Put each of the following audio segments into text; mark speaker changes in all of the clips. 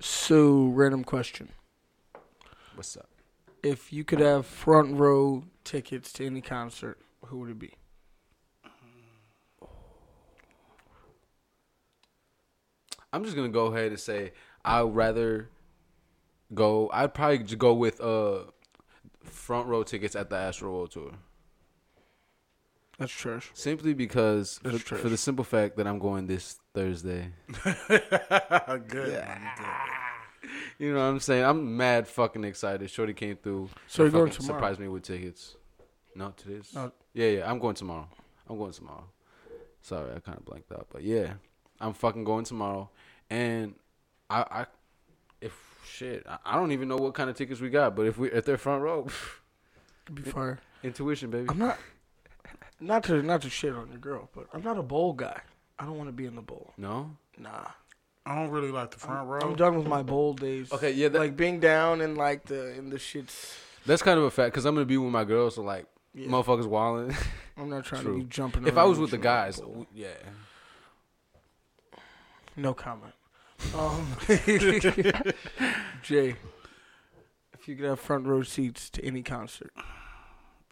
Speaker 1: So, random question.
Speaker 2: What's up?
Speaker 1: If you could have front row tickets to any concert, who would it be?
Speaker 2: I'm just gonna go ahead and say I'd rather go. I'd probably j- go with uh front row tickets at the Astro World Tour
Speaker 1: That's trash.
Speaker 2: simply because for,
Speaker 1: That's trash.
Speaker 2: for the simple fact that I'm going this Thursday.
Speaker 3: good.
Speaker 2: You know what I'm saying? I'm mad fucking excited. Shorty came through.
Speaker 1: So
Speaker 2: and
Speaker 1: you're going
Speaker 2: fucking
Speaker 1: tomorrow?
Speaker 2: Surprised me with tickets. No, today's.
Speaker 1: No.
Speaker 2: Yeah, yeah. I'm going tomorrow. I'm going tomorrow. Sorry, I kind of blanked out, but yeah, I'm fucking going tomorrow. And I, I if shit, I, I don't even know what kind of tickets we got, but if we if they're front row,
Speaker 1: It'd be fire.
Speaker 2: intuition, baby.
Speaker 1: I'm not not to not to shit on your girl, but I'm not a bowl guy. I don't want to be in the bowl.
Speaker 2: No.
Speaker 1: Nah.
Speaker 3: I don't really like the front row.
Speaker 1: I'm done with my bowl days.
Speaker 2: Okay, yeah, that-
Speaker 1: like being down and like the in the shits.
Speaker 2: That's kind of a fact because I'm gonna be with my girls, so like
Speaker 1: Yeah.
Speaker 2: motherfuckers wilding.
Speaker 1: I'm not trying to
Speaker 2: True.
Speaker 1: be jumping.
Speaker 2: if I
Speaker 1: around
Speaker 2: was with the
Speaker 1: you in
Speaker 2: guys,
Speaker 1: bowl.
Speaker 2: w- yeah.
Speaker 1: no comment. Um, Jay, if you could have front row seats to any concert,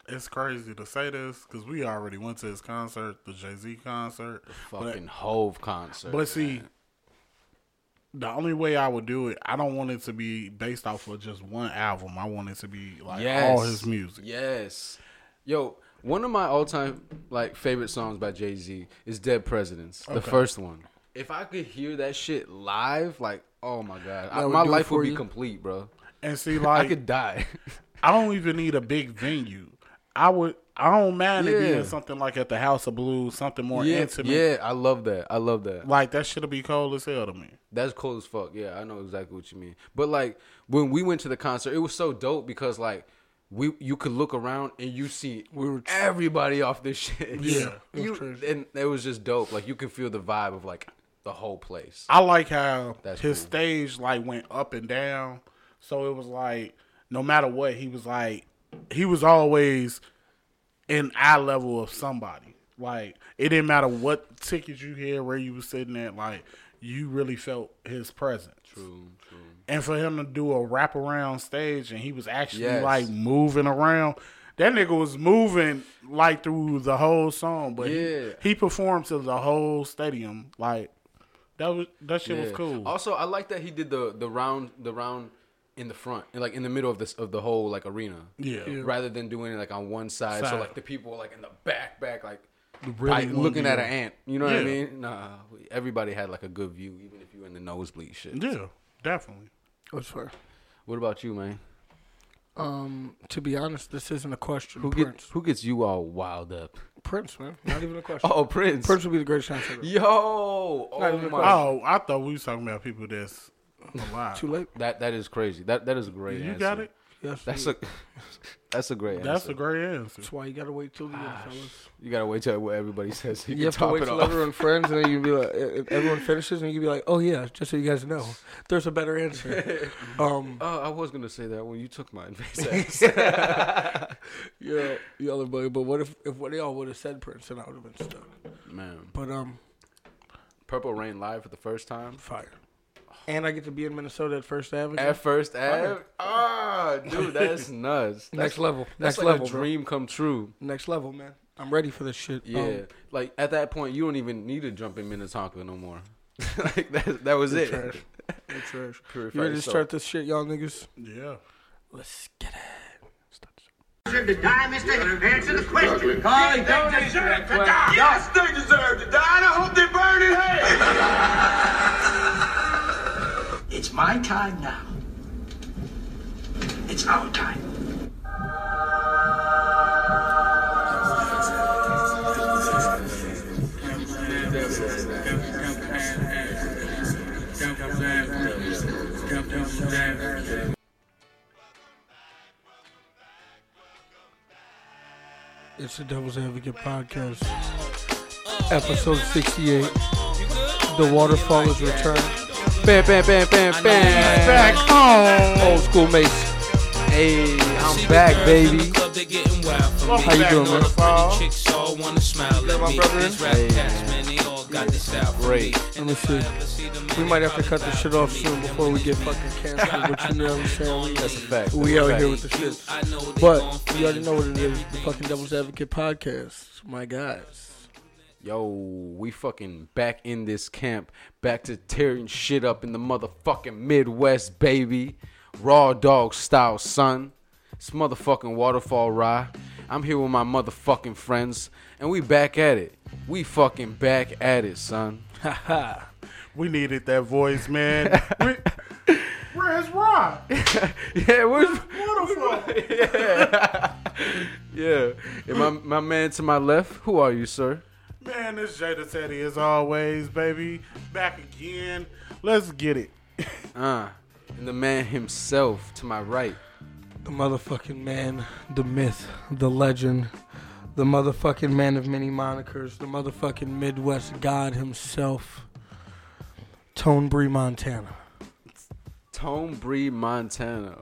Speaker 3: It's crazy to say this because we already went to his concert, the Jay Z concert.
Speaker 2: Fucking Hove concert.
Speaker 3: But see, the only way I would do it, I don't want it to be based off of just one album. I want it to be like all his music.
Speaker 2: Yes. Yo, one of my all time like favorite songs by Jay Z is Dead Presidents, the first one. If I could hear that shit live, like, oh my god, I-
Speaker 1: would
Speaker 2: my
Speaker 1: do it
Speaker 2: life would
Speaker 1: for
Speaker 2: be
Speaker 1: you.
Speaker 2: complete, bro.
Speaker 3: And see,
Speaker 2: I
Speaker 3: like
Speaker 2: could die.
Speaker 3: I don't even need a big venue. I would. I don't mind it
Speaker 2: Yeah.
Speaker 3: being something like at the House of Blues, something more
Speaker 2: yeah,
Speaker 3: intimate.
Speaker 2: yeah, I love that. I love that.
Speaker 3: Like that should be cold as hell to me.
Speaker 2: That's cool as fuck. Yeah, I know exactly what you mean. But like when we went to the concert, it was so dope because like we you could look around and you see
Speaker 1: We were-
Speaker 2: everybody off this shit.
Speaker 3: Yeah.
Speaker 1: It was
Speaker 2: You-
Speaker 1: crazy.
Speaker 2: and it was just dope. Like you can feel the vibe of like the whole place.
Speaker 3: I like how
Speaker 2: That's
Speaker 3: his
Speaker 2: cool.
Speaker 3: stage like went up and down. So it was like no matter what, he was like he was always in eye level of somebody. Like it didn't matter what ticket you had, where you was sitting at, like you really felt his presence.
Speaker 2: True, true.
Speaker 3: And for him to do a wraparound stage and he was actually
Speaker 2: Yes.
Speaker 3: like moving around. That nigga was moving like through the whole song, but he,
Speaker 2: Yeah.
Speaker 3: he performed to the whole stadium. Like that was that shit was
Speaker 2: Yeah. Oh.
Speaker 3: cool.
Speaker 2: Also, I like that he did the the round the round in the front, like in the middle of this of the whole like arena.
Speaker 3: Yeah. Yeah.
Speaker 2: Rather than doing it like on one side, so
Speaker 3: Side.
Speaker 2: like the people were like in the back, back like.
Speaker 3: Really
Speaker 2: like,
Speaker 3: one
Speaker 2: looking at
Speaker 3: view.
Speaker 2: an ant, you know what I
Speaker 3: Yeah.
Speaker 2: mean? Nah, everybody had like a good view, even if you were in the nosebleed shit.
Speaker 3: Yeah, definitely.
Speaker 1: that's fair.
Speaker 2: What about you, man?
Speaker 1: Um, to be honest, this isn't a question.
Speaker 2: Who
Speaker 1: Prince,
Speaker 2: gets who gets you all wild up?
Speaker 1: Prince, man, not even a question.
Speaker 2: Oh, Prince.
Speaker 1: Prince would be the greatest concert. ever.
Speaker 2: Yo, oh
Speaker 1: even a
Speaker 2: my,
Speaker 3: Oh, I thought we was talking about people that's alive.
Speaker 1: Too late.
Speaker 2: that that is crazy. That that is a great.
Speaker 3: you
Speaker 2: answer.
Speaker 3: got it.
Speaker 1: Yes,
Speaker 2: That's a that's a great.
Speaker 3: That's
Speaker 2: answer.
Speaker 3: a great answer.
Speaker 1: that's why you gotta wait till the end, fellas.
Speaker 2: You gotta wait till what everybody says. so Ah, You,
Speaker 1: You,
Speaker 2: can
Speaker 1: have to
Speaker 2: top
Speaker 1: wait
Speaker 2: it
Speaker 1: till
Speaker 2: off.
Speaker 1: everyone friends, and then you be like, if everyone finishes, and you can be like, oh yeah, just so you guys know, there's a better answer. um,
Speaker 2: Oh, I was gonna say that when you took mine. Face
Speaker 1: yeah, the other buddy. But what if if one of y'all would have said Prince, then I would have been stuck.
Speaker 2: Man,
Speaker 1: But um,
Speaker 2: Purple Rain live for the first time
Speaker 1: fire. And I get to be in Minnesota at First Avenue.
Speaker 2: at First Ave. Ah, dude, that's nuts. That's,
Speaker 1: next level.
Speaker 2: That's
Speaker 1: Next
Speaker 2: like
Speaker 1: level.
Speaker 2: a
Speaker 1: bro.
Speaker 2: dream come true.
Speaker 1: Next level, man. I'm ready for this shit.
Speaker 2: Yeah,
Speaker 1: Um,
Speaker 2: like at that point, you don't even need to jump in Minnetonka no more. like that, that was
Speaker 1: you're
Speaker 2: it.
Speaker 1: trash. You're trash.
Speaker 2: Purify
Speaker 1: You ready to
Speaker 2: yourself.
Speaker 1: start this shit, y'all niggas?
Speaker 3: Yeah.
Speaker 1: Let's get it.
Speaker 4: deserve to die, mister? Answer the question. Carly, they deserve to die. Yes, they deserve to die, and I hope they burn in hell. it's my time now. It's our time.
Speaker 1: It's the Devil's Advocate podcast, episode 68. The waterfall is returned.
Speaker 2: Bam, bam, bam, bam, bam.
Speaker 3: Back home.
Speaker 1: Old school mates.
Speaker 2: Hey, I'm
Speaker 5: I'm
Speaker 2: back, baby.
Speaker 5: How
Speaker 1: How you doing, man?
Speaker 5: Chicks all wanna smile. Let me
Speaker 1: brother?
Speaker 5: these rap cats, man, they all got this out for me.
Speaker 1: Let me see. We might have to cut this shit off soon before we get fucking canceled. But you know what I'm saying?
Speaker 2: That's a fact.
Speaker 1: We
Speaker 2: That's a
Speaker 1: out
Speaker 2: fact.
Speaker 1: here with the shit. But you already know what it is. The fucking Devil's Advocate podcast. My guys.
Speaker 2: Yo, we fucking back in this camp, back to tearing shit up in the motherfucking Midwest, baby. Raw dog style, son. It's motherfucking waterfall rye. I'm here with my motherfucking friends, and we back at it. We fucking back at it, son.
Speaker 3: We needed that voice, man. we, where's Rod?
Speaker 2: yeah, we're
Speaker 3: What the fuck?
Speaker 2: yeah. And my my man to my left, who are you, sir?
Speaker 3: Man, this Jada Teddy as always, baby. Back again. Let's get it.
Speaker 2: Uh, and the man himself to my right.
Speaker 1: The motherfucking man, the myth, the legend, the motherfucking man of many monikers, the motherfucking Midwest God himself, Tone Bree Montana.
Speaker 2: Tone Bree Montana.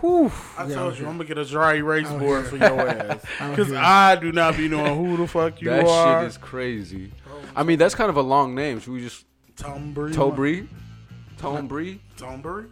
Speaker 1: Whew.
Speaker 3: I
Speaker 1: Yeah, Oh,
Speaker 3: told you, I'm gonna get a dry erase
Speaker 1: Out
Speaker 3: board
Speaker 1: here.
Speaker 3: for your ass.
Speaker 1: Out
Speaker 3: Cause
Speaker 1: here.
Speaker 3: I do not be knowing who the fuck you
Speaker 2: that
Speaker 3: are.
Speaker 2: shit is crazy. I mean, that's kind of a long name. Should we just
Speaker 3: Tombury.
Speaker 2: Tobri? Tombri?
Speaker 3: Tombury.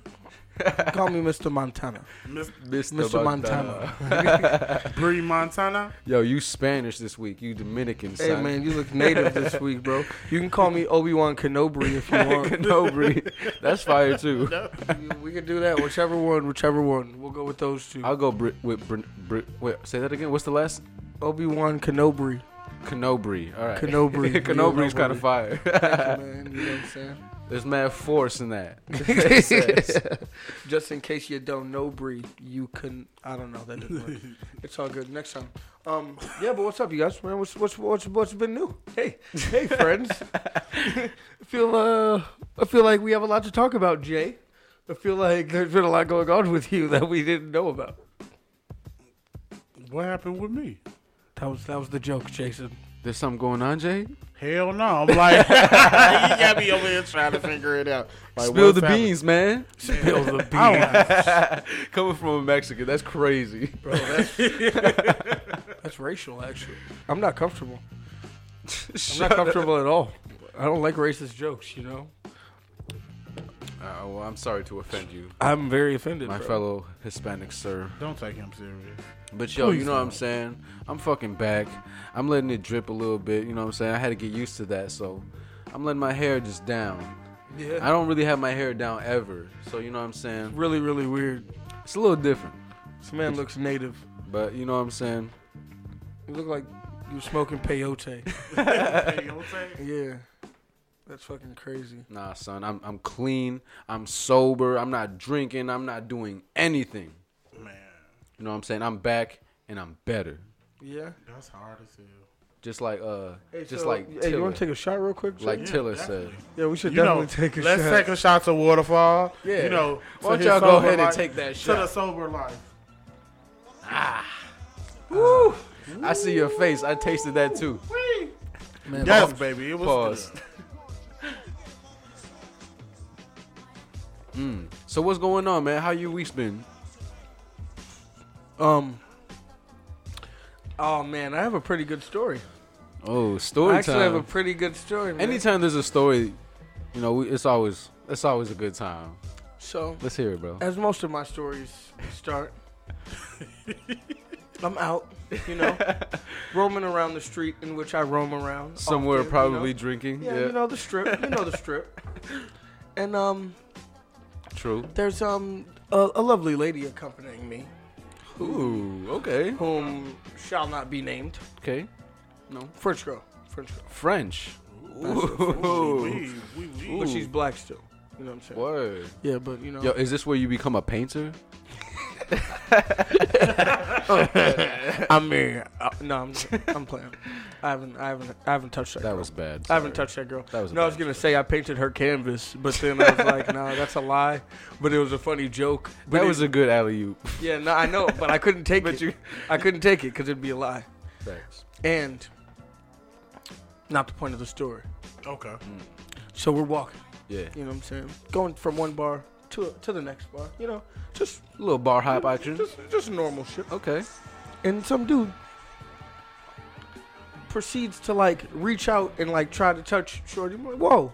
Speaker 1: Call me Mr. Montana.
Speaker 3: Miss
Speaker 1: Mr. Montana.
Speaker 3: uh, Bree Montana.
Speaker 2: Yo, you Spanish this week. You Dominican, son.
Speaker 1: Hey man, you look native this week, bro. You can call me Obi Wan Kenobi if you want.
Speaker 2: Canobri. That's fire, too.
Speaker 1: we can do that. Whichever one, whichever one. We'll go with those two.
Speaker 2: I'll go Brit, with Brit, Brit, wait, say that again. What's the last?
Speaker 1: Obi Wan Kenobi.
Speaker 2: Canobri. All right.
Speaker 1: Canobri.
Speaker 2: Canobri's kind of
Speaker 1: Canobri.
Speaker 2: fire.
Speaker 1: man, you know what I'm saying?
Speaker 2: There's mad force in that.
Speaker 1: Just in case you don't know Bree, you can. I don't know. That didn't work. it's all good. Next time. Um. Yeah, but what's up, you guys? Man, what's what's what's what's been new? Hey, hey, friends. I feel uh, I feel like we have a lot to talk about, Jay. I feel like there's been a lot going on with you that we didn't know about.
Speaker 3: What happened with me?
Speaker 1: That was that was the joke, Jason.
Speaker 2: There's something going on, Jay?
Speaker 3: Hell no. I'm like, you got me over here trying to figure it out. Like,
Speaker 2: Spill
Speaker 3: what's
Speaker 2: the
Speaker 3: happening?
Speaker 2: beans, man.
Speaker 1: Spill the beans.
Speaker 3: I
Speaker 2: Coming from a Mexican, that's crazy.
Speaker 1: Bro, that's, that's racial, actually. I'm not comfortable. I'm not comfortable at all. I don't like racist jokes, you know?
Speaker 2: Uh, well, I'm sorry to offend you,
Speaker 1: I'm very offended.
Speaker 2: my
Speaker 1: bro.
Speaker 2: fellow Hispanic sir.
Speaker 3: don't, don't take him serious.
Speaker 2: But yo, you know what I'm saying? I'm fucking back. I'm letting it drip a little bit. You know what I'm saying? I had to get used to that, so I'm letting my hair just down.
Speaker 1: Yeah.
Speaker 2: I don't really have my hair down ever, so you know what I'm saying?
Speaker 1: really, really weird.
Speaker 2: It's a little different,
Speaker 1: This man looks native.
Speaker 2: but you know what I'm saying?
Speaker 1: You look like you're smoking peyote.
Speaker 3: Hey, you know what I'm saying?
Speaker 1: yeah. That's fucking crazy.
Speaker 2: Nah, son. I'm I'm clean. I'm sober. I'm not drinking. I'm not doing anything.
Speaker 3: Man,
Speaker 2: You know what I'm saying? I'm back and I'm better.
Speaker 1: Yeah.
Speaker 3: that's hard as hell.
Speaker 2: Just like uh, just
Speaker 1: so,
Speaker 2: like
Speaker 1: Hey, you
Speaker 2: Tiller,
Speaker 1: want to take a shot real quick? Jay?
Speaker 2: like Tiller
Speaker 3: definitely.
Speaker 2: said.
Speaker 1: yeah, we should
Speaker 3: You
Speaker 1: definitely
Speaker 3: know,
Speaker 1: take a
Speaker 3: let's
Speaker 1: shot.
Speaker 3: take a shot to Waterfall.
Speaker 2: Yeah.
Speaker 3: You know,
Speaker 2: Why
Speaker 3: to
Speaker 2: don't y'all
Speaker 3: his
Speaker 2: go
Speaker 3: sober
Speaker 2: ahead and
Speaker 3: life-
Speaker 2: take that
Speaker 3: To the
Speaker 2: shot?
Speaker 3: sober life.
Speaker 2: I see your face. I tasted that too.
Speaker 1: Man,
Speaker 3: Yes, baby. It was
Speaker 2: Pause.
Speaker 3: good.
Speaker 2: Hmm. So what's going on, man? How your week's been?
Speaker 1: Um. Oh man, I have a pretty good story.
Speaker 2: Oh,
Speaker 1: I
Speaker 2: story
Speaker 1: actually
Speaker 2: time.
Speaker 1: have a pretty good story. Man.
Speaker 2: Anytime there's a story, you know, we, it's always it's always a good time.
Speaker 1: So,
Speaker 2: Let's hear it, bro.
Speaker 1: as most of my stories start, I'm out, you know, roaming around the street in which I roam around.
Speaker 2: Somewhere
Speaker 1: often, you
Speaker 2: probably
Speaker 1: know?
Speaker 2: drinking. Yeah,
Speaker 1: Yeah, you know the strip. You know the strip. And um,
Speaker 2: true.
Speaker 1: there's um a, a lovely lady accompanying me,
Speaker 2: Ooh, okay,
Speaker 1: whom shall not be named.
Speaker 2: okay.
Speaker 1: French girl, French girl,
Speaker 2: French. Ooh,
Speaker 3: We, we, we.
Speaker 1: but she's black still. You know what I'm saying?
Speaker 2: word.
Speaker 1: Yeah, but you know.
Speaker 2: Yo, is this where you become a painter?
Speaker 1: I mean, uh, no, I'm, I'm playing. I haven't, I haven't, I haven't touched that.
Speaker 2: That
Speaker 1: girl.
Speaker 2: was bad.
Speaker 1: I haven't
Speaker 2: Sorry.
Speaker 1: touched that girl.
Speaker 2: That was a
Speaker 1: no, I was
Speaker 2: bad
Speaker 1: gonna say I painted her canvas, but then I was like, nah, that's a lie. But it was a funny joke. But
Speaker 2: That
Speaker 1: it-
Speaker 2: was a good alley oop.
Speaker 1: yeah, no, I know, but I couldn't take it. I couldn't take it because it'd be a lie,
Speaker 2: Thanks.
Speaker 1: and not the point of the story.
Speaker 3: Okay.
Speaker 1: So we're walking.
Speaker 2: Yeah,
Speaker 1: You know what I'm saying? Going from one bar to to the next bar. You know, just
Speaker 2: a little bar hop action.
Speaker 1: just just normal shit.
Speaker 2: Okay.
Speaker 1: And some dude proceeds to like reach out and like try to touch Shorty. I'm like, whoa,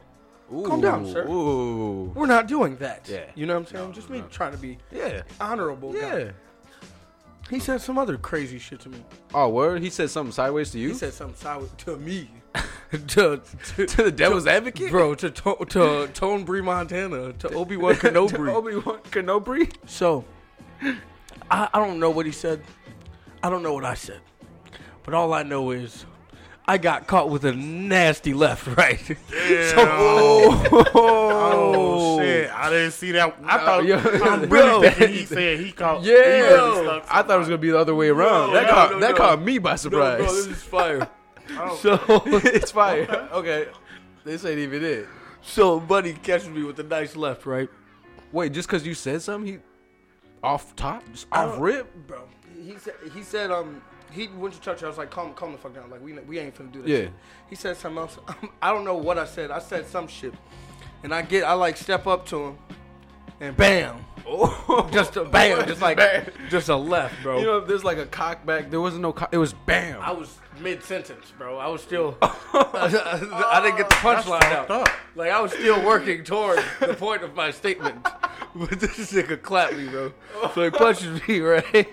Speaker 1: calm down, sir.
Speaker 2: Ooh.
Speaker 1: We're not doing that.
Speaker 2: Yeah.
Speaker 1: You know what I'm saying? Just me trying to be
Speaker 2: Yeah.
Speaker 1: honorable. guy.
Speaker 2: Yeah.
Speaker 1: He said some other crazy shit to me.
Speaker 2: Oh, word. He said something sideways to you.
Speaker 1: He said something sideways to me. to, to,
Speaker 2: to the devil's advocate.
Speaker 1: bro, to, to, to Tone Bree Montana, to Obi Wan Kenobi.
Speaker 2: Obi Wan Kenobi.
Speaker 1: So, I, I don't know what he said. I don't know what I said. But all I know is I got caught with a nasty left right. So,
Speaker 3: Oh shit! I didn't see that. I thought
Speaker 2: yo.
Speaker 3: I'm
Speaker 1: Bro.
Speaker 3: really thinking he said he called. he
Speaker 1: Yeah.
Speaker 3: really stuck
Speaker 2: I thought it was gonna be the other way around.
Speaker 3: No,
Speaker 2: that
Speaker 3: no,
Speaker 2: caught
Speaker 3: no,
Speaker 2: that
Speaker 3: no.
Speaker 2: caught me by
Speaker 1: bro,
Speaker 2: surprise.
Speaker 1: this is fire.
Speaker 3: Oh.
Speaker 1: So,
Speaker 2: it's fire. Okay, this ain't even it.
Speaker 1: so buddy catches me with a nice left right.
Speaker 2: Wait, just because you said something, he off top, just
Speaker 1: I
Speaker 2: off
Speaker 1: don't-
Speaker 2: rip.
Speaker 1: bro. He said he said um he went to touch. I was like, calm, calm the fuck down. Like we we ain't finna do this.
Speaker 2: Yeah.
Speaker 1: shit. He said something else. I don't know what I said. I said some shit, and I get I like step up to him, and bam, just a bam, just like
Speaker 2: Bam.
Speaker 1: just a left, bro.
Speaker 2: Oh. You know, if there's like a cock back, there wasn't no cock. It was bam.
Speaker 1: I was mid sentence, bro. I was still. Oh, I didn't get the punchline out.
Speaker 3: fucked up.
Speaker 1: Like I was still working towards the point of my statement, but this nigga clapped me, bro. So he punches me, right?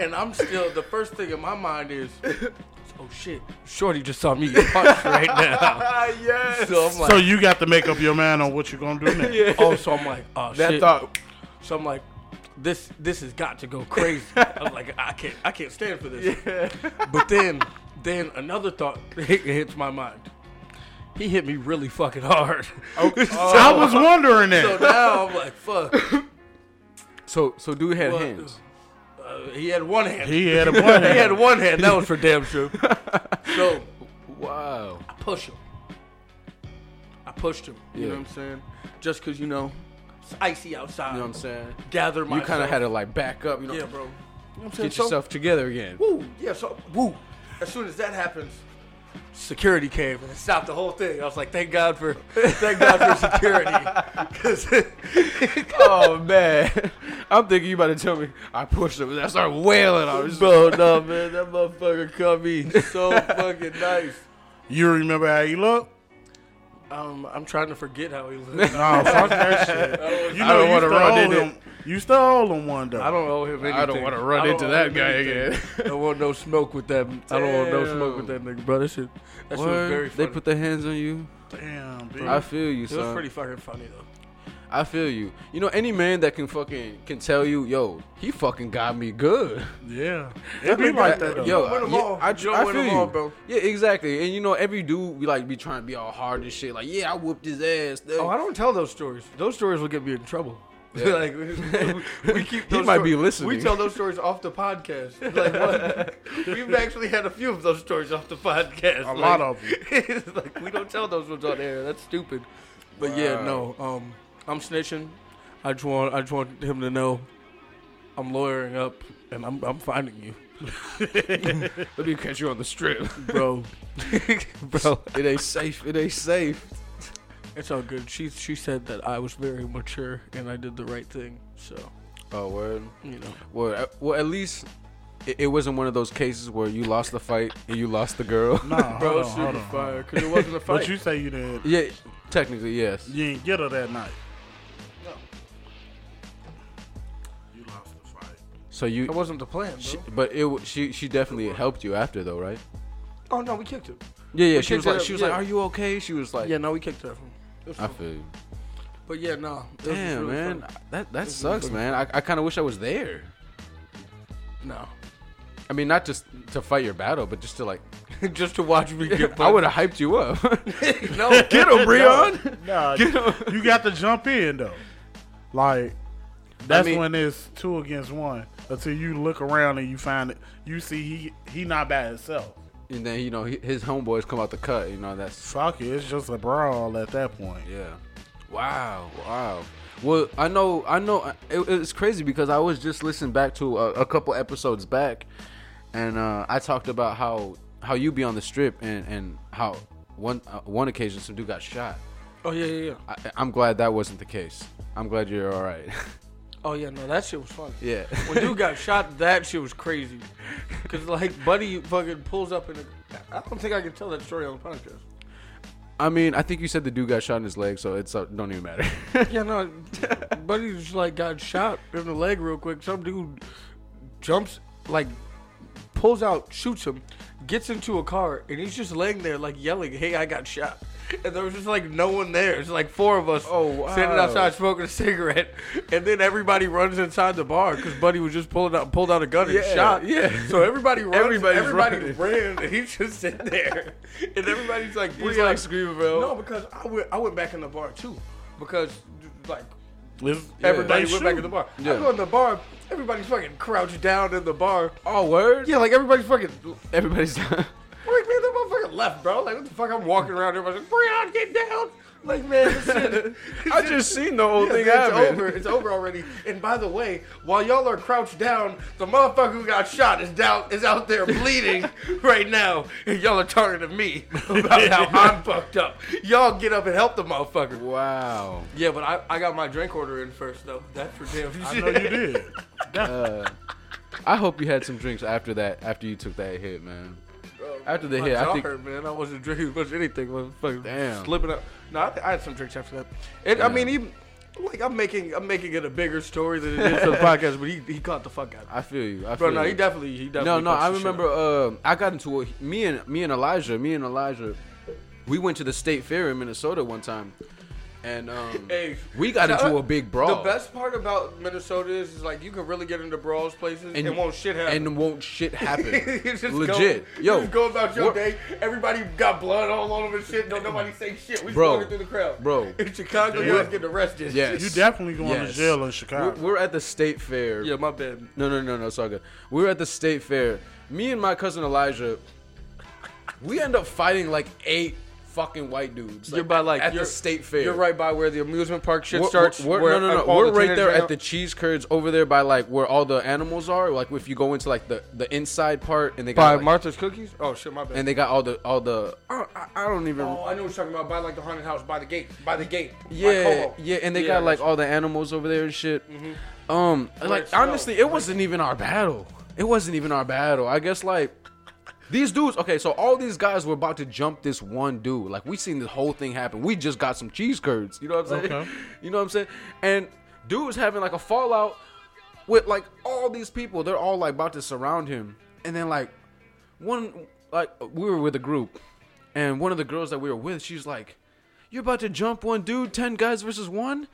Speaker 1: And I'm still. The first thing in my mind is, oh shit, Shorty just saw me get punched right now.
Speaker 2: ah, yes.
Speaker 1: So I'm
Speaker 3: So
Speaker 1: like,
Speaker 3: you got to make up your mind on what you're gonna do next.
Speaker 1: oh, so I'm like, oh
Speaker 2: that
Speaker 1: shit.
Speaker 2: thought.
Speaker 1: So I'm like, this this has got to go crazy. I'm like, I can't I can't stand for this. But then then another thought hits my mind. He hit me really fucking hard.
Speaker 2: Oh,
Speaker 3: I was wondering
Speaker 1: so
Speaker 3: that.
Speaker 1: now I'm like, fuck.
Speaker 2: So so dude had
Speaker 1: Well,
Speaker 2: hands.
Speaker 1: Uh, he had one hand. He,
Speaker 3: he had a one hand.
Speaker 1: had one hand. That was for damn sure. So
Speaker 2: Wow.
Speaker 1: I push him. I pushed him. You know
Speaker 2: Yeah.
Speaker 1: what I'm saying? Just because you know it's icy outside.
Speaker 2: You know what I'm saying?
Speaker 1: Gather
Speaker 2: You
Speaker 1: myself.
Speaker 2: kind of had to like back up. You know,
Speaker 1: yeah, bro. You know what I'm saying?
Speaker 2: get
Speaker 1: So-
Speaker 2: yourself together again.
Speaker 1: Woo, yeah, so woo. As soon as that happens, security came and stopped the whole thing. I was like, thank God for thank God for security. 'Cause-
Speaker 2: oh man, I'm thinking you about to tell me I pushed him and I started wailing. I was
Speaker 1: bro, no man, that motherfucker cut me so fucking nice.
Speaker 3: You remember how he looked?
Speaker 1: Um, I'm trying to forget how he looked.
Speaker 3: No, fuck that shit. You
Speaker 2: I don't
Speaker 3: know you
Speaker 2: wanna
Speaker 3: still
Speaker 2: run
Speaker 3: owe
Speaker 2: into-
Speaker 3: him. You still owe him one though.
Speaker 1: I don't owe him anything.
Speaker 2: I don't want to run
Speaker 1: don't
Speaker 2: into
Speaker 1: owe
Speaker 2: that
Speaker 1: him
Speaker 2: guy
Speaker 1: anything.
Speaker 2: again.
Speaker 1: I don't want no smoke with that. I don't want no smoke with that nigga, bro. That shit, that shit was very funny.
Speaker 2: They put their hands on you.
Speaker 3: Damn, bitch.
Speaker 2: I feel you,
Speaker 1: it was
Speaker 2: son.
Speaker 1: pretty fucking funny though.
Speaker 2: I feel you. You know, any man that can fucking can tell you, yo, he fucking got me good.
Speaker 3: yeah, it be like that. Though.
Speaker 2: Yo,
Speaker 1: don't win 'em
Speaker 2: yeah,
Speaker 1: all.
Speaker 2: I,
Speaker 1: You don't
Speaker 2: I
Speaker 1: win
Speaker 2: feel
Speaker 1: 'em
Speaker 2: you.
Speaker 1: all, bro.
Speaker 2: Yeah, exactly. And you know, every dude we like be trying to be all hard and shit. Like, yeah, I whooped his ass.
Speaker 1: Oh, I don't tell those stories. Those stories will get me in trouble. like we, we keep.
Speaker 2: He
Speaker 1: those
Speaker 2: might
Speaker 1: stor-
Speaker 2: be listening.
Speaker 1: We tell those stories off the podcast. Like what? We've actually had a few of those stories off the podcast.
Speaker 3: A lot of them.
Speaker 1: It's like we don't tell those ones on air. That's stupid. But yeah, no. Um, I'm snitching. I just want. I just want him to know. I'm lawyering up, and I'm I'm finding you,
Speaker 2: Let me catch you on the strip,
Speaker 1: bro.
Speaker 2: bro. It ain't safe. It ain't safe.
Speaker 1: it's all good. She she said that I was very mature and I did the right thing. So
Speaker 2: Oh, word.
Speaker 1: you know.
Speaker 2: Well, at, well, at least it, it wasn't one of those cases where you lost the fight and you lost the girl.
Speaker 3: Nah,
Speaker 1: Bro,
Speaker 3: hold on,
Speaker 1: it's
Speaker 3: hold
Speaker 1: super
Speaker 3: on.
Speaker 1: fire because it wasn't a fight.
Speaker 3: But you say you did.
Speaker 2: yeah, technically yes.
Speaker 3: You didn't get her that night.
Speaker 1: No.
Speaker 3: You lost the fight.
Speaker 2: So you,
Speaker 1: That wasn't the plan, bro.
Speaker 2: she, but it w- she she definitely helped you after though, right?
Speaker 1: oh no, we kicked her.
Speaker 2: Yeah, yeah.
Speaker 1: We
Speaker 2: She was
Speaker 1: kicked it
Speaker 2: like,
Speaker 1: up,
Speaker 2: she was
Speaker 1: yeah.
Speaker 2: like, "Are you okay?" She was like,
Speaker 1: Yeah, no, we kicked her. It was
Speaker 2: "I
Speaker 1: fun.
Speaker 2: feel you."
Speaker 1: But yeah, no. it was
Speaker 2: Damn,
Speaker 1: really
Speaker 2: man,
Speaker 1: fun.
Speaker 2: that that
Speaker 1: was
Speaker 2: sucks,
Speaker 1: really
Speaker 2: man. I, I kind of wish I was there. I mean, not just to fight your battle, but just to like,
Speaker 1: No, just to watch me get.
Speaker 2: I would have hyped you up.
Speaker 1: punched. no, get him,
Speaker 2: Breon.
Speaker 3: Nah, you got to jump in though. Like that's
Speaker 2: mean-
Speaker 3: when it's two against one. Until you look around and you find it, you see he he not by himself.
Speaker 2: and then you know he, his homeboys come out the cut. You know that's
Speaker 3: Fuck it, it's just a brawl at that point.
Speaker 2: yeah. Wow, wow. Well, I know, I know. It, it's crazy because I was just listening back to a, a couple episodes back, and uh, I talked about how how you be on the strip and and how one uh, one occasion some dude got shot.
Speaker 1: Oh yeah, yeah, yeah.
Speaker 2: I, I'm glad that wasn't the case. I'm glad you're all right.
Speaker 1: Oh yeah, no, that shit was funny.
Speaker 2: Yeah.
Speaker 1: when dude got shot, that shit was crazy. Cause like Buddy fucking pulls up in a. I don't think I can tell that story on the podcast.
Speaker 2: I mean, I think you said the dude got shot in his leg, so it's uh, don't even matter.
Speaker 1: Yeah, no, Buddy just like got shot in the leg real quick. Some dude jumps, like pulls out, shoots him, gets into a car, and he's just laying there like yelling, "Hey, I got shot." And there was just like no one there. It's like four of us
Speaker 2: Oh, wow.
Speaker 1: sitting outside smoking a cigarette, and then everybody runs inside the bar because Buddy was just pulling out pulled out a gun and
Speaker 2: Yeah,
Speaker 1: shot.
Speaker 2: yeah.
Speaker 1: So everybody runs.
Speaker 2: Everybody's
Speaker 1: everybody
Speaker 2: running.
Speaker 1: ran. And he's just sitting there, and everybody's like,
Speaker 2: He's
Speaker 1: "Bree,
Speaker 2: like screaming for help.
Speaker 1: No, because I went I went back in the bar too because like
Speaker 3: It's-
Speaker 1: Everybody
Speaker 3: Like,
Speaker 1: went back in the bar.
Speaker 2: Yeah.
Speaker 1: I go in the bar, everybody's fucking crouched down in the bar.
Speaker 2: oh, word?
Speaker 1: Yeah, like everybody's fucking.
Speaker 2: Everybody's
Speaker 1: I'm like, man, that motherfucker left, bro. Like, what the fuck? I'm walking around, everybody's like, Breon, get down. Like, man, this shit-
Speaker 2: I just seen the whole
Speaker 1: Yeah,
Speaker 2: thing
Speaker 1: it's
Speaker 2: happen.
Speaker 1: over. It's over already. And by the way, while y'all are crouched down, the motherfucker who got shot is down is out there bleeding right now, and y'all are talking to me about how I'm fucked up. Y'all get up and help the motherfucker.
Speaker 2: Wow.
Speaker 1: Yeah, but I, I got my drink order in first though. That's for damn sure.
Speaker 3: I know you did.
Speaker 2: I hope you had some drinks after that, after you took that hit, man. After the
Speaker 1: my
Speaker 2: hit, I
Speaker 1: jaw
Speaker 2: think-
Speaker 1: hurt, man, I wasn't drinking much anything. I Was fucking
Speaker 2: Damn.
Speaker 1: slipping up. No, I, I had some drinks after that. It, I
Speaker 2: Yeah.
Speaker 1: mean, even like I'm making I'm making it a bigger story than it is for the podcast, but he he caught the fuck out. of me.
Speaker 2: I feel you. I
Speaker 1: Bro,
Speaker 2: feel
Speaker 1: no,
Speaker 2: you.
Speaker 1: he definitely he definitely.
Speaker 2: No, no,
Speaker 1: fucked
Speaker 2: I
Speaker 1: the shit
Speaker 2: remember.
Speaker 1: up.
Speaker 2: um I got into a me and me and Elijah, me and Elijah, we went to the state fair in Minnesota one time, and um,
Speaker 1: Hey,
Speaker 2: we got
Speaker 1: shout
Speaker 2: into
Speaker 1: out-
Speaker 2: a big brawl.
Speaker 1: The best part about Minnesota is, is like you can really get into brawls places and, won't shit happen.
Speaker 2: And won't shit happen.
Speaker 1: You just
Speaker 2: Legit,
Speaker 1: Go,
Speaker 2: yo,
Speaker 1: you just go about your
Speaker 2: we're-
Speaker 1: day. Everybody got blood all on them and shit. Don't nobody say shit. We
Speaker 2: Bro,
Speaker 1: walking through the crowd,
Speaker 2: bro.
Speaker 1: In Chicago, you guys getting arrested.
Speaker 2: Yes,
Speaker 3: You definitely going to
Speaker 2: Yes.
Speaker 3: jail in Chicago.
Speaker 2: We're, we're at the state fair.
Speaker 1: yeah, my bad.
Speaker 2: No, no, no, no. It's all good. We were at the state fair. Me and my cousin Elijah, we end up fighting like eight fucking white dudes.
Speaker 1: you're by like
Speaker 2: at
Speaker 1: you're,
Speaker 2: the state fair.
Speaker 1: You're right by where the amusement park shit
Speaker 2: We're,
Speaker 1: starts.
Speaker 2: we're-
Speaker 1: where
Speaker 2: no, no,
Speaker 1: all
Speaker 2: no. We're
Speaker 1: the
Speaker 2: right there
Speaker 1: teenagers
Speaker 2: at the cheese curds over there by like where all the animals are. Like if you go into like the, the inside part and they
Speaker 1: by
Speaker 2: got like,
Speaker 1: Martha's Cookies. Oh shit, my bad.
Speaker 2: and they got all the all the I don't, I- I don't even
Speaker 1: oh, I know what you're talking about. By like the haunted house, by the gate, by the gate. by
Speaker 2: yeah
Speaker 1: Como.
Speaker 2: yeah and
Speaker 1: Yeah,
Speaker 2: they
Speaker 1: Mm-hmm.
Speaker 2: got like all the animals over there and shit. Um, like
Speaker 1: snow.
Speaker 2: honestly, it wasn't even our battle. It wasn't even our battle. I guess like. These dudes, okay, so all these guys were about to jump this one dude. Like we seen this whole thing happen. We just got some cheese curds. You know what I'm saying?
Speaker 3: Okay.
Speaker 2: You know what I'm saying? And dude was having like a fallout with like all these people. They're all like about to surround him. And then like one like we were with a group and one of the girls that we were with, she's like, You're about to jump one dude, ten guys versus one?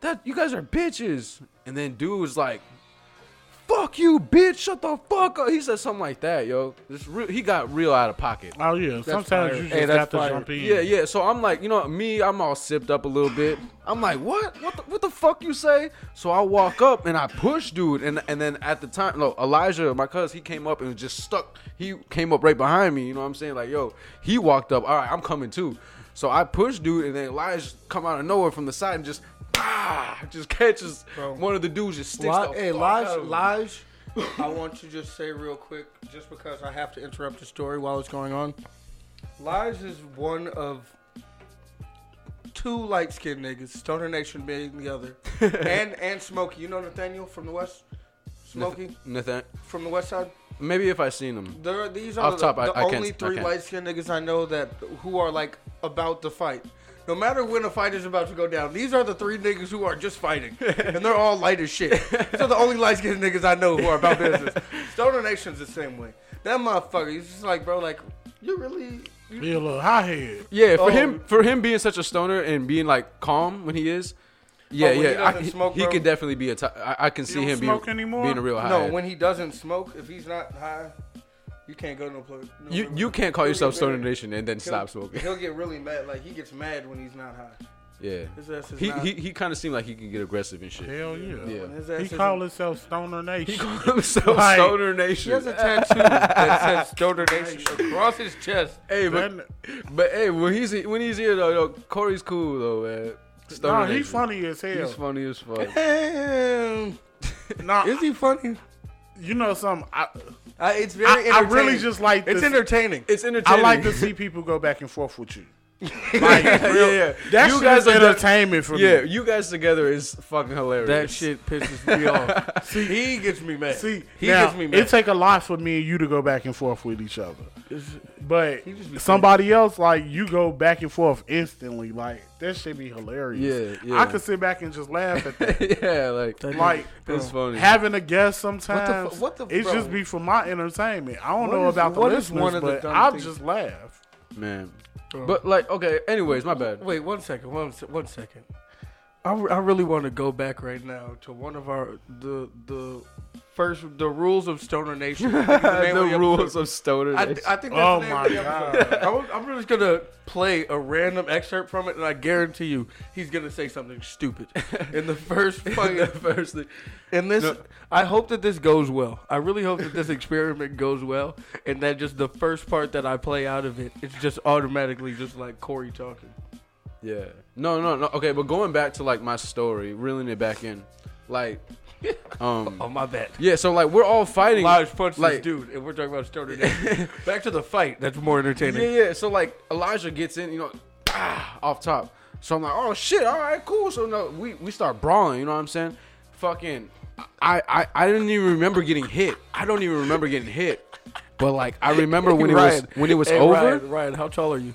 Speaker 2: That you guys are bitches. And then dude was like, fuck you, bitch, shut the fuck up. He said something like that, yo. This re- he got real out of pocket.
Speaker 3: oh yeah, sometimes
Speaker 1: fire.
Speaker 3: you just
Speaker 1: Hey, that's
Speaker 3: got to
Speaker 1: fire.
Speaker 3: jump in.
Speaker 2: Yeah, yeah. So I'm like, you know, me, I'm all sipped up a little bit. I'm like, what? What the, what the fuck you say? So I walk up and I push dude, and and then at the time, no, Elijah, my cousin, he came up and was just stuck. He came up right behind me. You know what I'm saying? Like, yo, he walked up. All right, I'm coming too. So I push dude, and then Elijah come out of nowhere from the side and just. Ah, just catches one of the dudes just sticks
Speaker 1: Li-
Speaker 2: the
Speaker 1: hey,
Speaker 2: fuck
Speaker 1: Lige,
Speaker 2: out of him.
Speaker 1: Lige, I want to just say real quick, just because I have to interrupt the story while it's going on. Lige is one of two light skinned niggas, Stoner Nation being the other, and and Smokey. You know Nathaniel from the West, Smokey
Speaker 2: Nathan,
Speaker 1: from the West Side.
Speaker 2: maybe if I seen him,
Speaker 1: There, are- these are
Speaker 2: Off
Speaker 1: the,
Speaker 2: top, I-
Speaker 1: the
Speaker 2: I can't-
Speaker 1: only
Speaker 2: I
Speaker 1: three
Speaker 2: can't.
Speaker 1: light skinned niggas I know that who are like about to fight. No matter when a fight is about to go down, these are the three niggas who are just fighting, and they're all light as shit. These are the only light skinned niggas I know who are about business. Stoner Nation's the same way. That motherfucker, he's just like, bro, like you really. You,
Speaker 3: Be a little hot head.
Speaker 2: Yeah, for
Speaker 1: Oh.
Speaker 2: him for him being such a stoner and being like calm when he is. Yeah,
Speaker 1: Oh, when he
Speaker 2: yeah, I-
Speaker 1: doesn't
Speaker 2: he,
Speaker 1: smoke,
Speaker 2: he
Speaker 1: bro?
Speaker 2: could definitely be a. T- I, I can see
Speaker 3: don't
Speaker 2: him
Speaker 3: smoke
Speaker 2: being,
Speaker 3: anymore?
Speaker 2: being a real high.
Speaker 1: no, when he doesn't smoke, if he's not high, you can't go no place. No
Speaker 2: you
Speaker 1: no-
Speaker 2: you can't call
Speaker 1: he'll
Speaker 2: yourself
Speaker 1: get
Speaker 2: Stoner
Speaker 1: really-
Speaker 2: Nation and then stop
Speaker 1: he'll-
Speaker 2: smoking.
Speaker 1: He'll get really mad. Like he gets mad when he's not high.
Speaker 2: Yeah,
Speaker 1: His ass is
Speaker 2: he
Speaker 1: not-
Speaker 2: he, he kind of seemed like he can get aggressive and shit.
Speaker 3: Hell yeah.
Speaker 2: Yeah,
Speaker 1: His ass
Speaker 3: He
Speaker 1: isn't-
Speaker 3: called himself Stoner Nation.
Speaker 2: he called himself
Speaker 3: Like-
Speaker 2: Stoner
Speaker 1: He has a
Speaker 2: Nation.
Speaker 1: tattoo that says Stoner Nation across his chest.
Speaker 2: Hey, but
Speaker 3: That-
Speaker 2: but hey, when he's when he's here though, yo, Corey's cool though, man. Stoner
Speaker 3: Nah, he
Speaker 2: Nation.
Speaker 3: funny as hell.
Speaker 2: He's funny as fuck.
Speaker 1: Damn.
Speaker 3: Nah,
Speaker 1: Is he funny?
Speaker 3: you know something. I,
Speaker 1: I, it's very.
Speaker 3: I, I really
Speaker 1: entertaining.
Speaker 3: just like.
Speaker 1: It's
Speaker 3: this-
Speaker 1: entertaining.
Speaker 2: It's entertaining.
Speaker 3: I like to see people go back and forth with you. Like, real,
Speaker 2: yeah.
Speaker 3: That
Speaker 2: You
Speaker 3: shit
Speaker 2: guys
Speaker 3: is
Speaker 2: are def-
Speaker 3: entertainment for
Speaker 2: Yeah,
Speaker 3: me.
Speaker 2: you guys together is fucking hilarious.
Speaker 1: That shit pisses me off. he gets me mad.
Speaker 3: See,
Speaker 1: he
Speaker 3: now,
Speaker 1: gets me
Speaker 3: it
Speaker 1: mad.
Speaker 3: take a lot for me and you to go back and forth with each other. But
Speaker 1: He just be
Speaker 3: somebody else, like you, go back and forth instantly. Like that should be hilarious.
Speaker 2: Yeah, yeah.
Speaker 3: I could sit back and just laugh at that.
Speaker 2: yeah, like
Speaker 1: That
Speaker 3: like
Speaker 2: it's funny.
Speaker 3: having a guest sometimes.
Speaker 1: fu- what the-
Speaker 3: It
Speaker 1: bro.
Speaker 3: just be for my entertainment. I don't
Speaker 1: What
Speaker 3: know
Speaker 1: is-
Speaker 3: about the
Speaker 1: what is
Speaker 3: listeners,
Speaker 1: one of the
Speaker 3: but
Speaker 1: dumb
Speaker 3: I'll
Speaker 1: things-
Speaker 3: just laugh.
Speaker 2: Man. But like, okay. Anyways, my bad.
Speaker 1: Wait one second. One se- one second. I, re- I really want to go back right now to one of our the the first the rules of Stoner Nation. I think is the
Speaker 2: the
Speaker 1: name of the
Speaker 2: rules
Speaker 1: episode.
Speaker 2: of stoner.
Speaker 1: I, I
Speaker 2: Nation.
Speaker 1: think that's the
Speaker 3: Oh
Speaker 1: name
Speaker 3: my
Speaker 1: of the episode. I was- I'm just gonna play a random excerpt from it, and I guarantee you he's gonna say something stupid in the first fucking
Speaker 2: the first thing.
Speaker 1: And this,
Speaker 2: No.
Speaker 1: I hope that this goes well. I really hope that this experiment goes well, and that just the first part that I play out of it, it's just automatically just like Corey talking.
Speaker 2: Yeah. No, no, no. Okay, but going back to like my story, reeling it back in, like, um,
Speaker 1: Oh my bad.
Speaker 2: yeah. So like we're all fighting.
Speaker 1: Lodge punched
Speaker 2: like,
Speaker 1: this dude, and we're talking about Stoner Nation. Back to the fight. That's more entertaining.
Speaker 2: Yeah, yeah. So like Elijah gets in, you know, ah, off top. So I'm like, oh shit, all right, cool. So no, we we start brawling. You know what I'm saying? Fucking, I I, I didn't even remember getting hit. I don't even remember getting hit. But like I remember when it was
Speaker 1: Ryan,
Speaker 2: when it was
Speaker 1: hey,
Speaker 2: over.
Speaker 1: Ryan, Ryan, how tall are you?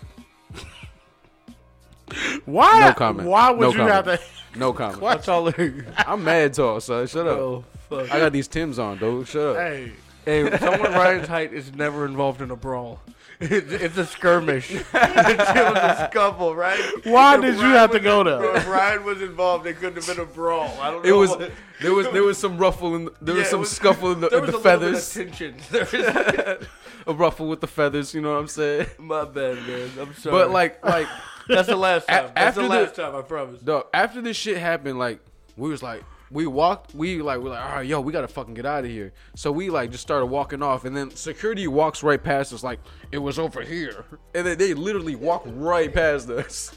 Speaker 3: Why?
Speaker 2: No comment.
Speaker 3: Why would
Speaker 2: No
Speaker 3: you
Speaker 2: comment.
Speaker 3: have to?
Speaker 2: No comment.
Speaker 1: How tall are you?
Speaker 2: I'm mad tall, son. Shut up.
Speaker 1: Oh fuck.
Speaker 2: I got these Tims on, dude. Shut up.
Speaker 3: Hey,
Speaker 1: Hey, someone Ryan's height is never involved in a brawl. It's, it's a skirmish. it was a scuffle, right?
Speaker 3: why
Speaker 1: If
Speaker 3: did you
Speaker 1: Ryan
Speaker 3: have to
Speaker 1: was-
Speaker 3: go there?
Speaker 1: If Ryan was involved, it couldn't have been a brawl. I don't know.
Speaker 2: It was there was there was some ruffle in there
Speaker 1: Yeah,
Speaker 2: was
Speaker 1: it
Speaker 2: some
Speaker 1: was-
Speaker 2: scuffle in the,
Speaker 1: there
Speaker 2: in
Speaker 1: was
Speaker 2: the
Speaker 1: a little bit of
Speaker 2: feathers,
Speaker 1: tension. There was-
Speaker 2: a ruffle with the feathers. You know what I'm saying?
Speaker 1: my bad, man. I'm sorry.
Speaker 2: But like like
Speaker 1: that's the last time.
Speaker 2: a-
Speaker 1: that's
Speaker 2: after
Speaker 1: the last
Speaker 2: the-
Speaker 1: time. I promise.
Speaker 2: dog, after this shit happened, like we was like we walked we like we're like all right yo we gotta fucking get out of here. So we like just started walking off, and then security walks right past us like it was over here, and then they literally walk right past us.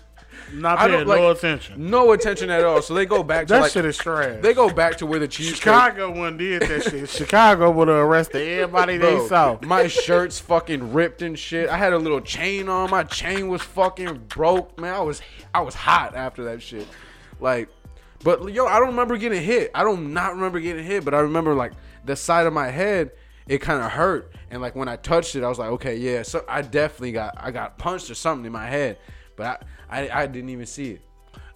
Speaker 3: Not
Speaker 2: I
Speaker 3: paying
Speaker 2: don't like
Speaker 3: no attention.
Speaker 2: no attention at all. So they go back to
Speaker 3: That
Speaker 2: like
Speaker 3: shit is trash.
Speaker 2: they go back to where the cheese
Speaker 3: Chicago one did that shit. Chicago would have arrested everybody they
Speaker 2: Bro,
Speaker 3: saw.
Speaker 2: My shirt's fucking ripped and shit. I had a little chain on. My chain was fucking broke, man. I was I was hot after that shit. Like, but yo, I don't remember getting hit. I don't not remember getting hit, but I remember like the side of my head. It kind of hurt, and like when I touched it, I was like, okay, yeah. So I definitely got I got punched or something in my head, but I I, I didn't even see it.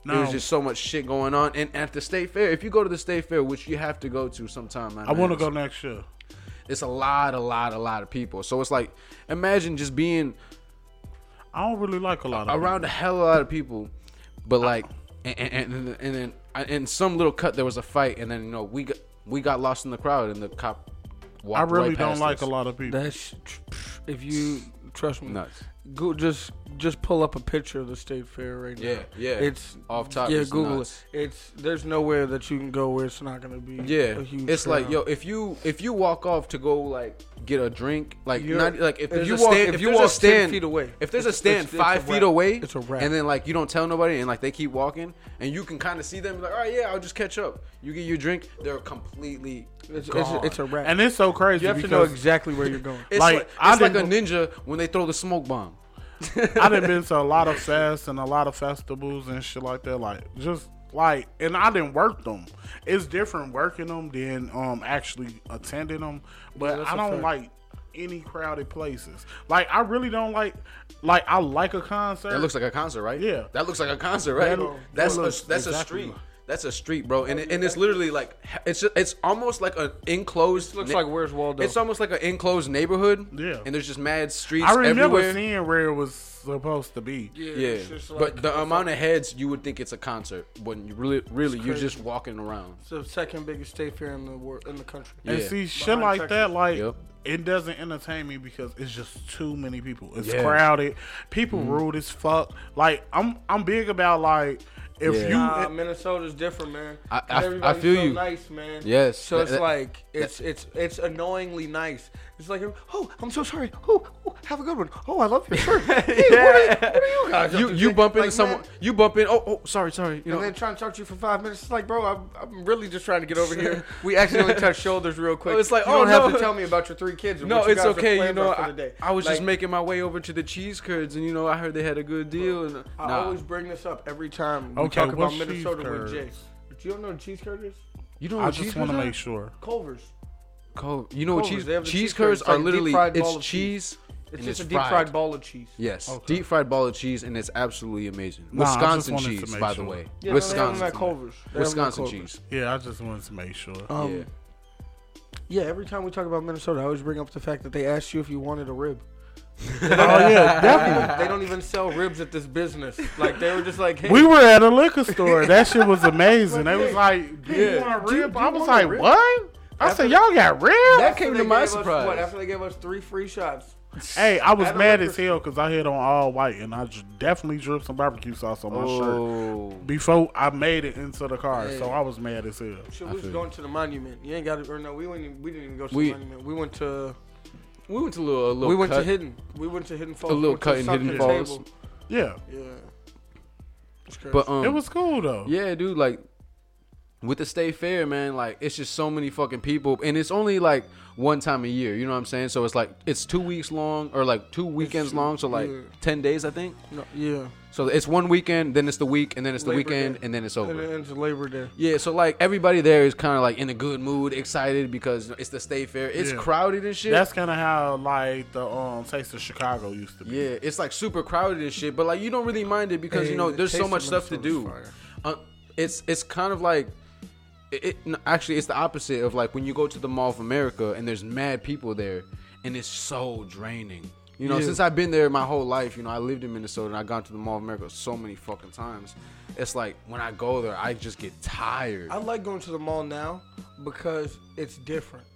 Speaker 2: There was
Speaker 3: No.
Speaker 2: just so much shit going on, and at the state fair, if you go to the state fair, which you have to go to sometime,
Speaker 3: I want to go next year.
Speaker 2: it's a lot, a lot, a lot of people. So it's like, imagine just being
Speaker 3: I don't really like a lot of
Speaker 2: around a hell of a lot of people, but like, and and, and, and then I- in some little cut there was a fight, and then you know we got we got lost in the crowd, and the cop.
Speaker 3: I
Speaker 2: Walked
Speaker 3: really
Speaker 2: right
Speaker 3: don't
Speaker 2: past
Speaker 3: like
Speaker 2: us.
Speaker 3: a lot of people.
Speaker 1: That's if you trust me.
Speaker 2: Nuts.
Speaker 1: Go just just pull up a picture of the state fair right now.
Speaker 2: Yeah, yeah.
Speaker 1: It's
Speaker 2: Off top,
Speaker 1: Yeah,
Speaker 2: it's
Speaker 1: Google
Speaker 2: nuts.
Speaker 1: it. It's there's nowhere that you can go where it's not gonna be.
Speaker 2: Yeah,
Speaker 1: a huge
Speaker 2: it's like
Speaker 1: crowd.
Speaker 2: yo, if you if you walk off to go like get a drink, like
Speaker 1: You're-
Speaker 2: not like if,
Speaker 1: if
Speaker 2: there's
Speaker 1: you
Speaker 2: a
Speaker 1: walk-
Speaker 2: stand,
Speaker 1: if
Speaker 2: if,
Speaker 1: you
Speaker 2: there's
Speaker 1: walk
Speaker 2: a
Speaker 1: 10
Speaker 2: stand
Speaker 1: feet away,
Speaker 2: if there's a
Speaker 1: it's-
Speaker 2: stand
Speaker 1: it's- it's
Speaker 2: five
Speaker 1: a
Speaker 2: feet
Speaker 1: wrap.
Speaker 2: away,
Speaker 1: It's a wrap.
Speaker 2: and then like you don't tell nobody, and like they keep walking, and you can kind of see them like, all right, yeah, I'll just catch up. You get your drink, they're completely.
Speaker 1: it's, it's,
Speaker 2: gone.
Speaker 1: it's a wrap.
Speaker 3: And it's so crazy
Speaker 1: you have to know
Speaker 3: because
Speaker 1: exactly where you're going.
Speaker 2: It's
Speaker 3: like,
Speaker 2: like,
Speaker 3: I
Speaker 2: it's like a
Speaker 3: didn't-
Speaker 2: ninja when they throw the smoke bomb.
Speaker 3: I done been to a lot of fests and a lot of festivals and shit like that. Like just like, and I didn't work them. It's different working them than um actually attending them. But I don't like any crowded places. Like I really don't like. Like I like a concert.
Speaker 2: That looks like a concert, right?
Speaker 3: Yeah.
Speaker 2: That looks like a concert, right?
Speaker 3: That-
Speaker 2: that's
Speaker 3: that looks
Speaker 2: a, that's a
Speaker 3: exactly
Speaker 2: street.
Speaker 3: like-
Speaker 2: That's a street, bro, and it, and it's literally like it's just, it's almost like an enclosed.
Speaker 1: looks like Where's Waldo.
Speaker 2: It's almost like an enclosed neighborhood.
Speaker 3: Yeah.
Speaker 2: and there's just mad streets
Speaker 3: I remember
Speaker 2: everywhere.
Speaker 3: seeing where it was supposed to be.
Speaker 2: yeah, but the amount of heads you would think it's a concert when you really really you're just walking around.
Speaker 1: It's the second biggest state fair in the world in the country.
Speaker 3: And
Speaker 2: Yeah.
Speaker 3: see, shit
Speaker 1: Behind
Speaker 3: like
Speaker 1: Texas.
Speaker 3: that, like
Speaker 2: Yep.
Speaker 3: it doesn't entertain me because it's just too many people. It's
Speaker 2: Yeah. Mm-hmm.
Speaker 3: crowded. People rude as fuck. Like I'm, I'm big about like If
Speaker 2: Yeah.
Speaker 3: you
Speaker 1: Nah, uh, Minnesota's different, man.
Speaker 2: I-
Speaker 1: And
Speaker 2: I-
Speaker 1: everybody's
Speaker 2: I feel
Speaker 1: so
Speaker 2: you.
Speaker 1: Nice, man.
Speaker 2: Yes,
Speaker 1: So
Speaker 2: that-
Speaker 1: it's
Speaker 2: that-
Speaker 1: like it's it's it's annoyingly nice. It's like, oh, I'm so sorry. Oh, oh, have a good one. Oh, I love your shirt. Hey, what, are, what are you guys? up
Speaker 2: You
Speaker 1: to?
Speaker 2: you bump into
Speaker 1: Like,
Speaker 2: someone.
Speaker 1: man,
Speaker 2: You bump in. Oh oh, sorry sorry. You
Speaker 1: and
Speaker 2: know.
Speaker 1: then trying to talk to you for five minutes. It's like, bro, I'm, I'm really just trying to get over here. We accidentally touched shoulders real quick.
Speaker 2: Oh, it's like,
Speaker 1: you
Speaker 2: oh,
Speaker 1: don't have
Speaker 2: no.
Speaker 1: to tell me about your three kids. and
Speaker 2: No,
Speaker 1: what you
Speaker 2: it's
Speaker 1: guys are
Speaker 2: okay. You
Speaker 1: planned
Speaker 2: know,
Speaker 1: for the
Speaker 2: I,
Speaker 1: day.
Speaker 2: I was just
Speaker 1: Like,
Speaker 2: making my way over to the cheese curds, and you know, I heard they had a good deal. And
Speaker 1: I
Speaker 2: nah,
Speaker 1: always bring this up every time we
Speaker 3: Okay,
Speaker 1: talk about
Speaker 3: what's cheese
Speaker 1: Minnesota with
Speaker 3: curds?
Speaker 1: Jay. Do you don't know what cheese curd is?
Speaker 2: you know,
Speaker 3: I
Speaker 2: what
Speaker 3: just
Speaker 2: cheese
Speaker 3: want
Speaker 2: curds
Speaker 3: to
Speaker 2: are?
Speaker 3: make sure.
Speaker 1: Culver's.
Speaker 2: Co- You know, what
Speaker 1: Culver's,
Speaker 2: cheese
Speaker 1: they have the
Speaker 2: cheese
Speaker 1: cheese curds,
Speaker 2: curds
Speaker 1: it's
Speaker 2: are
Speaker 1: like a
Speaker 2: literally
Speaker 1: deep-fried
Speaker 2: it's
Speaker 1: ball of cheese.
Speaker 2: cheese.
Speaker 1: It's
Speaker 2: and
Speaker 1: just a
Speaker 2: it's
Speaker 1: deep
Speaker 2: fried.
Speaker 1: fried ball of cheese.
Speaker 2: Yes, deep fried ball of cheese, and it's absolutely amazing.
Speaker 3: Nah, I just
Speaker 2: Wisconsin
Speaker 3: wanted to
Speaker 2: cheese,
Speaker 3: make
Speaker 2: by
Speaker 3: sure.
Speaker 2: the way.
Speaker 1: Yeah, no, they have them
Speaker 2: Wisconsin,
Speaker 1: at Culver's. They have them at
Speaker 2: Wisconsin
Speaker 1: Culver's.
Speaker 2: cheese.
Speaker 3: Yeah, I just wanted to make sure.
Speaker 1: Um,
Speaker 2: yeah.
Speaker 1: yeah. every time we talk about Minnesota, I always bring up the fact that they asked you if you wanted a rib.
Speaker 3: oh yeah, definitely.
Speaker 1: they don't even sell ribs at this business. Like they were just like, hey,
Speaker 3: We were at a liquor store. That shit was amazing. They was like, "Do you
Speaker 1: Yeah.
Speaker 3: want a
Speaker 1: Do you-
Speaker 3: rib?"
Speaker 1: do
Speaker 3: I
Speaker 1: you
Speaker 3: was
Speaker 1: want a
Speaker 3: like,
Speaker 1: rib?
Speaker 3: "What?" I said, "Y'all got ribs?"
Speaker 2: That
Speaker 1: after
Speaker 2: came
Speaker 1: they
Speaker 2: to my
Speaker 1: gave us-
Speaker 2: surprise.
Speaker 1: what, after they gave us three free shots,
Speaker 3: Hey, I was
Speaker 1: At a
Speaker 3: mad
Speaker 1: liquor
Speaker 3: as hell because I had on all white, and I j- definitely dripped some barbecue sauce on my shirt
Speaker 2: Oh,
Speaker 3: before I made it into the car. So
Speaker 1: Hey.
Speaker 3: I was mad as hell.
Speaker 1: shit,
Speaker 2: I
Speaker 1: we was
Speaker 2: feel
Speaker 1: going to the monument. You ain't got to, or no, we went. not We didn't even go to
Speaker 2: We-
Speaker 1: the monument. We went to.
Speaker 2: we went to a little. A little
Speaker 1: we went
Speaker 2: cut.
Speaker 1: to Hidden. We went to Hidden Falls.
Speaker 2: A little
Speaker 1: went to
Speaker 2: cut in
Speaker 1: Sunken
Speaker 2: Hidden Falls.
Speaker 1: Table.
Speaker 3: Yeah,
Speaker 1: Yeah. It's crazy.
Speaker 2: But um,
Speaker 3: it was cool though.
Speaker 2: Yeah, dude, like with the state fair, man, like it's just so many fucking people and it's only like one time a year, you know what I'm saying? So it's like it's 2 weeks long or like 2 weekends
Speaker 1: two-
Speaker 2: long, so like
Speaker 1: yeah.
Speaker 2: 10 days I think.
Speaker 1: No, yeah.
Speaker 2: So it's one weekend, then it's the week and then it's the
Speaker 1: Labor
Speaker 2: weekend
Speaker 1: Day.
Speaker 2: and then it's
Speaker 1: And it
Speaker 2: over.
Speaker 1: ends Labor Day.
Speaker 2: Yeah, so like everybody there is kind of like in a good mood, excited because it's the state fair. It's
Speaker 3: Yeah.
Speaker 2: crowded and shit.
Speaker 3: That's kind of how like the um taste of Chicago used to be.
Speaker 2: yeah, it's like super crowded and shit, but like you don't really mind it because
Speaker 1: Hey,
Speaker 2: you know
Speaker 1: the
Speaker 2: there's so
Speaker 1: taste
Speaker 2: much
Speaker 1: of
Speaker 2: stuff to
Speaker 1: Minnesota's
Speaker 2: do.
Speaker 1: fire.
Speaker 2: Uh, it's it's kind of like it, it no, actually it's the opposite of like when you go to the Mall of America and there's mad people there and it's so draining. You know,
Speaker 1: Yeah.
Speaker 2: since I've been there my whole life, you know, I lived in Minnesota and I gone to the Mall of America so many fucking times. It's like when I go there, I just get tired.
Speaker 1: I like going to the mall now because it's different.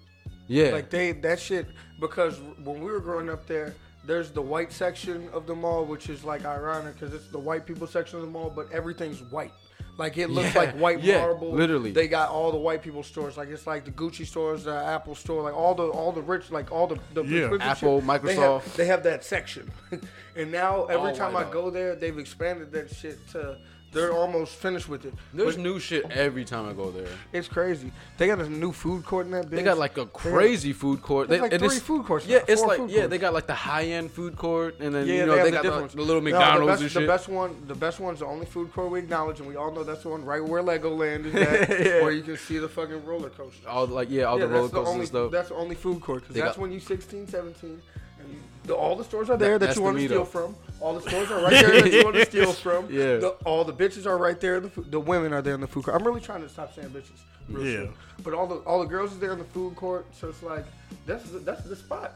Speaker 2: yeah,
Speaker 1: Like they that shit because when we were growing up there, there's the white section of the mall, which is like ironic because it's the white people section of the mall, but everything's white. Like it looks
Speaker 2: Yeah,
Speaker 1: like white
Speaker 2: yeah,
Speaker 1: marble.
Speaker 2: literally.
Speaker 1: they got all the white people stores. Like it's like the Gucci stores, the Apple store, like all the all the rich, like all the, the
Speaker 3: Yeah.
Speaker 1: rich-
Speaker 2: Apple,
Speaker 1: They have,
Speaker 2: Microsoft.
Speaker 1: they have that section, and now every
Speaker 2: All
Speaker 1: time
Speaker 2: white
Speaker 1: I
Speaker 2: out.
Speaker 1: go there, they've expanded that shit to. They're almost finished with it.
Speaker 2: there's
Speaker 1: But-
Speaker 2: new shit every time I go there.
Speaker 1: it's crazy. They got a new food court in that bitch.
Speaker 2: They got like a crazy food court.
Speaker 1: There's
Speaker 2: They-
Speaker 1: like
Speaker 2: and
Speaker 1: three
Speaker 2: it's-
Speaker 1: food courts
Speaker 2: Yeah,
Speaker 1: now,
Speaker 2: it's
Speaker 1: four
Speaker 2: like
Speaker 1: food
Speaker 2: yeah,
Speaker 1: courts.
Speaker 2: they got like the high end food court, and then
Speaker 1: Yeah,
Speaker 2: you know
Speaker 1: they, have
Speaker 2: they, got
Speaker 1: the
Speaker 2: the-
Speaker 1: different
Speaker 2: the, little
Speaker 1: ones. No,
Speaker 2: McDonald's
Speaker 1: the best,
Speaker 2: and shit.
Speaker 1: The best one, the best one's the only food court we acknowledge, and we all know that's the one right where Legoland is at, where you can see the fucking roller coaster.
Speaker 2: all like yeah, all
Speaker 1: yeah,
Speaker 2: the roller
Speaker 1: that's the
Speaker 2: coasters
Speaker 1: only
Speaker 2: and stuff.
Speaker 1: that's the only food court because
Speaker 2: They
Speaker 1: that's
Speaker 2: got-
Speaker 1: when you 16, 17, and you, the, all the stores are there that,
Speaker 2: that's
Speaker 1: you
Speaker 2: the
Speaker 1: want to steal
Speaker 2: meetup.
Speaker 1: from. All the stores are right there that you want to steal from.
Speaker 2: Yeah.
Speaker 1: The, all the bitches are right there. in The, food, the women are there in the food court. I'm really trying to stop saying bitches. Real
Speaker 3: Yeah.
Speaker 1: Shit. But all the all the girls is there in the food court, so it's like that's the, that's the spot.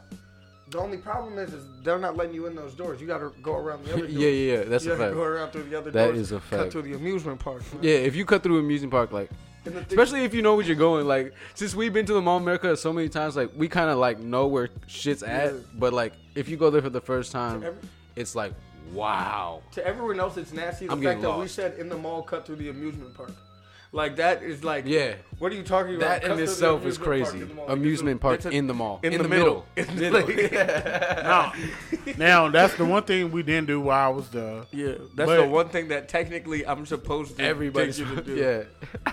Speaker 1: The only problem is, is they're not letting you in those doors. You got to go around the other doors.
Speaker 2: yeah, yeah, yeah, that's
Speaker 1: you
Speaker 2: a
Speaker 1: gotta
Speaker 2: fact.
Speaker 1: go around through the other
Speaker 2: That
Speaker 1: doors.
Speaker 2: is a
Speaker 1: Cut
Speaker 2: fact.
Speaker 1: through the amusement park. man.
Speaker 2: Yeah, if you cut through an amusement park, like
Speaker 1: And the thing-
Speaker 2: especially if you know where you're going, like since we've been to the Mall of America so many times, like we kind of like know where shit's at.
Speaker 1: Yeah.
Speaker 2: But like if you go there for the first time,
Speaker 1: every-
Speaker 2: it's like wow.
Speaker 1: to everyone else, it's nasty. The
Speaker 2: I'm
Speaker 1: fact
Speaker 2: getting
Speaker 1: that we
Speaker 2: lost.
Speaker 1: said in the mall, cut through the amusement park. Like that is like
Speaker 2: Yeah.
Speaker 1: What are you talking about?
Speaker 2: That
Speaker 1: Cut
Speaker 2: in
Speaker 1: through the
Speaker 2: itself is
Speaker 1: amusement park
Speaker 2: crazy.
Speaker 1: in the mall.
Speaker 2: Amusement
Speaker 1: It's a-
Speaker 2: park
Speaker 1: it's a-
Speaker 2: in the mall,
Speaker 1: in, the middle. In the middle.
Speaker 3: Now, now that's the one thing we didn't do while I was there.
Speaker 1: yeah, that's
Speaker 3: But-
Speaker 1: the one thing that technically I'm supposed to.
Speaker 2: Everybody's
Speaker 1: continue to do.
Speaker 2: yeah.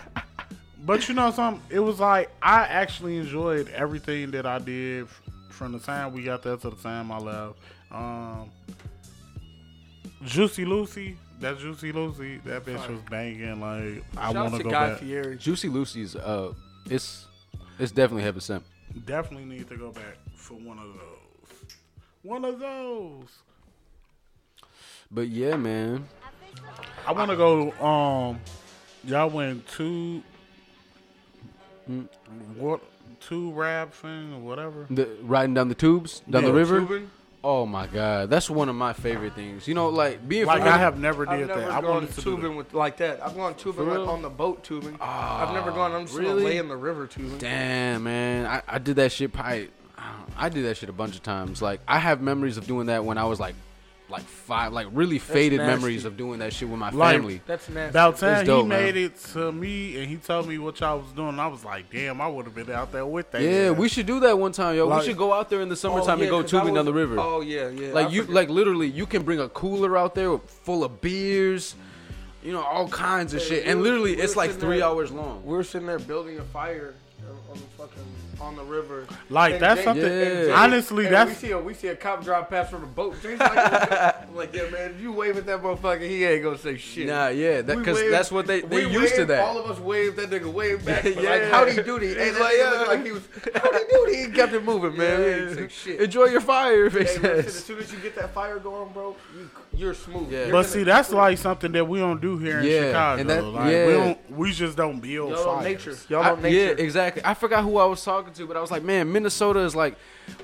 Speaker 3: But you know something? It was like I actually enjoyed everything that I did f- from the time we got there to the time I left. Um, Juicy Lucy, that Juicy Lucy, that bitch was banging. Like I
Speaker 1: Shout
Speaker 3: want
Speaker 1: out to
Speaker 3: go
Speaker 1: Guy
Speaker 3: back.
Speaker 1: Fieri.
Speaker 2: Juicy Lucy's uh, it's it's definitely heaven sent.
Speaker 3: Definitely need to go back for one of those. One of those.
Speaker 2: But yeah, man.
Speaker 3: I want to go. Um, y'all went two. What two rap thing or whatever?
Speaker 2: The, riding down the tubes, down the
Speaker 3: Yeah.
Speaker 2: river.
Speaker 1: Tubing?
Speaker 2: Oh my god, that's one of my favorite things. You know, like being
Speaker 3: Like
Speaker 2: from
Speaker 3: I have never
Speaker 1: I've
Speaker 3: did
Speaker 1: never
Speaker 3: that. I
Speaker 1: gone
Speaker 3: wanted to do that.
Speaker 1: tubing with like that. I've gone tubing like
Speaker 2: real?
Speaker 1: on the boat tubing. I've never gone. I'm just gonna
Speaker 2: Ah, really?
Speaker 1: lay in the river tubing.
Speaker 2: Damn, man. I, I did that shit probably. I don't- I did that shit a bunch of times. Like I have memories of doing that when I was like, like five, like really faded
Speaker 1: nasty.
Speaker 2: memories of doing that shit with my
Speaker 3: Like-
Speaker 2: family.
Speaker 1: That's nasty.
Speaker 3: About time
Speaker 2: It's dope,
Speaker 3: he
Speaker 2: man.
Speaker 3: made it to me and he told me what y'all was doing. I was like, damn, I would have been out there with that.
Speaker 2: Yeah, we should do that one time, yo.
Speaker 3: Like-
Speaker 2: we should go out there in the
Speaker 1: Oh,
Speaker 2: summertime
Speaker 1: yeah,
Speaker 2: and go
Speaker 1: 'cause I
Speaker 2: tubing down
Speaker 1: was-
Speaker 2: the river.
Speaker 1: Oh yeah, yeah. I
Speaker 2: like you,
Speaker 1: forget.
Speaker 2: like literally, you can bring a cooler out there with- full of beers, you know, all kinds of
Speaker 1: Hey,
Speaker 2: shit.
Speaker 1: we
Speaker 2: And
Speaker 1: was-
Speaker 2: literally,
Speaker 1: we
Speaker 2: it's
Speaker 1: was
Speaker 2: like
Speaker 1: sitting
Speaker 2: three
Speaker 1: there-
Speaker 2: hours long.
Speaker 1: we were sitting there building a fire on- on the fucking on the river.
Speaker 3: Like, that's
Speaker 1: Jay-
Speaker 3: something-
Speaker 1: and Jay-
Speaker 3: honestly,
Speaker 1: and
Speaker 3: that's-
Speaker 1: we see a we see a cop drive past from a boat. Jay's like, I'm like, yeah, man, if you wave at that motherfucker, he ain't gonna say shit.
Speaker 2: Nah, yeah, that
Speaker 1: We
Speaker 2: because
Speaker 1: waved-
Speaker 2: that's what they they
Speaker 1: we
Speaker 2: used to
Speaker 1: waved, All
Speaker 2: that.
Speaker 1: of us waved. That nigga waved back. but Like
Speaker 2: Yeah.
Speaker 1: howdy doody. And
Speaker 2: He's
Speaker 1: that
Speaker 2: like,
Speaker 1: nigga
Speaker 2: yeah.
Speaker 1: looked like he was howdy doody. He kept it moving, man. He ain't say shit.
Speaker 2: Enjoy your fire, they
Speaker 1: Hey, listen, as
Speaker 2: says.
Speaker 1: soon as you get that fire going, bro, you, you're smooth.
Speaker 2: Yeah.
Speaker 1: You're
Speaker 3: But
Speaker 1: gonna-
Speaker 3: see, that's like something that we don't do here in
Speaker 2: Yeah,
Speaker 3: Chicago.
Speaker 2: and that-
Speaker 3: like,
Speaker 2: yeah.
Speaker 3: we don't, we just don't build
Speaker 1: y'all on
Speaker 3: fires.
Speaker 1: nature.
Speaker 2: I-
Speaker 1: Y'all on
Speaker 2: yeah,
Speaker 1: nature.
Speaker 2: exactly. I forgot who I was talking to, but I was like, man, Minnesota is like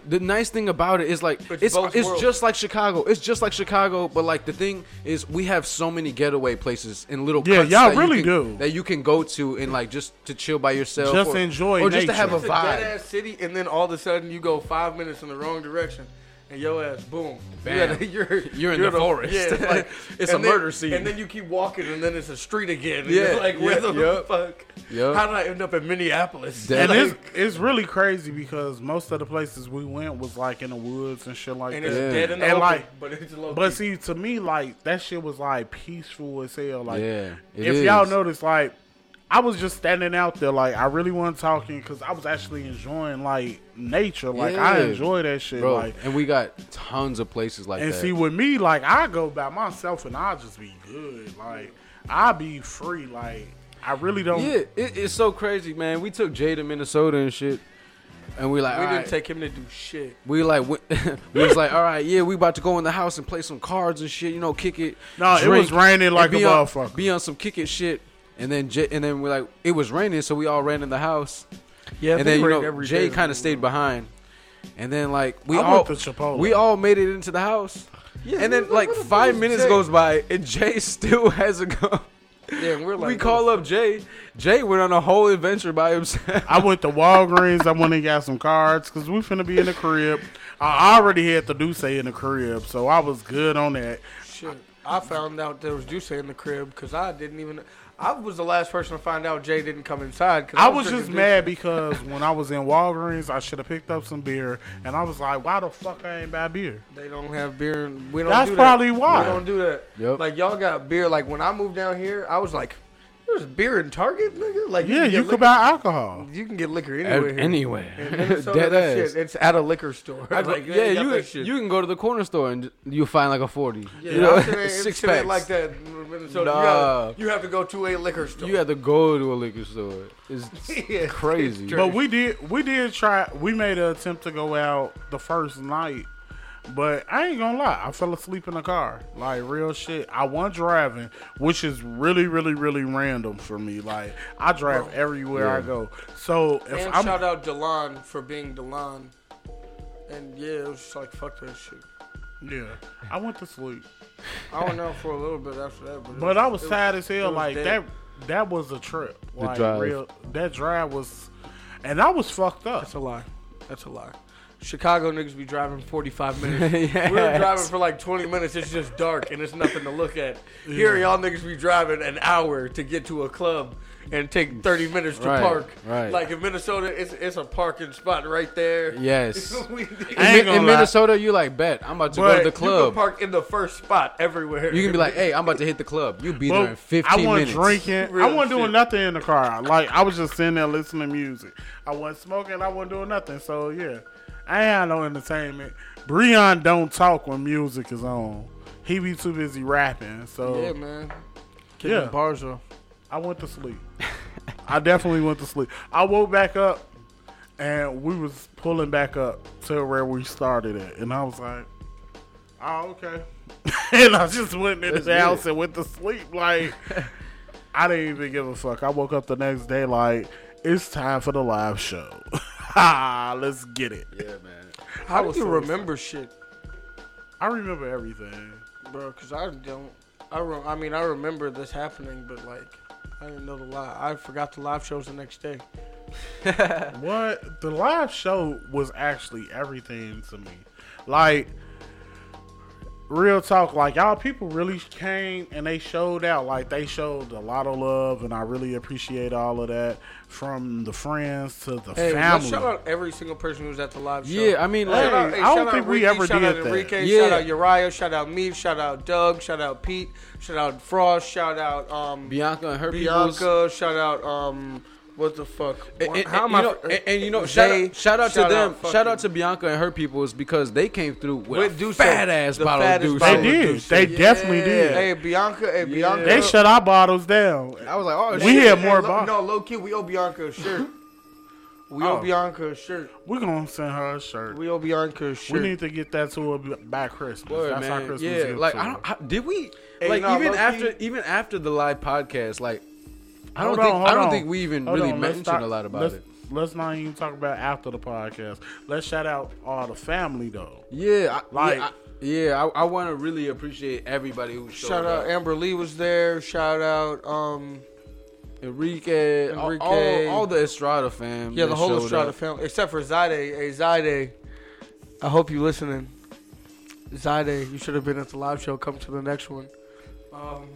Speaker 2: the nice thing about it is like
Speaker 1: It's
Speaker 2: it's it's,
Speaker 1: both worlds.
Speaker 2: just like Chicago. It's just like Chicago, but like the thing is we have so many getaway places and little
Speaker 3: Yeah,
Speaker 2: cuts
Speaker 3: y'all
Speaker 2: that you
Speaker 3: really
Speaker 2: can-
Speaker 3: do.
Speaker 2: that you can go to and like just to chill by yourself,
Speaker 3: Just
Speaker 2: or,
Speaker 3: enjoy
Speaker 2: or just to
Speaker 3: nature.
Speaker 2: have a
Speaker 1: it's a dead
Speaker 2: vibe.
Speaker 1: ass city, and then all of a sudden you go five minutes in the wrong direction, and your ass boom,
Speaker 2: Bam.
Speaker 1: You're, you're,
Speaker 2: You're in the forest.
Speaker 1: Yeah, it's, like,
Speaker 2: It's
Speaker 1: and
Speaker 2: a
Speaker 1: then-
Speaker 2: murder scene.
Speaker 1: And then you keep walking, and then it's a street again. And
Speaker 2: Yeah,
Speaker 1: you're like where
Speaker 2: yeah,
Speaker 1: the
Speaker 2: yup.
Speaker 1: fuck?
Speaker 2: Yup.
Speaker 1: How did I end up in Minneapolis?
Speaker 2: Dead
Speaker 3: And
Speaker 1: Like,
Speaker 3: it's, it's really crazy because most of the places we went was like in the woods and shit like
Speaker 1: and
Speaker 3: that.
Speaker 1: it's
Speaker 2: Yeah.
Speaker 1: dead in the
Speaker 3: And
Speaker 1: open,
Speaker 3: like-
Speaker 1: but it's low.
Speaker 3: But
Speaker 1: key.
Speaker 3: see, to me, like that shit was like peaceful as hell. Like,
Speaker 2: Yeah, it
Speaker 3: if y'all
Speaker 2: is.
Speaker 3: notice, like, I was just standing out there. Like, I really wasn't talking because I was actually enjoying like nature. Like, I
Speaker 2: Yeah.
Speaker 3: enjoy that shit.
Speaker 2: Bro,
Speaker 3: like,
Speaker 2: and we got tons of places like
Speaker 3: and
Speaker 2: that.
Speaker 3: see, with me, like, I go by myself and I just be good. Like, I be free. Like, I really
Speaker 1: Oh.
Speaker 3: don't.
Speaker 2: yeah, it, it's so crazy, man. We took Jay to Minnesota and shit, and we like
Speaker 1: we
Speaker 2: all
Speaker 1: didn't
Speaker 2: right.
Speaker 1: take him to do shit.
Speaker 2: We like went, we was like, all right, yeah, we about to go in the house and play some cards and shit, you know, kick it.
Speaker 3: Nah, it was raining
Speaker 2: and
Speaker 3: like a
Speaker 2: be on-
Speaker 3: motherfucker.
Speaker 2: Be on some kick it shit, and then Jay, and then we like it was raining, so we all ran in the house,
Speaker 1: Yeah,
Speaker 2: and then you know Jay kind of stayed behind, and then like we
Speaker 3: I
Speaker 2: all
Speaker 3: went to Chipotle.
Speaker 2: we all made it into the house,
Speaker 1: Yeah,
Speaker 2: and
Speaker 1: what-
Speaker 2: then
Speaker 1: what-
Speaker 2: like
Speaker 1: what the fuck
Speaker 2: five
Speaker 1: is
Speaker 2: minutes
Speaker 1: Jay?
Speaker 2: goes by and Jay still hasn't come.
Speaker 1: Yeah, and we're like,
Speaker 2: we
Speaker 1: what
Speaker 2: call up Jay. Jay went on a whole adventure by himself.
Speaker 3: I went to Walgreens. I went and got some cards because we finna be in the crib. I already had the Duce in the crib, so I was good on that.
Speaker 1: Shit, I found out there was juice in the crib because I didn't even. I was the last person to find out Jay didn't come inside. 'cause
Speaker 3: I was
Speaker 1: drinking
Speaker 3: just
Speaker 1: Juice.
Speaker 3: mad because when I was in Walgreens, I should have picked up some beer, and I was like, "Why the fuck I ain't buy beer?"
Speaker 1: They don't have beer. And we don't.
Speaker 3: That's
Speaker 1: do that.
Speaker 3: probably why.
Speaker 1: we don't do that.
Speaker 2: Yep.
Speaker 1: Like y'all got beer. Like when I moved down here, I was like, "There's beer in Target, nigga." Like
Speaker 3: Yeah,
Speaker 1: can get
Speaker 3: you could
Speaker 1: liquor-
Speaker 3: buy alcohol.
Speaker 1: You can get liquor anywhere. here.
Speaker 2: Anyway,
Speaker 1: In Minnesota,
Speaker 2: dead
Speaker 1: that
Speaker 2: ass.
Speaker 1: shit, it's at a liquor store.
Speaker 2: I go-
Speaker 1: Like, they
Speaker 2: yeah,
Speaker 1: got
Speaker 2: you
Speaker 1: that
Speaker 2: can, you can go to the corner store and you find like a forty.
Speaker 1: Yeah,
Speaker 2: you know,
Speaker 1: I'm saying, it's
Speaker 2: six
Speaker 1: shit ain't
Speaker 2: packs.
Speaker 1: like that. in Minnesota. You,
Speaker 2: Nah.
Speaker 1: gotta- you have to go to a liquor store.
Speaker 2: You had to go to a liquor store. It's
Speaker 1: Yeah.
Speaker 2: crazy.
Speaker 1: It's
Speaker 3: But we did, we did try. We made an attempt to go out the first night, but I ain't gonna lie, I fell asleep in the car. Like real shit. I wasn't driving, which is really, really, really random for me. Like I drive everywhere I
Speaker 2: Yeah.
Speaker 3: go. So if
Speaker 1: and
Speaker 3: I'm
Speaker 1: shout out Delon for being Delon. And yeah, it was just like fuck that shit.
Speaker 3: yeah, I went to sleep.
Speaker 1: I went out for a little bit after that, but, it
Speaker 3: But I was sad as
Speaker 1: it
Speaker 3: hell.
Speaker 1: was
Speaker 3: Like
Speaker 1: dead.
Speaker 3: that. That was a trip. Like
Speaker 2: drive.
Speaker 3: real. That drive was, and I was fucked up.
Speaker 1: That's a lie. That's a lie. Chicago niggas be driving 45 minutes.
Speaker 2: Yes.
Speaker 1: We were driving for like 20 minutes. It's just dark and it's nothing to look at. Here, y'all niggas be driving an hour to get to a club and take 30 minutes to
Speaker 2: Right,
Speaker 1: park.
Speaker 2: right.
Speaker 1: Like in Minnesota, it's it's a parking spot right there.
Speaker 2: Yes.
Speaker 1: We-
Speaker 2: in,
Speaker 3: I ain't
Speaker 2: Mi- in
Speaker 3: gonna lie.
Speaker 2: Minnesota, you like bet I'm about to go
Speaker 3: But
Speaker 2: to the
Speaker 1: You can
Speaker 2: club.
Speaker 1: park in the first spot everywhere.
Speaker 2: You can be like, hey, I'm about to hit the club. You be
Speaker 3: Well,
Speaker 2: there in 15
Speaker 3: I wasn't
Speaker 2: minutes.
Speaker 3: drinking.
Speaker 1: Real
Speaker 3: I wasn't
Speaker 1: shit.
Speaker 3: doing nothing in the car. Like I was just sitting there listening to music. I wasn't smoking. I wasn't doing nothing. So yeah, I ain't had no entertainment. Breon don't talk when music is on. He be too busy rapping. So
Speaker 1: yeah, man.
Speaker 3: Yeah.
Speaker 1: bars though.
Speaker 3: I went to sleep. I definitely went to sleep. I woke back up, and we was pulling back up to where we started at, and I was like, "Oh, okay." and I just went in
Speaker 2: That's
Speaker 3: the house
Speaker 2: good.
Speaker 3: and went to sleep. Like I didn't even give a fuck. I woke up the next day like it's time for the live show. Ha! Let's get it.
Speaker 2: Yeah, man.
Speaker 1: How do
Speaker 3: was
Speaker 1: you
Speaker 3: so
Speaker 1: remember shit?
Speaker 3: I remember everything.
Speaker 1: bro. Cause I don't. I re- I mean, I remember this happening, but like, I didn't know the lie. I forgot the live shows the next day.
Speaker 3: What the live show was actually everything to me. Like real talk, like y'all people really came and they showed out. Like they showed a lot of love, and I really appreciate all of that from the friends to the
Speaker 1: Hey, let's
Speaker 3: family.
Speaker 1: shout out every single person who was at the live show.
Speaker 2: Yeah, I mean, like,
Speaker 1: Shout out-
Speaker 3: Hey, I don't
Speaker 1: shout out
Speaker 3: think we
Speaker 1: Ricky,
Speaker 3: ever
Speaker 1: shout
Speaker 3: did
Speaker 1: out
Speaker 3: that.
Speaker 1: Enrique,
Speaker 2: Yeah.
Speaker 1: Shout out Uriah. Shout out Meep. Shout out Doug. Shout out Pete. Shout out Frost. Shout out um,
Speaker 2: Bianca and her peoples.
Speaker 1: Bianca. Shout out um, what the fuck?
Speaker 2: And, and-
Speaker 1: How am
Speaker 2: and
Speaker 1: I?
Speaker 2: you know, and, and you know, shout
Speaker 1: Zay,
Speaker 2: out, shout out to them, shout
Speaker 1: fucking-
Speaker 2: out to Bianca and her peoples because they came through with,
Speaker 1: With
Speaker 2: a
Speaker 1: Duce.
Speaker 2: fat ass
Speaker 1: The
Speaker 2: bottle of
Speaker 1: fattest
Speaker 2: Duce.
Speaker 1: bottle
Speaker 3: They
Speaker 1: of
Speaker 3: did. They definitely did.
Speaker 1: Hey Bianca. Hey Bianca.
Speaker 3: they shut our bottles down.
Speaker 2: I was like, oh,
Speaker 3: We
Speaker 2: shit.
Speaker 3: had
Speaker 1: Hey,
Speaker 3: more
Speaker 1: lo-
Speaker 3: bottles.
Speaker 1: No, low key, we owe Bianca a shirt. We owe
Speaker 2: Oh.
Speaker 1: Bianca a shirt.
Speaker 3: We're gonna send her a shirt.
Speaker 1: We owe Bianca a shirt.
Speaker 3: We need to get that to her b- by Christmas.
Speaker 2: Word,
Speaker 3: That's our
Speaker 2: man.
Speaker 3: Christmas
Speaker 2: yeah,
Speaker 3: gift
Speaker 2: like
Speaker 3: to
Speaker 2: I
Speaker 3: her.
Speaker 2: don't, I, did we
Speaker 1: Hey,
Speaker 2: like
Speaker 1: nah,
Speaker 2: even
Speaker 1: low-key-
Speaker 2: after even after the live podcast, like I don't
Speaker 3: Hold
Speaker 2: think
Speaker 3: on,
Speaker 2: I
Speaker 3: hold
Speaker 2: don't
Speaker 3: on.
Speaker 2: think we even
Speaker 3: Hold
Speaker 2: really
Speaker 3: on, let's
Speaker 2: mentioned
Speaker 3: not-
Speaker 2: a lot about
Speaker 3: let's,
Speaker 2: it.
Speaker 3: Let's not even talk about after the podcast. Let's shout out all the family though.
Speaker 2: Yeah, I,
Speaker 3: Like-
Speaker 2: yeah, I, yeah, I, I want to really appreciate everybody who showed
Speaker 1: Shout out
Speaker 2: up.
Speaker 1: Amber Lee was there. Shout out um
Speaker 2: Enrique, all-
Speaker 1: Enrique.
Speaker 2: All, all the Estrada fam.
Speaker 1: yeah the
Speaker 2: that
Speaker 1: whole
Speaker 2: showed
Speaker 1: Estrada
Speaker 2: up.
Speaker 1: family except for Zyde. Hey Zyde, I hope you listening. Zyde, you should have been at the live show. Come to the next one. Um,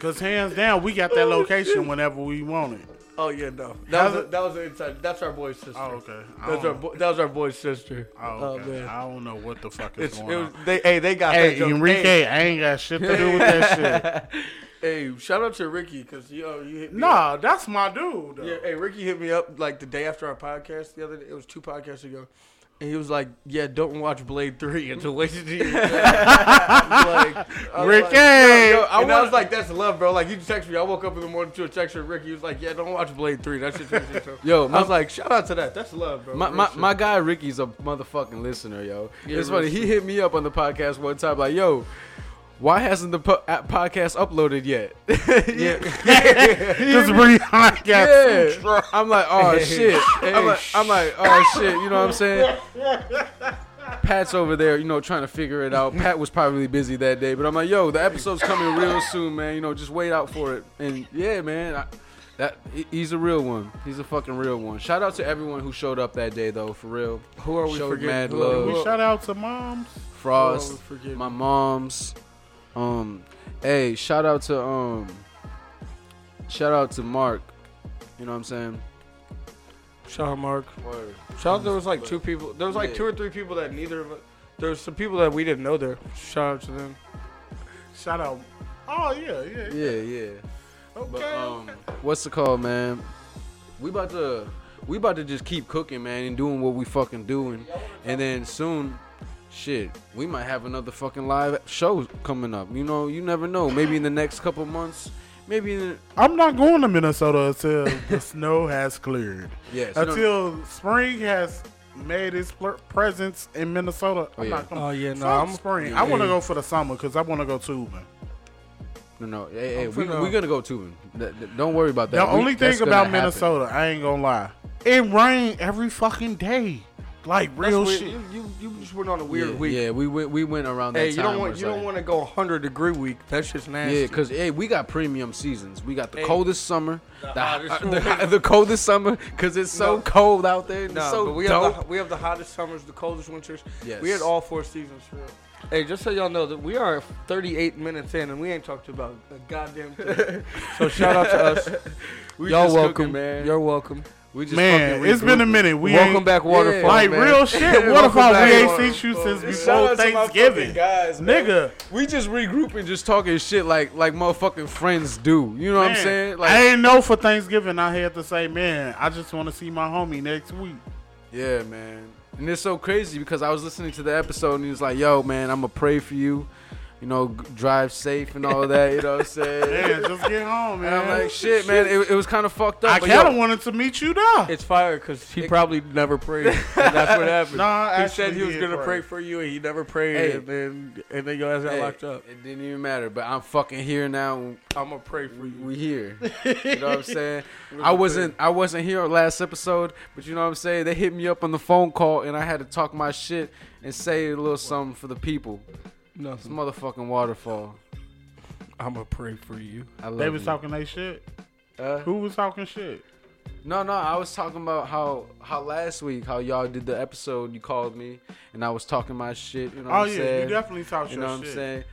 Speaker 3: Cause hands down, we got that
Speaker 2: Oh,
Speaker 3: location whenever we want it.
Speaker 1: oh yeah no that was
Speaker 3: How's
Speaker 1: a,
Speaker 3: it-
Speaker 1: that was an inside. That's our boy's sister.
Speaker 3: Oh okay. I
Speaker 1: That's our
Speaker 3: don't,
Speaker 1: bo- that was our boy's sister.
Speaker 3: oh, okay.
Speaker 1: man.
Speaker 3: I don't know what the fuck is
Speaker 1: It's, it
Speaker 3: going
Speaker 1: was,
Speaker 3: on.
Speaker 1: they, hey, they got that
Speaker 3: Hey,
Speaker 1: joke.
Speaker 3: Enrique,
Speaker 1: Hey,
Speaker 3: I ain't got shit to do with that shit.
Speaker 1: hey, shout out to Ricky because yo, you hit me up.
Speaker 3: Nah, that's my dude. Though.
Speaker 1: Yeah, hey, Ricky hit me up like the day after our podcast the other day. It was two podcasts ago. And he was like, Yeah, don't watch Blade 3 until later.
Speaker 3: Ricky,
Speaker 1: I, and I was like, That's love, bro. Like, he texted me. I woke up in the morning to a text from Ricky. He was like, Yeah, don't watch Blade 3. That shit's interesting.
Speaker 2: Yo,
Speaker 1: I
Speaker 2: my-
Speaker 1: was like, Shout out to that. That's love, bro.
Speaker 2: My,
Speaker 1: Real
Speaker 2: my,
Speaker 1: shit.
Speaker 2: my guy Ricky's a motherfucking listener, yo.
Speaker 1: Yeah,
Speaker 2: it's
Speaker 1: real
Speaker 2: funny. He hit me up on the podcast one time, like, yo, why hasn't the po- app- podcast uploaded yet? yeah.
Speaker 3: Just Rihanna got
Speaker 2: Yeah.
Speaker 3: some truck.
Speaker 2: I'm like, oh shit.
Speaker 1: Hey,
Speaker 2: I'm, like, I'm like, oh shit. You know what I'm saying? Pat's over there, you know, trying to figure it out. Pat was probably busy that day, but I'm like, yo, the episode's coming real soon, man. You know, just wait out for it. And yeah, man, I, that he- he's a real one. He's a fucking real one. Shout out to everyone who showed up that day, though, for real.
Speaker 1: Who are we
Speaker 2: Showed
Speaker 1: forgetting?
Speaker 2: mad
Speaker 1: Who are
Speaker 2: love.
Speaker 1: we-
Speaker 3: We shout out to moms.
Speaker 1: Oh,
Speaker 2: Frost,
Speaker 1: forget
Speaker 2: my mom's. Um, hey, shout out to um, shout out to Mark. You know what I'm saying?
Speaker 1: Shout out, Mark. Shout out, there was like two people. There was like
Speaker 2: Yeah.
Speaker 1: two or three people that neither of us. There was some people that we didn't know there. Shout out to them.
Speaker 3: Shout out. Oh yeah, yeah. yeah.
Speaker 2: Yeah, yeah.
Speaker 3: Okay.
Speaker 2: But um, what's the call, man? We about to we about to just keep cooking, man, and doing what we fucking doing, and then soon. Shit, we might have another fucking live show coming up. You know, you never know. Maybe in the next couple months, maybe in the,
Speaker 3: I'm not going to Minnesota until the snow has cleared.
Speaker 2: yes. you know-
Speaker 3: Until spring has made its pl- presence in Minnesota.
Speaker 2: Oh,
Speaker 3: I'm
Speaker 2: yeah.
Speaker 3: not going.
Speaker 1: Oh, yeah, no,
Speaker 3: Fuck
Speaker 1: I'm-
Speaker 3: spring.
Speaker 1: yeah.
Speaker 3: I want to go for the summer because I want to go tubing.
Speaker 2: No, no. Hey, hey,
Speaker 1: I'm
Speaker 2: we,
Speaker 1: finna-
Speaker 2: we're gonna go tubing. Th- th- Don't worry about that.
Speaker 3: The
Speaker 2: We-
Speaker 3: only
Speaker 2: that's
Speaker 3: thing
Speaker 2: gonna
Speaker 3: about
Speaker 2: happen.
Speaker 3: Minnesota, I ain't gonna lie, it rained every fucking day, like real
Speaker 1: That's
Speaker 3: shit.
Speaker 1: weird. You, you, you just went on a
Speaker 2: yeah,
Speaker 1: weird week.
Speaker 2: yeah, we went, we went around that
Speaker 1: Hey, you
Speaker 2: time
Speaker 1: don't
Speaker 2: where
Speaker 1: want
Speaker 2: it's
Speaker 1: you
Speaker 2: like-
Speaker 1: don't want to go 100 degree week. That shit's nasty.
Speaker 2: Yeah, cause hey, we got premium seasons. We got the
Speaker 1: Hey.
Speaker 2: coldest summer, the,
Speaker 1: hottest
Speaker 2: uh,
Speaker 1: one.
Speaker 2: the, the coldest summer, cause it's so
Speaker 1: No.
Speaker 2: cold out there. It's
Speaker 1: no,
Speaker 2: so
Speaker 1: but we
Speaker 2: dope.
Speaker 1: have the, we have the hottest summers, the coldest winters.
Speaker 2: Yes.
Speaker 1: we had all four seasons. For real. Hey, just so y'all know that we are 38 minutes in and we ain't talked about a goddamn thing. so shout out to us.
Speaker 2: We
Speaker 1: y'all
Speaker 2: just cooking,
Speaker 1: welcome. You're welcome.
Speaker 2: we just
Speaker 3: Man,
Speaker 2: fucking
Speaker 3: it's been a
Speaker 2: regrouping.
Speaker 3: minute. We
Speaker 1: welcome
Speaker 3: ain't,
Speaker 1: back, waterfall.
Speaker 3: Like
Speaker 1: man.
Speaker 3: real shit.
Speaker 1: Welcome
Speaker 3: Waterfall, we
Speaker 1: back,
Speaker 3: ain't
Speaker 1: Waterfall.
Speaker 3: seen you
Speaker 2: Shout
Speaker 3: since before
Speaker 2: out to my
Speaker 3: Thanksgiving,
Speaker 2: fucking guys, man.
Speaker 3: nigga.
Speaker 2: We just regrouping, just talking shit like like motherfucking friends do. You know what I'm
Speaker 3: Man,
Speaker 2: saying? Like,
Speaker 3: I ain't know for Thanksgiving. I had to say, man, I just want to see my homie next week.
Speaker 2: Yeah, man. And it's so crazy because I was listening to the episode and he was like, yo, man, I'm going to pray for you. You know, g- drive safe and all that. You know what I'm saying?
Speaker 3: Man, just get home, man.
Speaker 2: and I'm like, shit, man. It, it was kind of fucked up.
Speaker 3: I
Speaker 2: but
Speaker 3: kind of
Speaker 2: yo,
Speaker 3: wanted to meet you there.
Speaker 1: It's fire because he probably never prayed. And that's what happened.
Speaker 3: Nah,
Speaker 1: he
Speaker 3: actually
Speaker 1: said he was
Speaker 3: did
Speaker 1: gonna
Speaker 3: pray.
Speaker 1: pray. for you, and he never prayed,
Speaker 2: Hey.
Speaker 1: and then and then your ass got
Speaker 2: hey,
Speaker 1: locked up.
Speaker 2: It didn't even matter, but I'm fucking here now.
Speaker 1: I'm gonna pray for you.
Speaker 2: We here. You know what I'm saying? I wasn't I wasn't here last episode, but you know what I'm saying? They hit me up on the phone call and I had to talk my shit and say a little something for the people. This
Speaker 1: Nothing.
Speaker 2: motherfucking waterfall.
Speaker 1: I'm gonna pray for you.
Speaker 2: I love
Speaker 3: They was
Speaker 2: you.
Speaker 3: talking that shit.
Speaker 2: Uh,
Speaker 3: Who was talking shit?
Speaker 2: No, no, I was talking about how how last week how y'all did the episode. You called me and I was talking my shit. You know
Speaker 3: Oh
Speaker 2: what I'm
Speaker 3: yeah,
Speaker 2: saying?
Speaker 3: you definitely talked
Speaker 2: You
Speaker 3: your
Speaker 2: know what
Speaker 3: shit.
Speaker 2: I'm saying?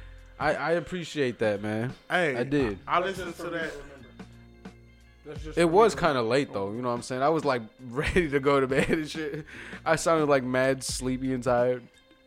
Speaker 2: I I appreciate that, man.
Speaker 3: Hey,
Speaker 2: I did.
Speaker 3: I, I listened to that.
Speaker 1: That's just
Speaker 2: It was kind of late though. You know what I'm saying? I was like ready to go to bed and shit. I sounded like mad sleepy and tired.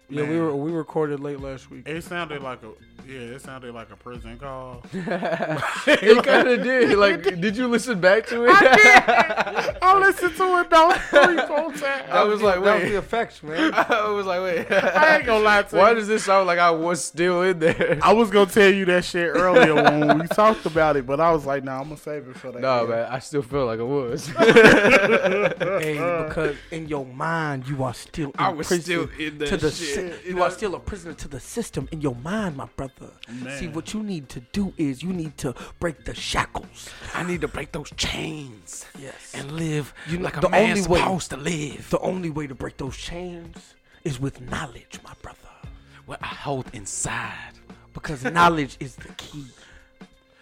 Speaker 1: yeah. We
Speaker 3: man.
Speaker 1: were we recorded late last week.
Speaker 3: It sounded like a yeah. It sounded like a prison call.
Speaker 2: It kind of did. Like, did you listen back to it?
Speaker 3: I listened to it though three, four times.
Speaker 2: I was like,
Speaker 1: that was the
Speaker 2: wait.
Speaker 1: effects, man.
Speaker 2: I was like, wait.
Speaker 3: I ain't gonna lie to
Speaker 2: Why
Speaker 3: you.
Speaker 2: does this sound like I was still in there?
Speaker 3: I was gonna tell you that shit earlier when we talked about it, but I was like, nah, I'm gonna save it for that.
Speaker 2: No, man. I still feel like I was.
Speaker 1: Hey, because in your mind you are still in
Speaker 2: Uh. I was
Speaker 1: prison
Speaker 2: still in that
Speaker 1: to the
Speaker 2: shit,
Speaker 1: sy-
Speaker 2: you
Speaker 1: you
Speaker 2: know?
Speaker 1: are still a prisoner to the system in your mind, my brother. See
Speaker 3: Man.
Speaker 1: what you need to do is you need to break the shackles.
Speaker 2: I need to break those chains
Speaker 1: Yes.
Speaker 2: and live
Speaker 1: You know,
Speaker 2: like a
Speaker 1: the
Speaker 2: man's
Speaker 1: only way-
Speaker 2: supposed to live.
Speaker 1: The only way to break those chains is with knowledge, my brother.
Speaker 2: What I hold inside.
Speaker 1: Because knowledge is the key.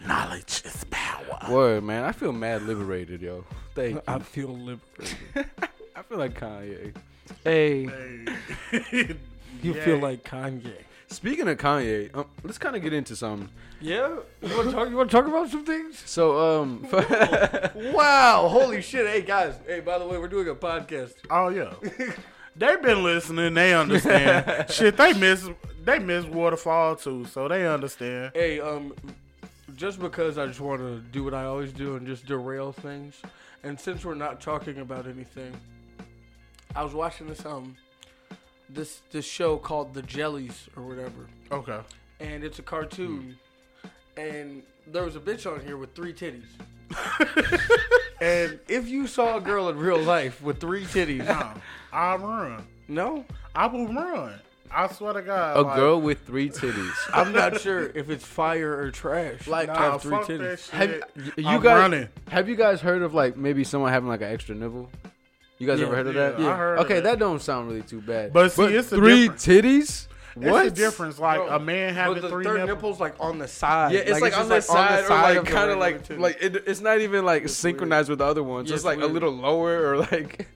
Speaker 3: Knowledge is power.
Speaker 2: Word, man. I feel mad liberated, yo. Thank you.
Speaker 1: I feel liberated.
Speaker 2: I feel like Kanye.
Speaker 1: Hey, you
Speaker 3: Yeah.
Speaker 1: feel like Kanye.
Speaker 2: Speaking of Kanye, um, let's kind of get into something.
Speaker 1: Yeah? You want to talk, you wanna talk about some things?
Speaker 2: So, um,
Speaker 1: Wow, holy shit. Hey, guys. Hey, by the way, we're doing a podcast.
Speaker 3: Oh yeah. They've been listening. They understand. Shit, they miss. They miss waterfall too, so they understand.
Speaker 1: Hey, um, just because I just want to do what I always do and just derail things, and since we're not talking about anything, I was watching this um, this this show called The Jellies or whatever,
Speaker 3: Okay.
Speaker 1: and it's a cartoon, and there was a bitch on here with three titties. and if you saw a girl in real life with three titties,
Speaker 3: Nah, Uh, I run.
Speaker 1: no,
Speaker 3: I will run. I swear to God.
Speaker 2: a
Speaker 3: like,
Speaker 2: girl with three titties.
Speaker 1: I'm not sure if it's fire or trash.
Speaker 2: Like,
Speaker 1: to
Speaker 3: Nah,
Speaker 1: have three
Speaker 3: fuck
Speaker 1: titties.
Speaker 3: that shit.
Speaker 2: Have y- you,
Speaker 3: I'm
Speaker 2: guys
Speaker 3: running.
Speaker 2: have you guys heard of like maybe someone having like an extra nipple? You guys
Speaker 1: Yeah,
Speaker 2: ever heard of
Speaker 3: yeah,
Speaker 2: that?
Speaker 3: I heard of
Speaker 2: okay,
Speaker 3: that.
Speaker 2: that don't sound really too bad.
Speaker 3: But see, it's a
Speaker 2: three
Speaker 3: difference.
Speaker 2: titties. What
Speaker 3: What's the difference? Like
Speaker 1: Bro,
Speaker 3: a man
Speaker 1: But
Speaker 3: having
Speaker 1: the
Speaker 3: three
Speaker 1: third
Speaker 3: nipples.
Speaker 1: nipple's like on the side.
Speaker 2: Yeah, it's like,
Speaker 1: just,
Speaker 2: on, the side, or like
Speaker 1: of the
Speaker 2: kind
Speaker 1: regular
Speaker 2: of like
Speaker 1: titty.
Speaker 2: like it, it's not even like synchronized with the other ones.
Speaker 1: Yeah,
Speaker 2: it's
Speaker 1: it's
Speaker 2: like a
Speaker 1: weird.
Speaker 2: little lower or like.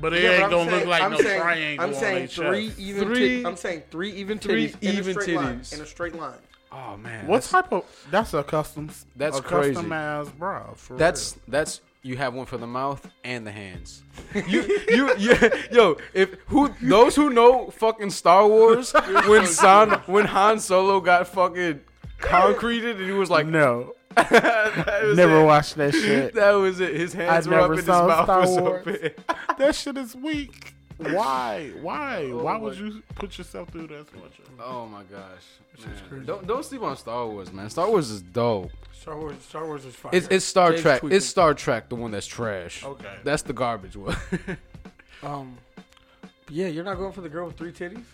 Speaker 3: But it
Speaker 1: Yeah, but
Speaker 3: ain't
Speaker 1: I'm
Speaker 3: gonna
Speaker 1: saying-
Speaker 3: look like
Speaker 1: I'm
Speaker 3: no
Speaker 1: saying,
Speaker 3: triangle.
Speaker 1: I'm saying three e- even.
Speaker 2: Three-
Speaker 1: tit- I'm saying three even
Speaker 2: three
Speaker 1: titties. in a
Speaker 2: even
Speaker 1: straight line-
Speaker 2: titties.
Speaker 1: in a straight line.
Speaker 2: oh man,
Speaker 3: What
Speaker 2: that's
Speaker 3: type of? That's a custom.
Speaker 2: That's
Speaker 3: a
Speaker 2: crazy.
Speaker 3: Customized bra. For
Speaker 2: that's, that's you have one for the mouth and the hands. You, you, you yo, if who those who know fucking Star Wars when San when Han Solo got fucking concreted and he was like,
Speaker 3: real. no.
Speaker 2: that was
Speaker 3: Never
Speaker 2: it.
Speaker 3: watched that shit.
Speaker 2: That was it. His hands were up
Speaker 3: never
Speaker 2: and his
Speaker 3: saw
Speaker 2: mouth
Speaker 3: Star
Speaker 2: was
Speaker 3: Wars.
Speaker 2: open.
Speaker 3: that shit is weak. Oh Why? Why? Why would
Speaker 2: my-
Speaker 3: you put yourself through that torture?
Speaker 2: Oh my gosh, man. don't don't sleep on Star Wars, man. Star Wars is dope.
Speaker 1: Star Wars. Star Wars is fire.
Speaker 2: It's, it's Star
Speaker 1: James
Speaker 2: Trek.
Speaker 1: tweaking.
Speaker 2: It's Star Trek, the one that's trash.
Speaker 3: Okay.
Speaker 2: That's the garbage one.
Speaker 1: um. but Yeah, you're not going for the girl with three titties.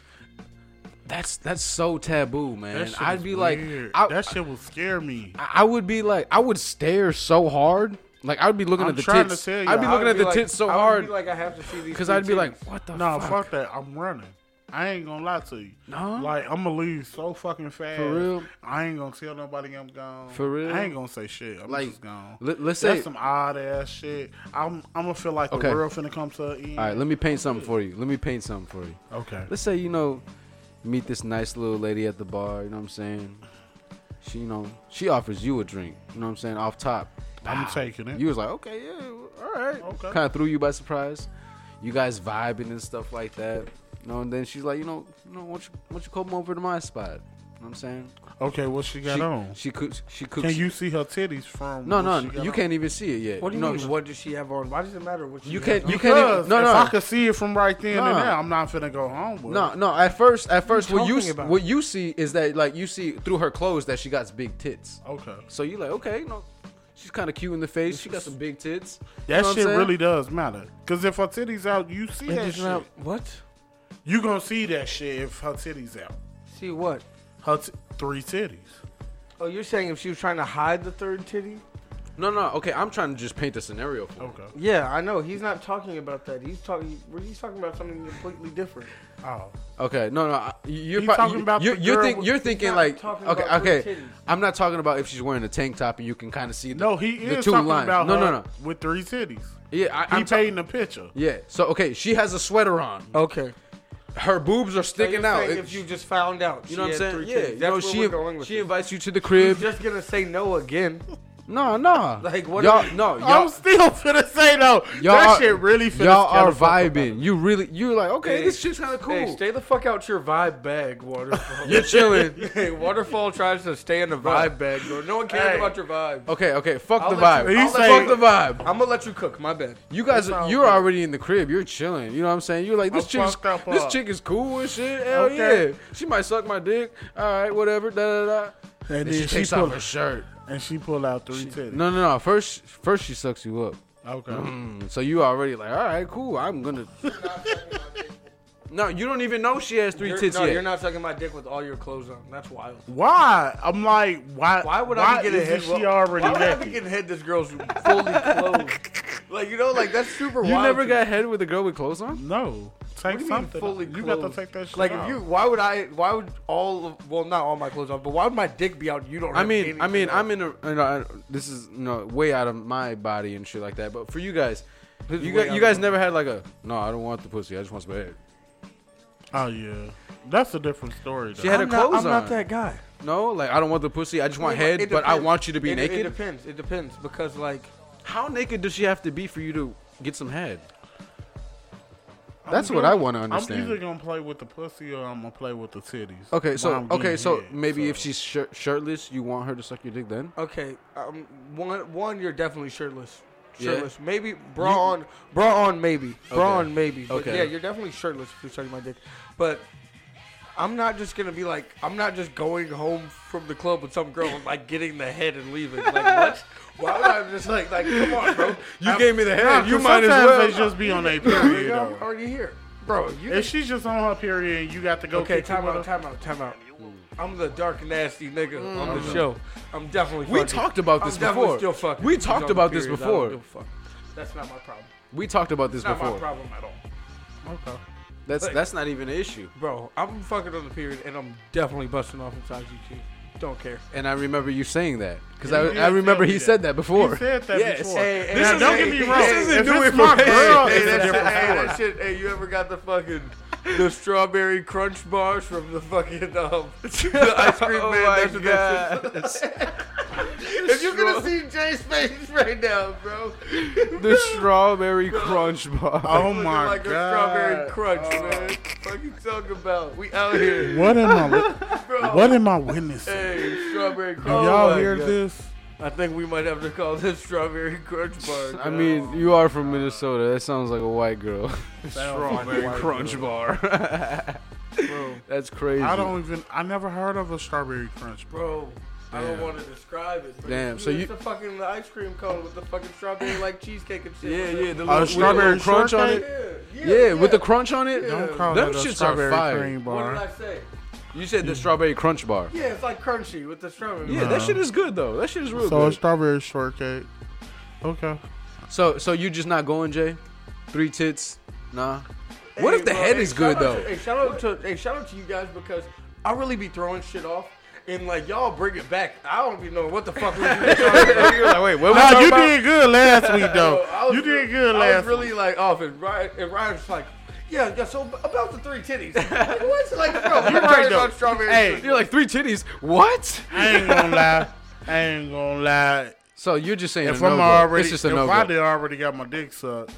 Speaker 2: that's that's so taboo,
Speaker 3: That
Speaker 2: man.
Speaker 3: shit
Speaker 2: I'd
Speaker 3: is
Speaker 2: be
Speaker 3: weird.
Speaker 2: like, I,
Speaker 3: that shit will scare me.
Speaker 2: I would be like, I would stare so hard. Like I would be looking
Speaker 3: I'm
Speaker 2: at the
Speaker 3: trying to
Speaker 2: tits.
Speaker 3: tell you,
Speaker 2: I'd be
Speaker 3: I
Speaker 2: looking
Speaker 1: I would
Speaker 2: at the
Speaker 1: be like-
Speaker 2: tits so
Speaker 1: I would
Speaker 2: hard
Speaker 1: be like I have to see these.
Speaker 2: because
Speaker 1: three
Speaker 2: I'd be like,
Speaker 1: titties.
Speaker 2: what the
Speaker 3: No,
Speaker 2: fuck?
Speaker 3: fuck. that. I'm running. I ain't gonna lie to you.
Speaker 2: No?
Speaker 3: Like I'm gonna leave so fucking fast.
Speaker 2: For real?
Speaker 3: I ain't gonna tell nobody I'm gone.
Speaker 2: For real?
Speaker 3: I ain't gonna say shit. I'm
Speaker 2: Like,
Speaker 3: just gone.
Speaker 2: let- let's
Speaker 3: That's
Speaker 2: say-
Speaker 3: some odd ass shit. I'm I'm gonna feel like
Speaker 2: Okay.
Speaker 3: the world finna come to an end.
Speaker 2: All right, let me paint something for you. Let me paint something for you.
Speaker 3: Okay.
Speaker 2: Let's say you know, meet this nice little lady at the bar. You know what I'm saying? She, you know, she offers you a drink. You know what I'm saying? Off top,
Speaker 3: I'm taking it.
Speaker 2: You was like, okay, yeah, all right.
Speaker 3: Okay.
Speaker 2: Kind of threw you by surprise. You guys vibing and stuff like that. You know, and then she's like, you know, you know, why don't you, why don't you come over to my spot? You know what I'm saying?
Speaker 3: okay, what she got
Speaker 2: she,
Speaker 3: on?
Speaker 2: She cooks. She cooks.
Speaker 3: Can you see her titties from?
Speaker 2: No,
Speaker 3: what
Speaker 2: no,
Speaker 3: she got
Speaker 2: you
Speaker 3: on?
Speaker 2: can't even see it yet.
Speaker 1: What do you
Speaker 2: no,
Speaker 1: mean? What does she have on? Why does it matter what she
Speaker 2: You
Speaker 1: has
Speaker 2: can't-
Speaker 1: on?
Speaker 2: you
Speaker 3: Because
Speaker 2: can't even- no,
Speaker 3: if
Speaker 2: no.
Speaker 3: I could see it from right then and
Speaker 2: No.
Speaker 3: there, I'm not finna go home with
Speaker 2: No,
Speaker 3: it.
Speaker 2: no. At first, at first,
Speaker 1: you
Speaker 2: what you
Speaker 1: talking
Speaker 2: s-
Speaker 1: about?
Speaker 2: what you see is that like you see through her clothes that she got big tits.
Speaker 3: Okay.
Speaker 2: So you like, okay, you know, she's kind of cute in the face. She got some big tits. You
Speaker 3: That
Speaker 2: know what I'm
Speaker 3: shit
Speaker 2: saying?
Speaker 3: really does matter. Cause if her titties out, you see
Speaker 1: It
Speaker 3: that
Speaker 1: does
Speaker 3: shit.
Speaker 1: not- what?
Speaker 3: You gonna see that shit if her titties out.
Speaker 1: See what?
Speaker 3: Her t- three titties.
Speaker 1: Oh, you're saying if she was trying to hide the third titty?
Speaker 2: No, no. Okay, I'm trying to just paint a scenario for. you.
Speaker 3: Okay.
Speaker 1: Yeah, I know. He's not talking about that. He's talking. He's talking about something completely different.
Speaker 3: Oh,
Speaker 2: Okay, no, no. I- You're
Speaker 3: You
Speaker 2: prob-
Speaker 3: talking
Speaker 2: you-
Speaker 3: about the
Speaker 2: you're, you're,
Speaker 3: girl
Speaker 2: think,
Speaker 3: with-
Speaker 2: you're thinking
Speaker 1: not
Speaker 2: like
Speaker 1: talking
Speaker 2: okay,
Speaker 1: about
Speaker 2: okay.
Speaker 1: with titties.
Speaker 2: I'm not talking about if she's wearing a tank top and you can kind of see the,
Speaker 3: no, he
Speaker 2: the
Speaker 3: is
Speaker 2: two
Speaker 3: talking
Speaker 2: lines.
Speaker 3: about
Speaker 2: no,
Speaker 3: her
Speaker 2: no, no.
Speaker 3: with three cities.
Speaker 2: Yeah, I,
Speaker 3: He
Speaker 2: I'm ta-
Speaker 3: painting a picture.
Speaker 2: yeah. So okay, she has a sweater on.
Speaker 3: Oh.
Speaker 1: Okay.
Speaker 2: Her boobs are sticking out. It-
Speaker 1: If you just found out,
Speaker 2: you know what I'm saying? Yeah.
Speaker 1: That's
Speaker 2: you know,
Speaker 1: where
Speaker 2: she
Speaker 1: we're going with
Speaker 2: she
Speaker 1: this.
Speaker 2: invites you to the
Speaker 1: You're
Speaker 2: crib.
Speaker 1: just gonna say no again.
Speaker 2: No, no.
Speaker 1: Like, what
Speaker 2: Y'all,
Speaker 1: are you-
Speaker 2: no,
Speaker 3: I'm
Speaker 2: y'all.
Speaker 3: still finna say though.
Speaker 2: Y'all
Speaker 3: that
Speaker 2: are,
Speaker 3: shit really finna
Speaker 2: y'all
Speaker 3: scare
Speaker 2: are
Speaker 3: the fuck out of
Speaker 2: vibing. You really, you're like, okay,
Speaker 1: Hey,
Speaker 2: this shit's kind of cool.
Speaker 1: Hey, stay the fuck out your vibe bag, waterfall.
Speaker 2: you're chilling.
Speaker 1: hey, waterfall tries to stay in the vibe bag, bro. No one cares
Speaker 3: Hey.
Speaker 1: about your vibe.
Speaker 2: Okay, okay, fuck
Speaker 1: I'll
Speaker 2: the
Speaker 1: let you-
Speaker 2: vibe.
Speaker 3: He
Speaker 1: I'll let
Speaker 3: say-
Speaker 2: Fuck the vibe.
Speaker 1: I'm gonna let you cook. My bad.
Speaker 2: You guys,
Speaker 1: That sounds
Speaker 2: you're
Speaker 1: good.
Speaker 2: already in the crib. You're chilling. You know what I'm saying? You're like this
Speaker 3: I'm
Speaker 2: chick. Is,
Speaker 3: fucked up,
Speaker 2: this
Speaker 3: uh,
Speaker 2: chick is cool and shit. Hell
Speaker 3: okay.
Speaker 2: yeah. She might suck my dick. All right, whatever. Da da da.
Speaker 3: And
Speaker 2: Then she takes off her shirt.
Speaker 3: and she pulled out three titties.
Speaker 2: No, no, no. First, first she sucks you up.
Speaker 3: Okay.
Speaker 2: Mm, So you already like, all right, cool. I'm gonna. no, you don't even know she has 3
Speaker 1: You're,
Speaker 2: tits
Speaker 1: no,
Speaker 2: yet.
Speaker 1: you're not sucking my dick with all your clothes on. That's wild.
Speaker 3: Why? I'm like, why?
Speaker 1: Why would I be
Speaker 3: is
Speaker 1: getting head?
Speaker 3: She already
Speaker 1: why would I be
Speaker 3: naked?
Speaker 1: getting head? This girl's fully clothed. like you know, like that's super
Speaker 2: You
Speaker 1: wild.
Speaker 2: never
Speaker 1: to-
Speaker 2: got head with a girl with clothes on.
Speaker 3: No,
Speaker 1: What
Speaker 3: take
Speaker 1: do you mean
Speaker 3: something.
Speaker 1: fully
Speaker 3: you got to
Speaker 1: clothed?
Speaker 3: take that shit.
Speaker 1: Like
Speaker 3: off.
Speaker 1: if you, why would I? Why would all? Of, well, not all my clothes off, but why would my dick be out? You don't.
Speaker 2: I
Speaker 1: have
Speaker 2: mean,
Speaker 1: anything
Speaker 2: I mean,
Speaker 1: on?
Speaker 2: I'm in a. You know, I, this is you know way out of my body and shit like that. But for you guys,
Speaker 1: This is
Speaker 2: you
Speaker 1: way
Speaker 2: guys,
Speaker 1: out
Speaker 2: you
Speaker 1: of
Speaker 2: guys
Speaker 1: my-
Speaker 2: never had like a. No, I don't want the pussy. I just want some head.
Speaker 3: oh yeah, that's a different story. Though.
Speaker 2: She had
Speaker 1: I'm
Speaker 2: a
Speaker 1: not,
Speaker 2: clothes
Speaker 1: I'm not
Speaker 2: on.
Speaker 1: that guy.
Speaker 2: No, like I don't want the pussy. I just want
Speaker 1: Well,
Speaker 2: head,
Speaker 1: it
Speaker 2: but I
Speaker 1: depends.
Speaker 2: want you to be
Speaker 1: It-
Speaker 2: naked.
Speaker 1: It depends. It depends because like
Speaker 2: How naked does she have to be for you to get some head?
Speaker 3: I'm
Speaker 2: That's what
Speaker 3: gonna-
Speaker 2: I want to understand.
Speaker 3: I'm either gonna play with the pussy or I'm gonna play with the titties.
Speaker 2: okay,
Speaker 3: But
Speaker 2: so
Speaker 3: I'm
Speaker 2: okay,
Speaker 3: getting
Speaker 2: so
Speaker 3: head,
Speaker 2: maybe
Speaker 3: so-
Speaker 2: if she's shir- shirtless, you want her to suck your dick then?
Speaker 1: okay, um, one one you're definitely shirtless.
Speaker 2: Yeah.
Speaker 1: Shirtless, maybe bra on, bra on, maybe bra
Speaker 2: Okay.
Speaker 1: on, maybe. But
Speaker 2: Okay.
Speaker 1: yeah, you're definitely shirtless if you're sucking my dick. But I'm not just gonna be like, I'm not just going home from the club with some girl and like getting the head and leaving. Like what? Why would I just like like come on, bro?
Speaker 2: You gave me the head. you
Speaker 3: Sometimes
Speaker 2: might as well.
Speaker 3: They just be on a
Speaker 1: Nigga,
Speaker 3: period.
Speaker 1: I'm
Speaker 3: though.
Speaker 1: already here, bro. You
Speaker 3: If she's just on her period, and you got to go.
Speaker 1: Okay,
Speaker 3: kick your
Speaker 1: time
Speaker 3: mother-
Speaker 1: out, time out, time out. I'm the dark, nasty nigga on the show. I'm definitely.
Speaker 2: Mm. We
Speaker 1: fucking.
Speaker 2: talked about
Speaker 1: I'm
Speaker 2: this
Speaker 1: definitely
Speaker 2: before.
Speaker 1: Still fucking.
Speaker 2: We
Speaker 1: He's
Speaker 2: talked
Speaker 1: on the
Speaker 2: about this
Speaker 1: period. I don't
Speaker 2: before.
Speaker 1: give a fuck. That's not my problem.
Speaker 2: we talked about this
Speaker 1: Not my
Speaker 2: before.
Speaker 1: problem at all,
Speaker 3: Okay.
Speaker 2: That's
Speaker 1: Like-
Speaker 2: that's not even an issue.
Speaker 1: bro. I'm fucking on the period, and I'm definitely busting off inside you too. Don't care.
Speaker 2: And I remember you saying that because
Speaker 3: You
Speaker 2: I,
Speaker 3: did
Speaker 2: I remember
Speaker 3: tell me
Speaker 2: he
Speaker 3: that.
Speaker 2: said that before.
Speaker 3: He said that
Speaker 2: Yes.
Speaker 3: before.
Speaker 1: Hey, hey,
Speaker 3: now,
Speaker 1: hey,
Speaker 3: don't
Speaker 1: hey,
Speaker 3: get me
Speaker 1: hey,
Speaker 3: wrong.
Speaker 1: this
Speaker 2: isn't
Speaker 3: if
Speaker 2: new
Speaker 3: it's my
Speaker 2: information.
Speaker 3: girl,
Speaker 2: Hey,
Speaker 3: it's a
Speaker 2: that's-
Speaker 3: different
Speaker 1: hey,
Speaker 3: story.
Speaker 1: that shit. Hey, you ever got the fucking the strawberry crunch bars from the fucking um the ice cream
Speaker 2: Oh
Speaker 1: man?
Speaker 2: my
Speaker 1: That's what that shit- If you're gonna see Jay's face right now, bro.
Speaker 2: the strawberry crunch bar.
Speaker 3: Oh
Speaker 1: looking
Speaker 3: my
Speaker 1: like
Speaker 3: god! Oh.
Speaker 1: a strawberry crunch, man. What you talking about? We out here,
Speaker 3: What am I?
Speaker 1: bro.
Speaker 3: What am I witnessing?
Speaker 1: Hey, strawberry crunch.
Speaker 3: Do y'all
Speaker 1: Oh my
Speaker 3: hear
Speaker 1: God.
Speaker 3: this?
Speaker 1: I think we might have to call this strawberry crunch bar.
Speaker 2: I mean, you are from Minnesota. That sounds like a white girl.
Speaker 3: Strawberry
Speaker 2: crunch bar.
Speaker 1: bro.
Speaker 2: That's crazy.
Speaker 3: I don't even. I never heard of a strawberry crunch. Bro.
Speaker 1: Bro, I don't want to describe it. But
Speaker 2: Damn,
Speaker 1: It's,
Speaker 2: so you-
Speaker 1: it's the fucking the ice cream cone with the fucking strawberry like cheesecake and shit.
Speaker 2: Yeah,
Speaker 1: with
Speaker 2: yeah, the
Speaker 1: the-
Speaker 2: little, with the little
Speaker 3: Oh, strawberry
Speaker 2: crunch on
Speaker 3: shortcake?
Speaker 2: it.
Speaker 1: yeah,
Speaker 2: Yeah, with the crunch on it.
Speaker 3: Don't call
Speaker 2: Them
Speaker 3: it a
Speaker 2: shits are
Speaker 3: strawberry
Speaker 2: fire.
Speaker 3: cream
Speaker 1: What did I
Speaker 3: bar.
Speaker 1: say?
Speaker 2: You said the strawberry crunch bar. Yeah,
Speaker 1: Yeah, it's like crunchy with the strawberry.
Speaker 2: that shit is good though. That shit is real
Speaker 3: So a
Speaker 2: good.
Speaker 3: strawberry shortcake. Okay.
Speaker 2: So, so you just not going, Jay? Three tits? Nah. What if
Speaker 1: Hey,
Speaker 2: the
Speaker 1: bro,
Speaker 2: head
Speaker 1: hey,
Speaker 2: is
Speaker 1: shout
Speaker 2: good
Speaker 1: out
Speaker 2: though?
Speaker 1: To, hey, shout out to hey, shout out to you guys because I really be throwing shit off and like y'all bring it back. I don't even know what the fuck we was talking about.
Speaker 2: like, wait, what
Speaker 3: Nah, you did good last week
Speaker 1: Yo,
Speaker 3: though.
Speaker 1: I was
Speaker 3: you
Speaker 1: re-
Speaker 3: did good
Speaker 1: I was
Speaker 3: last
Speaker 1: really like off, and Ryan and Ryan's like, yeah, yeah. So about the three titties. like, what's like, bro? You're
Speaker 3: right, though.
Speaker 1: about strawberry.
Speaker 3: Hey,
Speaker 1: shortcake.
Speaker 2: You're like three titties. What?
Speaker 3: I ain't gonna lie. I ain't gonna lie.
Speaker 2: So you're just saying
Speaker 3: If
Speaker 2: a
Speaker 3: I'm
Speaker 2: no-go.
Speaker 3: already,
Speaker 2: it's
Speaker 3: if
Speaker 2: just a no
Speaker 3: I did already got my dick sucked,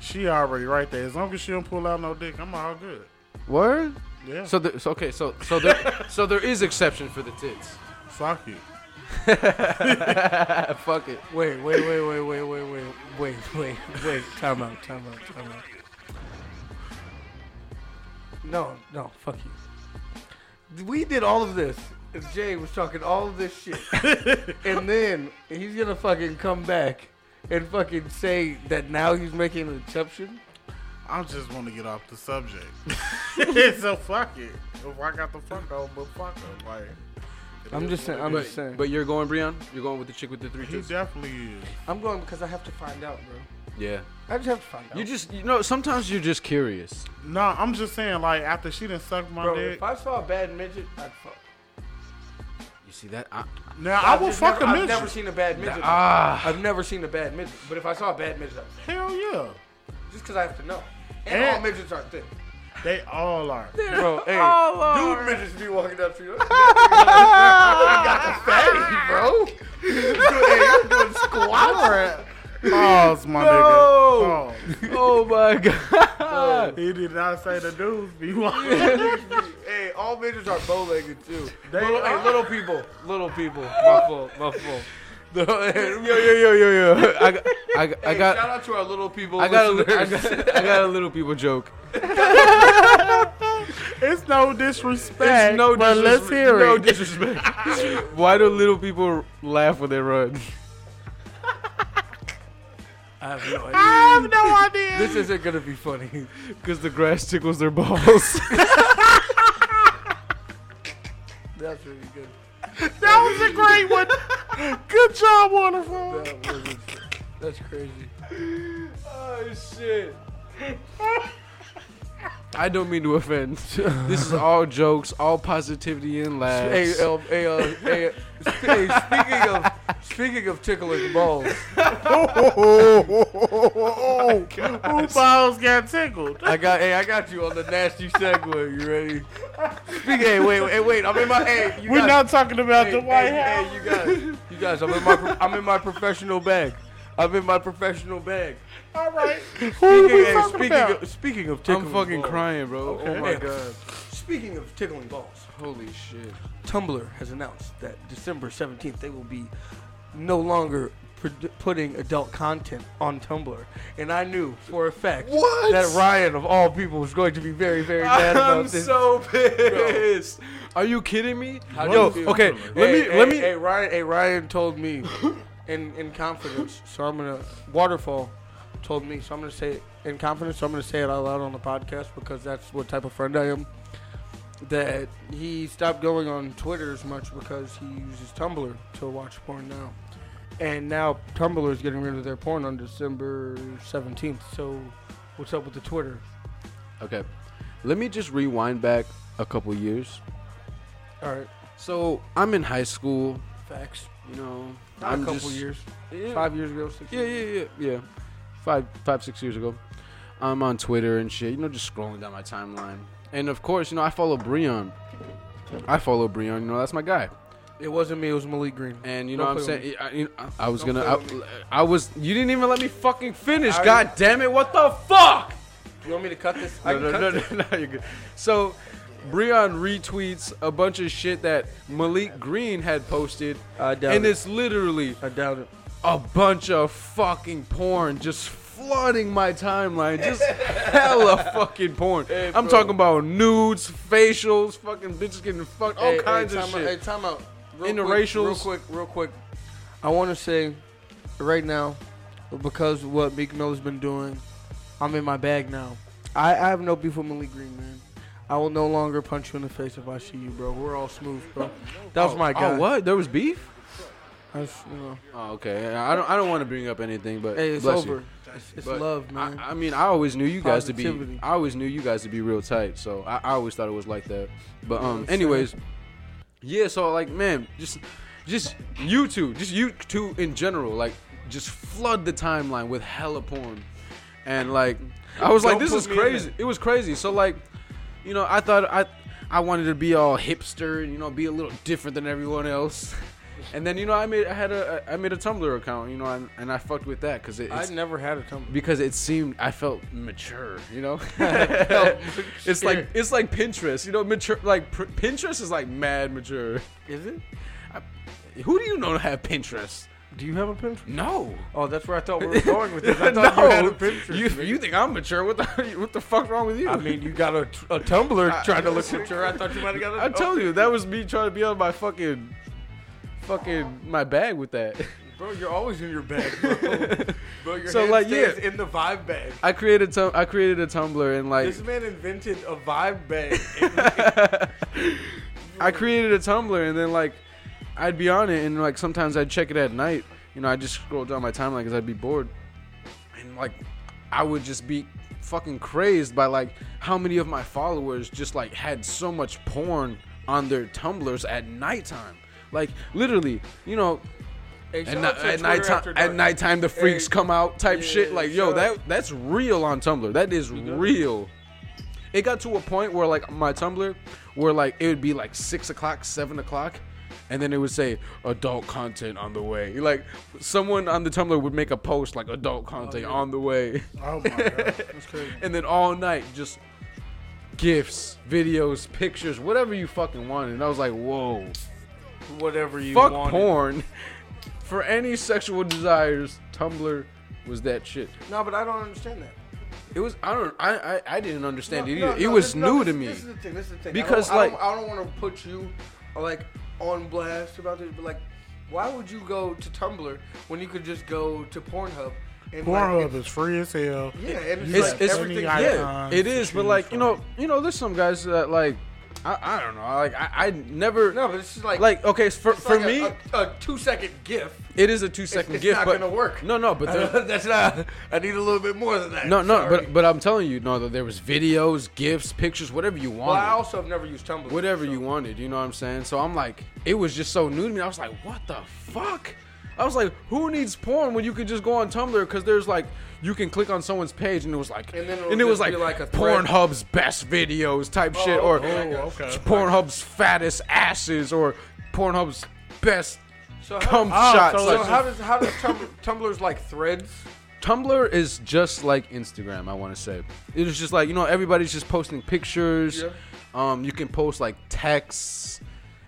Speaker 3: she already right there. As long as she don't pull out no dick, I'm all good.
Speaker 2: Word.
Speaker 3: Yeah.
Speaker 2: So, the, so okay, so so there so there is exception for the tits.
Speaker 3: Fuck you.
Speaker 2: Fuck it.
Speaker 1: Wait, wait, wait, wait, wait, wait, wait, wait, wait, wait. Time out, time out, time out. No, no, fuck you. We did all of this. and Jay was talking all of this shit. and then he's gonna fucking come back and fucking say that now he's making an exception.
Speaker 3: I just want to get off the subject. so fuck it. If I got the fuck on, but fuck her. Like it
Speaker 1: I'm
Speaker 3: is
Speaker 1: just
Speaker 3: what
Speaker 1: saying.
Speaker 3: it
Speaker 1: I'm
Speaker 2: But,
Speaker 1: just saying.
Speaker 2: but you're going, Breon. You're going with the chick with the three
Speaker 3: is. he
Speaker 2: tits.
Speaker 3: definitely is.
Speaker 1: I'm going because I have to find out, bro.
Speaker 2: Yeah.
Speaker 1: I just have to find out.
Speaker 2: You just you know sometimes you're just curious.
Speaker 3: No, I'm just saying, like, after she done sucked my
Speaker 1: Bro,
Speaker 3: dick.
Speaker 1: if I saw a bad midget, I'd fuck.
Speaker 2: You see that? I,
Speaker 3: now, I
Speaker 1: I've
Speaker 3: will
Speaker 1: just
Speaker 3: fuck
Speaker 1: never,
Speaker 3: a midget.
Speaker 1: I've never seen a bad midget.
Speaker 2: ah.
Speaker 1: I've never seen a bad midget. But if I saw a bad midget, I'd-
Speaker 3: Hell yeah.
Speaker 1: just because I have to know. And,
Speaker 3: And-
Speaker 1: all midgets aren't Oh, thin.
Speaker 3: They all are.
Speaker 1: Bro, hey,
Speaker 2: all
Speaker 1: dude
Speaker 2: are.
Speaker 1: midgets be walking down the street. got the fatty, bro. Hey, you're doing squats.
Speaker 3: Pause, my
Speaker 2: No.
Speaker 3: nigga. Pause.
Speaker 2: oh my god.
Speaker 3: He did not say the dudes be walking.
Speaker 1: hey, all midgets are bow-legged too.
Speaker 3: They
Speaker 1: little,
Speaker 3: are.
Speaker 1: Hey, little people, little people. My fault, my fault.
Speaker 2: yo yo yo yo yo. I got I, got- I
Speaker 1: Hey,
Speaker 2: got
Speaker 1: shout out to our little people
Speaker 2: I got, a, I,
Speaker 1: listeners.
Speaker 2: got, I got a little people joke.
Speaker 3: it's no disrespect.
Speaker 2: It's no
Speaker 3: but
Speaker 2: disres-
Speaker 3: let's hear
Speaker 2: no
Speaker 3: it.
Speaker 2: disrespect. Why do little people laugh when they run?
Speaker 1: I have no idea.
Speaker 3: I have no idea.
Speaker 1: This isn't gonna be funny.
Speaker 2: Because the grass tickles their balls.
Speaker 1: That's really good.
Speaker 3: that was a great one. Good job, Wonderful.
Speaker 1: That was that's crazy.
Speaker 2: oh shit. I don't mean to offend. This is all jokes, all positivity and
Speaker 1: Hey,
Speaker 2: laughs.
Speaker 1: um, hey, uh, hey, uh, sp- hey, speaking of speaking of tickling balls,
Speaker 3: Who balls got tickled?
Speaker 1: I got hey, I got you on the nasty segue. You ready? Speaking, hey, wait, wait, hey, wait. I'm in my hey. You
Speaker 3: We're
Speaker 1: guys,
Speaker 3: not talking about
Speaker 1: hey,
Speaker 3: the White
Speaker 1: hey,
Speaker 3: House.
Speaker 1: Hey, you guys, you guys. I'm in my pro- I'm in my professional bag. I'm in my professional bag.
Speaker 3: All right. Who
Speaker 1: Speaking,
Speaker 3: we
Speaker 1: hey,
Speaker 3: talking
Speaker 1: speaking,
Speaker 3: about?
Speaker 1: of, speaking of tickling
Speaker 2: I'm fucking
Speaker 1: balls,
Speaker 2: crying, bro. Oh my
Speaker 1: Hey.
Speaker 2: god.
Speaker 1: uh, Speaking of tickling balls,
Speaker 2: Holy shit.
Speaker 1: Tumblr has announced that December 17th they will be no longer pr- putting adult content on Tumblr. And I knew for a fact
Speaker 2: What?
Speaker 1: that Ryan, of all people, was going to be very, very mad
Speaker 2: I'm
Speaker 1: about this.
Speaker 2: so pissed. Are you kidding me?
Speaker 1: How do
Speaker 2: Yo,
Speaker 1: you feel?
Speaker 2: okay, let me
Speaker 1: Hey,
Speaker 2: let
Speaker 1: hey,
Speaker 2: me
Speaker 1: Hey, Ryan, hey, Ryan told me in, in confidence, so I'm going to. Waterfall told me, so I'm going to say it in confidence, so I'm going to say it out loud on the podcast because that's what type of friend I am. That he stopped going on Twitter as much because he uses Tumblr to watch porn now. And now Tumblr is getting rid of their porn on December 17th. So, what's up with the Twitter?
Speaker 2: Okay. Let me just rewind back a couple years.
Speaker 1: All right,
Speaker 2: So I'm in high school,
Speaker 1: facts.
Speaker 2: you know.
Speaker 1: Not
Speaker 2: I'm
Speaker 1: a couple
Speaker 2: just-
Speaker 1: years.
Speaker 2: Yeah,
Speaker 1: Five years ago, six
Speaker 2: yeah,
Speaker 1: years ago.
Speaker 2: yeah, yeah, yeah. Five, five, six years ago. I'm on Twitter and shit, you know, just scrolling down my timeline. And of course, you know, I follow Breon. I follow Breon, you know, that's my guy.
Speaker 1: It wasn't me. It was Malik Green.
Speaker 2: And you know
Speaker 1: Don't
Speaker 2: what I'm
Speaker 1: play with
Speaker 2: saying? I, you know, I- I was
Speaker 1: Don't
Speaker 2: gonna.
Speaker 1: play with
Speaker 2: I, I was. You didn't even let me fucking finish.
Speaker 1: I-
Speaker 2: God damn it! What the fuck?
Speaker 1: me. You want me to cut this? I
Speaker 2: No,
Speaker 1: can
Speaker 2: no,
Speaker 1: cut
Speaker 2: no,
Speaker 1: this.
Speaker 2: no, no, you're good. So, Breon retweets a bunch of shit that Malik Green had posted,
Speaker 1: I doubt
Speaker 2: and
Speaker 1: it.
Speaker 2: it's literally
Speaker 1: I doubt it.
Speaker 2: a bunch of fucking porn just flooding my timeline. Just hella fucking porn. I'm
Speaker 1: bro.
Speaker 2: talking about nudes, facials, fucking bitches getting fucked, all
Speaker 1: Hey, hey,
Speaker 2: kinds of
Speaker 1: time
Speaker 2: shit.
Speaker 1: Out, hey, time out. Real quick,
Speaker 2: Interracials.
Speaker 1: real quick, real quick. I want to say right now, because of what Meek Mill's been doing, I'm in my bag now. I, I have no beef with Malik Green, man. I will no longer punch you in the face if I see you, bro. We're all smooth, bro. That was my guy.
Speaker 2: Oh, what? There was beef?
Speaker 1: That's, you know,
Speaker 2: Oh, okay. I don't. I don't want to bring up anything, but
Speaker 1: hey, it's
Speaker 2: bless
Speaker 1: over.
Speaker 2: You.
Speaker 1: It's, it's
Speaker 2: But
Speaker 1: love, man.
Speaker 2: I, I mean, I always knew you guys to
Speaker 1: Positivity.
Speaker 2: be. I always knew you guys to be real tight. So I, I always thought it was like that. But um,
Speaker 1: I'm saying?
Speaker 2: anyways, yeah. So like, man, just, just you two, just you two in general, like, just flood the timeline with hella porn, and like, I was like,
Speaker 1: Don't
Speaker 2: this
Speaker 1: put
Speaker 2: is
Speaker 1: me in
Speaker 2: crazy. It was crazy. So like, you know, I thought I, I wanted to be all hipster and you know be a little different than everyone else. And then you know I made I had a I made a Tumblr account you know and, and I fucked with that because it,
Speaker 1: I,
Speaker 2: it's
Speaker 1: never had a tumble.
Speaker 2: because it seemed I felt mature, you know. it's like it's like Pinterest, you know. Mature like pr- Pinterest is like mad mature.
Speaker 1: Is it?
Speaker 2: Who do you know to have Pinterest?
Speaker 1: Do you have a Pinterest?
Speaker 2: No.
Speaker 1: Oh, that's where I thought we were going with this. I
Speaker 2: no,
Speaker 1: thought you had a Pinterest.
Speaker 2: you,
Speaker 1: man.
Speaker 2: you think I'm mature? What the what the fuck's wrong with you?
Speaker 1: I mean, you got a, a Tumblr trying to look mature. I thought you might have got a
Speaker 2: I told you that was me trying to be on my fucking, fucking my bag with that.
Speaker 1: Bro, you're always in your bag, bro. bro your
Speaker 2: So,
Speaker 1: hand
Speaker 2: like,
Speaker 1: stays
Speaker 2: yeah.
Speaker 1: in the vibe bag.
Speaker 2: I created tum- I created a Tumblr and like
Speaker 1: This man invented a vibe bag.
Speaker 2: I created a Tumblr and then like I'd be on it and like sometimes I'd check it at night. You know, I just scroll down my timeline because I'd be bored. And like I would just be fucking crazed by like how many of my followers just like had so much porn on their tumblers at nighttime. Like literally, you know,
Speaker 1: Hey,
Speaker 2: at,
Speaker 1: shout
Speaker 2: ni-
Speaker 1: out to Twitter
Speaker 2: at
Speaker 1: After
Speaker 2: nighttime, at
Speaker 1: Dark.
Speaker 2: nighttime the freaks
Speaker 1: Hey.
Speaker 2: come out type shit. Like, yo,
Speaker 1: shout
Speaker 2: that that's real on Tumblr. That is real. It got to a point where like my Tumblr, where like it would be like six o'clock, seven o'clock, and then it would say adult content on the way. Like someone on the Tumblr would make a post like adult content on the way,
Speaker 3: Oh my god.
Speaker 1: That's crazy.
Speaker 2: and then all night just gifs, videos, pictures, whatever you fucking wanted. And I was like, whoa,
Speaker 1: Whatever you
Speaker 2: fuck
Speaker 1: wanted.
Speaker 2: porn for any sexual desires tumblr was that shit
Speaker 1: No, but I don't understand that.
Speaker 2: it was i don't i i, I didn't understand
Speaker 1: No,
Speaker 2: it
Speaker 1: no,
Speaker 2: either it
Speaker 1: no,
Speaker 2: was
Speaker 1: this- no,
Speaker 2: new
Speaker 1: this-
Speaker 2: to me
Speaker 1: This is the thing. This is the thing.
Speaker 2: Because,
Speaker 1: I don't,
Speaker 2: like-
Speaker 1: I don't, want to put you like on blast about this, but like, why would you go to Tumblr when you could just go to Pornhub? And Like,
Speaker 3: Pornhub is free as hell.
Speaker 1: yeah, and it's,
Speaker 2: it's
Speaker 1: like
Speaker 2: it's
Speaker 1: everything.
Speaker 3: icons
Speaker 2: yeah it
Speaker 3: to
Speaker 2: is but
Speaker 3: choose
Speaker 2: like you
Speaker 3: from.
Speaker 2: know you know there's some guys that like i, I don't know like i, I never
Speaker 1: No, but it's just like
Speaker 2: like okay for,
Speaker 1: it's
Speaker 2: for
Speaker 1: like a-
Speaker 2: me
Speaker 1: a, a two second GIF.
Speaker 2: it is a two second
Speaker 1: it's
Speaker 2: gift
Speaker 1: not
Speaker 2: but
Speaker 1: gonna work.
Speaker 2: no no but there,
Speaker 1: That's not. I need a little bit more than that.
Speaker 2: no no
Speaker 1: Sorry.
Speaker 2: but but i'm telling you no there was videos gifts pictures whatever you
Speaker 1: well,
Speaker 2: wanted
Speaker 1: I also have never used Tumblr.
Speaker 2: whatever you wanted. You know what I'm saying? So I'm like, it was just so new to me. I was like, what the fuck? I was like, who needs porn when you could just go on Tumblr? Because there's like, you can click on someone's page and it was like,
Speaker 1: And
Speaker 2: and,
Speaker 1: then it'll
Speaker 2: it
Speaker 1: just
Speaker 2: was
Speaker 1: be
Speaker 2: like,
Speaker 1: like a thread.
Speaker 2: Pornhub's best videos type shit, or
Speaker 1: okay,
Speaker 3: I gotcha.
Speaker 2: Pornhub's fattest asses, or Pornhub's best
Speaker 1: So how-
Speaker 2: cum
Speaker 3: Oh,
Speaker 2: shots.
Speaker 3: so
Speaker 2: like,
Speaker 1: So how does how does Tumblr, Tumblr's like threads?
Speaker 2: Tumblr is just like Instagram, I want to say. It is just like, you know, everybody's just posting pictures.
Speaker 1: Yeah.
Speaker 2: Um, you can post like texts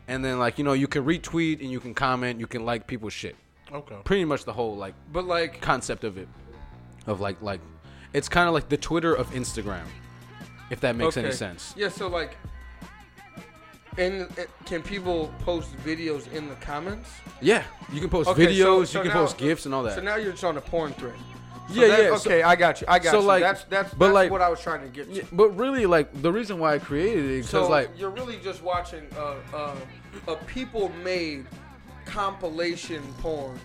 Speaker 2: and then like, you know, you can retweet and you can comment, you can like people's shit.
Speaker 3: Okay.
Speaker 2: Pretty much the whole like
Speaker 1: But like,
Speaker 2: concept of it. Of like like it's kind of like the Twitter of Instagram. If that makes any
Speaker 1: okay.
Speaker 2: sense.
Speaker 1: Yeah. So like, and it, can people post videos in the comments?
Speaker 2: Yeah, you can post
Speaker 1: Okay, so-
Speaker 2: videos,
Speaker 1: so
Speaker 2: you can
Speaker 1: now-
Speaker 2: post gifs and all that.
Speaker 1: So now you're just on a porn thread. So
Speaker 2: Yeah,
Speaker 1: that-
Speaker 2: yeah, so-
Speaker 1: Okay, I got you. I got
Speaker 2: so,
Speaker 1: you.
Speaker 2: like-
Speaker 1: that's that's,
Speaker 2: but,
Speaker 1: that's
Speaker 2: like-
Speaker 1: what I was trying to get. To.
Speaker 2: Yeah, but really like the reason why I created it is
Speaker 1: so
Speaker 2: cuz like
Speaker 1: you're really just watching a a, a people made compilation porn.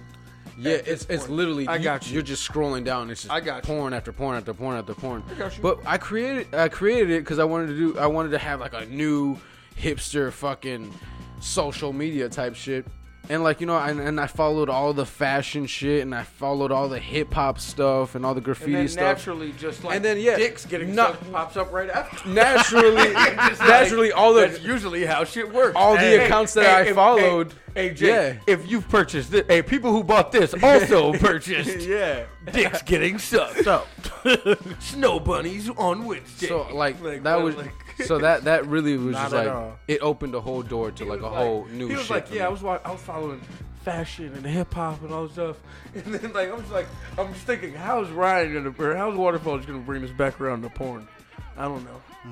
Speaker 2: Yeah,
Speaker 1: at this
Speaker 2: it's it's
Speaker 1: point.
Speaker 2: literally
Speaker 1: I
Speaker 2: you,
Speaker 1: got you.
Speaker 2: are just scrolling down. It's just
Speaker 1: I got you.
Speaker 2: porn after porn after porn after porn. I
Speaker 1: got you.
Speaker 2: But I created I created it because I wanted to do I wanted to have like a new hipster fucking social media type shit. And like you know, and, and I followed all the fashion shit, and I followed all the hip hop stuff, and all the graffiti
Speaker 1: And then
Speaker 2: stuff.
Speaker 1: naturally, just like
Speaker 2: And then, yeah,
Speaker 1: dicks getting
Speaker 2: not-
Speaker 1: sucked pops up right after.
Speaker 2: naturally,
Speaker 1: Just like,
Speaker 2: naturally, all the
Speaker 1: that's usually how shit works.
Speaker 2: all the accounts that I
Speaker 1: if-
Speaker 2: followed,
Speaker 1: Hey, hey, Jay,
Speaker 2: yeah.
Speaker 1: if you've purchased this, hey, people who bought this also purchased
Speaker 2: yeah.
Speaker 1: dicks getting sucked up. Snow bunnies on Wednesday.
Speaker 2: So like,
Speaker 1: Like,
Speaker 2: that
Speaker 1: what,
Speaker 2: was
Speaker 1: like-
Speaker 2: so that that really was
Speaker 3: Not
Speaker 2: just
Speaker 3: at
Speaker 2: like
Speaker 3: all.
Speaker 2: it opened a whole door to like a
Speaker 1: was
Speaker 2: whole new.
Speaker 1: He was
Speaker 2: shit
Speaker 1: like,
Speaker 2: for
Speaker 1: yeah,
Speaker 2: me.
Speaker 1: I was wa- I was following fashion and hip hop and all this stuff, and then like I'm just like I'm just thinking, how's Ryan gonna or how's Waterfalls gonna bring this back around to porn? I don't know.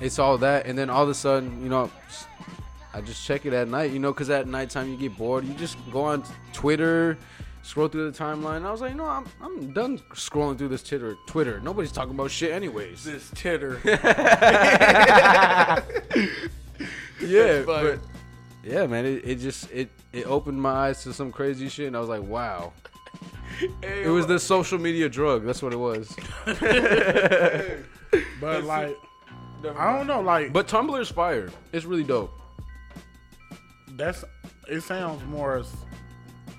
Speaker 2: it's all that, and then all of a sudden, you know, s- I just check it at night, you know, because at nighttime you get bored, you just go on Twitter, scroll through the timeline. And I was like, no, I'm I'm done scrolling through this Twitter. Twitter, nobody's talking about shit anyways.
Speaker 1: This titter.
Speaker 2: yeah,
Speaker 1: but-
Speaker 2: but yeah, man, it, it just it it opened my eyes to some crazy shit, and I was like, wow. It was the social media drug. That's what it was.
Speaker 3: But like I don't know, like
Speaker 2: But Tumblr is fire. It's really dope.
Speaker 3: that's it sounds more as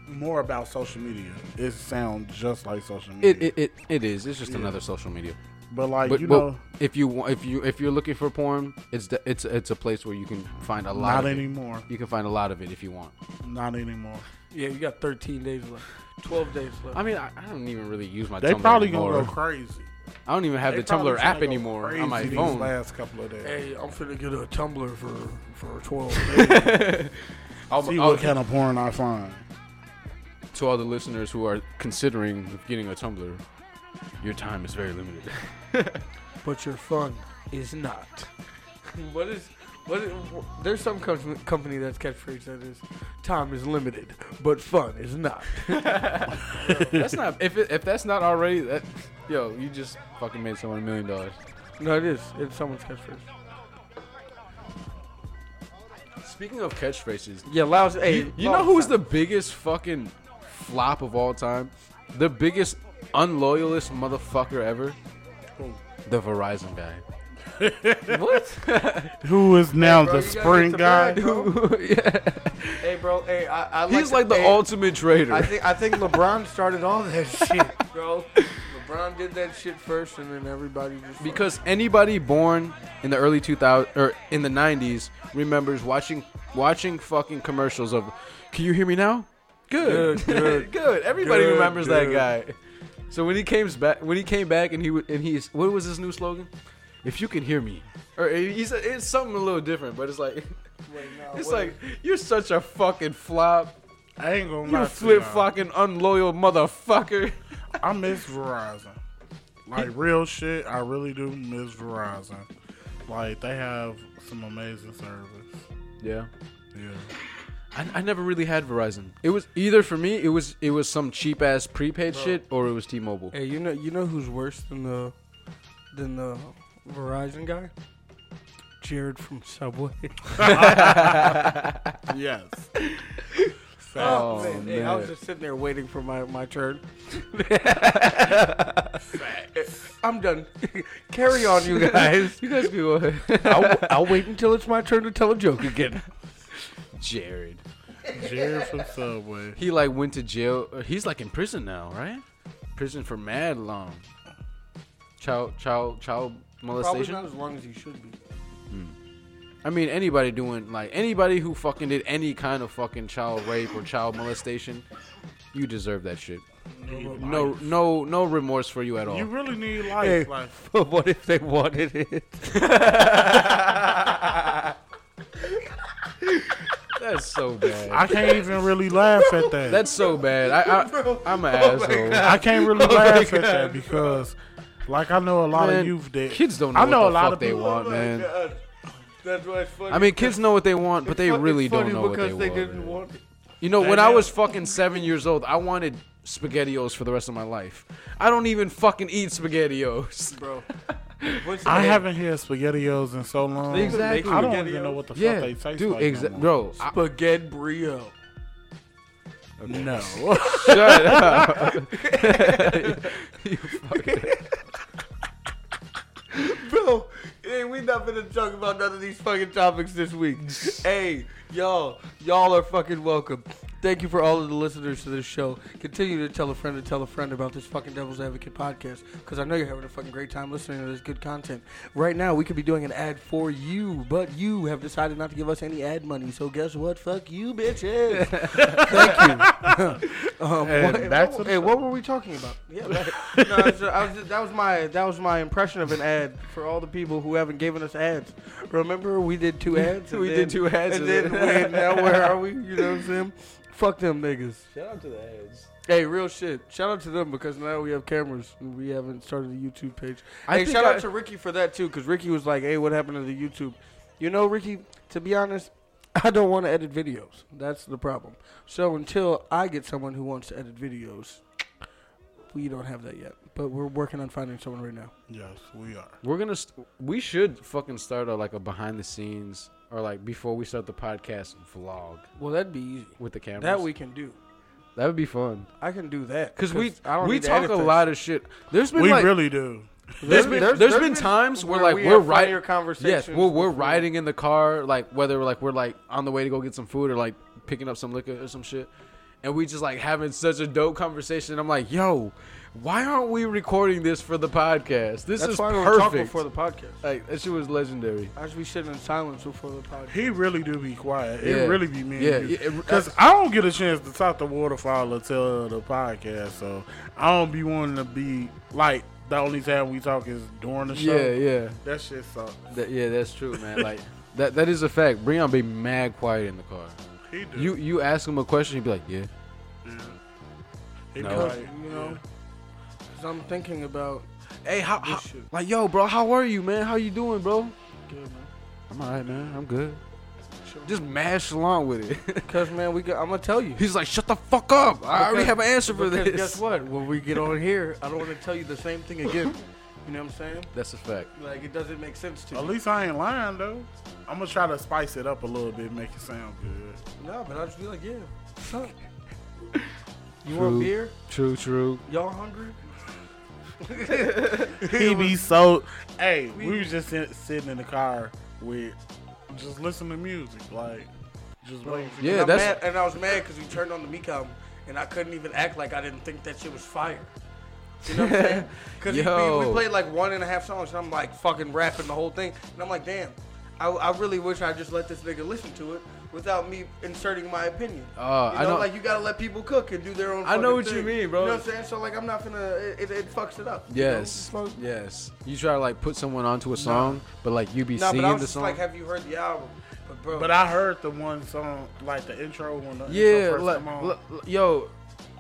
Speaker 3: more about social media. It sounds just like social media.
Speaker 2: It it, it, it is. It's just another social media.
Speaker 3: but like
Speaker 2: But,
Speaker 3: you
Speaker 2: but
Speaker 3: know
Speaker 2: if you wa- if you if you're looking for porn, it's the, it's it's a place where you can find a lot.
Speaker 3: not
Speaker 2: of it.
Speaker 3: anymore.
Speaker 2: You can find a lot of it if you want.
Speaker 3: Not anymore.
Speaker 1: yeah, you got 13 days left. 12 days left.
Speaker 2: I mean, I, I don't even really use my
Speaker 3: They
Speaker 2: Tumblr
Speaker 3: probably
Speaker 2: anymore.
Speaker 3: gonna go crazy.
Speaker 2: I don't even have
Speaker 3: They
Speaker 2: the
Speaker 3: probably
Speaker 2: Tumblr app
Speaker 3: gonna go
Speaker 2: anymore on my
Speaker 3: crazy these
Speaker 2: phone.
Speaker 3: Last couple of days.
Speaker 1: Hey, I'm finna get a tumbler for for 12 days.
Speaker 2: I'll-
Speaker 3: See
Speaker 2: I'll-
Speaker 3: what kind of porn I find.
Speaker 2: to all the listeners who are considering getting a Tumblr, your time is very limited.
Speaker 1: but your fun is not. what is what? Is, there's some com- company that's catchphrase that is time is limited, but fun is not.
Speaker 2: that's not if it, if that's not already that. Yo, you just fucking made someone a million dollars.
Speaker 1: No, it is. It's someone's catchphrase.
Speaker 2: Speaking of catchphrases,
Speaker 1: Yeah, Laos. Hey,
Speaker 2: You, you know who's the biggest fucking flop of all time? The biggest unloyalist motherfucker ever. The Verizon guy. what?
Speaker 3: Who is now
Speaker 1: bro,
Speaker 3: the
Speaker 1: you gotta
Speaker 3: Sprint
Speaker 1: get
Speaker 3: guy?
Speaker 1: the bag, bro.
Speaker 2: yeah.
Speaker 1: hey, bro. Hey, I, I
Speaker 2: He's like
Speaker 1: to-
Speaker 2: the
Speaker 1: hey,
Speaker 2: ultimate traitor.
Speaker 1: I think I think LeBron started all that shit, bro. LeBron did that shit first, and then everybody just
Speaker 2: because anybody born in the early 2000 or in the 90s remembers watching watching fucking commercials of can you hear me now good
Speaker 1: Good, good.
Speaker 2: everybody
Speaker 1: Good,
Speaker 2: remembers
Speaker 1: good.
Speaker 2: that guy so when he came back when he came back and he would and he's what was his new slogan if you can hear me or he said it's something a little different but it's like
Speaker 1: Wait, no,
Speaker 2: it's
Speaker 1: what
Speaker 2: like you're such a fucking flop
Speaker 3: I ain't gonna
Speaker 2: you
Speaker 3: lie to
Speaker 2: flip
Speaker 3: y'all.
Speaker 2: fucking unloyal motherfucker
Speaker 3: I miss Verizon. Like real shit, I really do miss Verizon. Like they have some amazing service.
Speaker 2: yeah
Speaker 3: Yeah.
Speaker 2: I, I never really had Verizon. It was either for me, it was it was some cheap ass prepaid shit, or it was T-Mobile.
Speaker 1: Hey, you know, you know who's worse than the than the Verizon guy? Jared from Subway.
Speaker 3: Yes.
Speaker 2: Oh,
Speaker 1: man. Hey, I was
Speaker 2: man.
Speaker 1: just sitting there waiting for my my turn. I'm done. Carry on, you guys.
Speaker 2: you guys can go ahead.
Speaker 1: I'll, I'll wait until it's my turn to tell a joke again.
Speaker 2: Jared.
Speaker 3: Jared from Subway.
Speaker 2: He like went to jail. uh, He's like in prison now, right? Prison for mad long. Child, child, child
Speaker 1: Probably
Speaker 2: molestation.
Speaker 1: not as long as he should be.
Speaker 2: I mean, anybody doing like anybody who fucking did any kind of fucking child rape or child molestation, you deserve that shit. No, no, no remorse for you at all.
Speaker 3: You really need life.
Speaker 1: Hey.
Speaker 3: Like
Speaker 1: But what if they wanted it?
Speaker 2: That's so bad.
Speaker 3: I can't even really laugh at that.
Speaker 2: That's so bad. I, I I'm an asshole.
Speaker 3: I can't really laugh at that because like I know a lot
Speaker 2: Oh Man,
Speaker 3: of youth that
Speaker 2: kids don't know
Speaker 3: I know
Speaker 2: what
Speaker 3: a
Speaker 2: the
Speaker 3: lot
Speaker 2: fuck
Speaker 3: of
Speaker 2: they
Speaker 3: people-
Speaker 2: want, man.
Speaker 1: Oh, That's why it's funny.
Speaker 2: I mean, kids know what they want, but
Speaker 1: It's
Speaker 2: they
Speaker 1: fu- it's
Speaker 2: really don't
Speaker 1: funny
Speaker 2: know what they,
Speaker 1: because
Speaker 2: want.
Speaker 1: didn't
Speaker 2: man.
Speaker 1: want it.
Speaker 2: You know, when
Speaker 3: Amen.
Speaker 2: I was fucking seven years old, I wanted SpaghettiOs for the rest of my life. I don't even fucking eat SpaghettiOs.
Speaker 1: bro. What's
Speaker 3: I
Speaker 1: the-
Speaker 3: haven't had SpaghettiOs in so long.
Speaker 2: Exactly.
Speaker 3: I don't even know what the
Speaker 2: yeah,
Speaker 3: fuck they taste
Speaker 2: dude,
Speaker 3: like.
Speaker 2: exa-
Speaker 3: no, more.
Speaker 2: bro. I,
Speaker 1: spaghetti brio.
Speaker 3: no.
Speaker 2: shut up. you fucking,
Speaker 1: Bro, hey, we not gonna talk about none of these fucking topics this week. hey, y'all, y'all are fucking welcome. Thank you for all of the listeners to this show. Continue to tell a friend to tell a friend about this fucking Devil's Advocate podcast because I know you're having a fucking great time listening to this good content. Right now, we could be doing an ad for you, but you have decided not to give us any ad money. So guess what? Fuck you, bitches. Thank you. um,
Speaker 3: And
Speaker 1: what,
Speaker 3: back
Speaker 1: what-
Speaker 3: to the
Speaker 1: hey, what were we talking about? Yeah, back- no, it's just- I was just- that was my that was my impression of an ad for all the people who haven't given us ads. Remember, we did two ads. and
Speaker 2: We did
Speaker 1: then-
Speaker 2: two ads
Speaker 1: and then
Speaker 2: and
Speaker 1: wait, now where are we? You know what I'm saying? Fuck them niggas.
Speaker 2: shout out to the ads.
Speaker 1: Hey, real shit. Shout out to them because now we have cameras and we haven't started a YouTube page.
Speaker 2: I
Speaker 1: hey,
Speaker 2: think
Speaker 1: shout
Speaker 2: I-
Speaker 1: out to Ricky for that too because Ricky was like, "Hey, what happened to the YouTube?" You know, Ricky. To be honest, I don't want to edit videos. That's the problem. So until I get someone who wants to edit videos, we don't have that yet. But we're working on finding someone right now.
Speaker 3: yes, we are.
Speaker 2: We're gonna. St- we should fucking start a, like a behind the scenes or like before we start the podcast vlog
Speaker 1: Well, that'd be easy.
Speaker 2: with the cameras.
Speaker 1: That we can do.
Speaker 2: That would be fun.
Speaker 1: I can do that
Speaker 2: Cause we
Speaker 1: I don't
Speaker 2: we
Speaker 1: need to
Speaker 2: talk
Speaker 1: edit
Speaker 2: a
Speaker 1: this.
Speaker 2: lot of shit. There's been
Speaker 3: we
Speaker 2: like
Speaker 3: really do.
Speaker 2: there's been
Speaker 1: There's-
Speaker 2: there's
Speaker 1: there's been
Speaker 2: been times where
Speaker 1: where
Speaker 2: like
Speaker 1: we
Speaker 2: we're
Speaker 1: have funnier
Speaker 2: riding Yes,
Speaker 1: conversations
Speaker 2: well we're
Speaker 1: before.
Speaker 2: riding in the car like whether like we're like on the way to go get some food or like picking up some liquor or some shit, and we just like having such a dope conversation. I'm like, yo, why aren't we recording this for the podcast? This
Speaker 1: That's
Speaker 2: is
Speaker 1: why we were talking
Speaker 2: perfect.
Speaker 1: before the podcast.
Speaker 2: like that shit was legendary.
Speaker 1: As we sitting in silence before the podcast.
Speaker 3: He really do be quiet. It
Speaker 2: Yeah.
Speaker 3: really be me.
Speaker 2: Yeah,
Speaker 3: and you.
Speaker 2: yeah, it-
Speaker 3: Cause I don't get a chance to talk to Waterfall until the podcast, so I don't be wanting to be like the only time we talk is during the show.
Speaker 2: Yeah, yeah,
Speaker 3: That shit sucks.
Speaker 2: That- yeah. That's true, man. Like that that is a fact. Breon be mad quiet in the car.
Speaker 3: He do.
Speaker 2: You you ask him a question, he'd be like, yeah.
Speaker 3: He be
Speaker 2: No.
Speaker 3: like,
Speaker 1: you know, 'cause I'm thinking about
Speaker 2: Hey, how, how
Speaker 1: shit.
Speaker 2: like yo, bro? How are you, man? How you doing, bro?
Speaker 1: good man.
Speaker 2: I'm alright, man. I'm good. Just mash along with it.
Speaker 1: Cause man, we got, I'm gonna tell you.
Speaker 2: He's like, shut the fuck up. I already
Speaker 1: Because-
Speaker 2: have an answer for
Speaker 1: because
Speaker 2: this.
Speaker 1: Guess what? When we get on here, I don't want to tell you the same thing again. You know what I'm saying?
Speaker 2: That's a fact.
Speaker 1: Like it doesn't make sense to
Speaker 3: At
Speaker 1: you.
Speaker 3: least I ain't lying though. I'm gonna try to spice it up a little bit, make it sound good.
Speaker 1: No, but I'll just be like, yeah. what's up? You want
Speaker 2: True.
Speaker 1: beer?
Speaker 2: True, true.
Speaker 1: Y'all hungry?
Speaker 3: He be so. Hey, we, was just sit, sitting in the car with just listening to music, like just waiting. For
Speaker 2: Yeah,
Speaker 1: and
Speaker 2: that's-
Speaker 1: I'm mad, and I was mad because we turned on the Meek album, and I couldn't even act like I didn't think that shit was fire. You know what I'm saying? Because we,
Speaker 2: Yo.
Speaker 1: we played like one and a half songs, and I'm like fucking rapping the whole thing, and I'm like, damn, I, I really wish I just let this nigga listen to it without me inserting my opinion.
Speaker 2: Uh,
Speaker 1: you
Speaker 2: I know-
Speaker 1: like you gotta let people cook and do their own.
Speaker 2: I
Speaker 1: fucking
Speaker 2: know what you
Speaker 1: thing.
Speaker 2: mean, bro.
Speaker 1: You know what I'm saying? So like, I'm not gonna. It, it fucks it up. you know?
Speaker 2: Yes,
Speaker 1: It's like-
Speaker 2: yes. You try to like put someone onto a song, but like you be
Speaker 1: Nah,
Speaker 2: singing
Speaker 1: but I was
Speaker 2: the
Speaker 1: just
Speaker 2: song.
Speaker 1: like, have you heard the album? But bro,
Speaker 3: But I heard the one song, like the intro when the intro
Speaker 2: yeah,
Speaker 3: first
Speaker 2: like,
Speaker 3: come on.
Speaker 2: l- l- yo,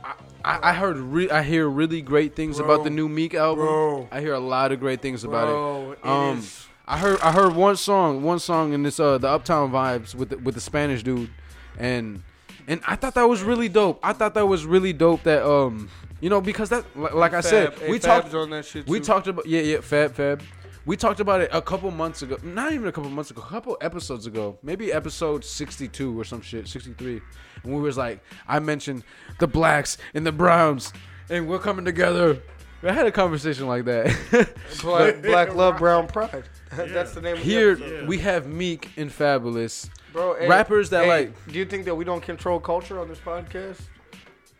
Speaker 2: I, I, I heard re- I hear really great things
Speaker 1: Bro.
Speaker 2: about the new Meek album.
Speaker 1: Bro.
Speaker 2: I hear a lot of great things about
Speaker 1: Bro, it
Speaker 2: it. Um,
Speaker 1: is-
Speaker 2: I heard I heard one song, one song in this uh the Uptown vibes with the, with the Spanish dude, and and I thought that was really dope. I thought that was really dope. That um, you know, because that li- like, I said,
Speaker 1: Fab- hey,
Speaker 2: we
Speaker 1: Fab's
Speaker 2: talked
Speaker 1: on that shit.
Speaker 2: We
Speaker 1: too.
Speaker 2: talked about yeah, yeah, Fab Fab. We talked about it a couple months ago. Not even a couple months ago, a couple episodes ago. Maybe episode 62 or some shit, 63. And we was like, I mentioned the blacks and the browns and we're coming together. I had a conversation like that.
Speaker 1: Black, Black Love Brown Pride. That's the name. Of
Speaker 2: Here
Speaker 1: the episode.
Speaker 2: we have Meek and Fabulous.
Speaker 1: bro, hey,
Speaker 2: rappers that
Speaker 1: hey,
Speaker 2: like
Speaker 1: Do you think that we don't control culture on this podcast?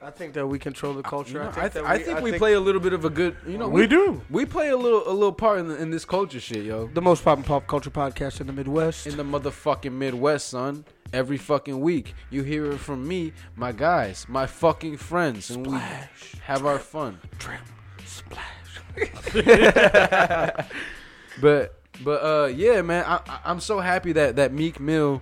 Speaker 1: I think that we control the
Speaker 2: you
Speaker 1: culture.
Speaker 2: know,
Speaker 1: I think,
Speaker 2: I, th-
Speaker 1: that
Speaker 2: I think we play a little bit of a good, you know, we,
Speaker 3: do.
Speaker 2: we play a little a little part in, in this culture shit, yo.
Speaker 1: the most pop and pop culture podcast in the Midwest.
Speaker 2: in the motherfucking Midwest, son. Every fucking week, you hear it from me, my guys, my fucking friends, and we have our fun. But but uh, yeah, man, I, I, I'm so happy that that Meek Mill,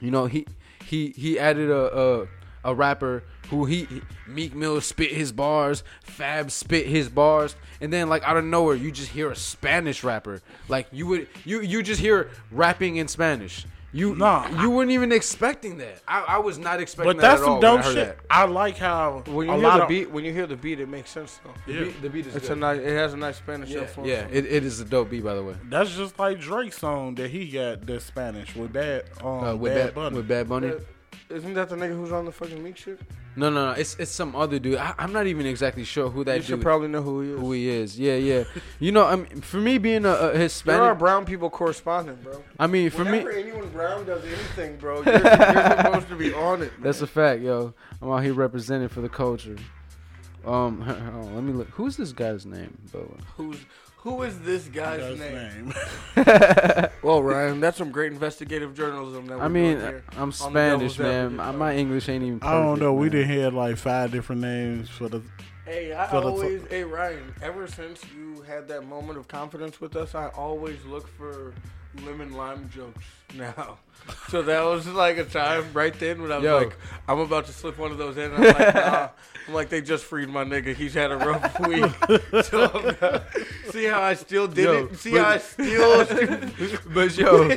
Speaker 2: you know, he he he added a a, a rapper who he, he- Meek Mill spit his bars, Fab spit his bars, and then like out of nowhere, you just hear a Spanish rapper. Like you would you you just hear rapping in Spanish. You
Speaker 3: Nah,
Speaker 2: you weren't even expecting that. I, I was not expecting
Speaker 3: But
Speaker 2: that
Speaker 3: that's
Speaker 2: at all
Speaker 3: some
Speaker 2: when
Speaker 3: dope
Speaker 2: I heard
Speaker 3: shit.
Speaker 2: that.
Speaker 3: I like how
Speaker 1: when you
Speaker 3: a
Speaker 1: hear
Speaker 3: lot
Speaker 1: the
Speaker 3: of
Speaker 1: beat, when you hear the beat, it makes sense though.
Speaker 2: The beat, the beat is
Speaker 1: It's a
Speaker 2: good.
Speaker 1: nice. It has a nice Spanish
Speaker 2: yeah,
Speaker 1: influence.
Speaker 2: yeah it, it is a dope beat by the way.
Speaker 3: That's just like Drake's song that he got the Spanish with that um
Speaker 2: Uh, with
Speaker 3: Bad
Speaker 2: Bad,
Speaker 3: Bunny.
Speaker 2: with Bad Bunny.
Speaker 1: Uh, Isn't that the nigga who's on the fucking Meek shit?
Speaker 2: No, no, no. It's it's some other dude. I, I'm not even exactly sure who that
Speaker 1: You should
Speaker 2: dude
Speaker 1: probably know who he is.
Speaker 2: who he is. Yeah, yeah. you know, I mean, for me being a, a
Speaker 1: there are
Speaker 2: Hispanic,
Speaker 1: brown people corresponding, bro.
Speaker 2: I mean, for me,
Speaker 1: Whenever anyone brown does anything, bro, you're, you're supposed to be on it. man.
Speaker 2: that's a fact, yo. I'm out here representing for the culture. Um, hold on, let me look. Who's this guy's name? Bo?
Speaker 1: Who's who is this guy's
Speaker 3: That's
Speaker 1: name?
Speaker 3: name.
Speaker 1: Well, Ryan, that's some great investigative journalism. That we're
Speaker 2: I mean,
Speaker 1: doing here
Speaker 2: I'm
Speaker 1: on the Devil's
Speaker 2: Spanish, man.
Speaker 1: Advocate.
Speaker 2: My English ain't even.
Speaker 3: I don't
Speaker 2: perfect,
Speaker 3: know.
Speaker 2: man.
Speaker 3: We didn't have like five different names for the.
Speaker 1: Hey, I
Speaker 3: for the-
Speaker 1: always, hey Ryan. Ever since you had that moment of confidence with us, I always look for lemon lime jokes now. So that was like a time right then when I was
Speaker 2: Yo.
Speaker 1: like, I'm about to slip one of those in. And I'm like, nah. I'm like, they just freed my nigga. He's had a rough week. So I'm not- see how I still did
Speaker 2: Yo,
Speaker 1: it. See
Speaker 2: but-
Speaker 1: how I still.
Speaker 2: But yo,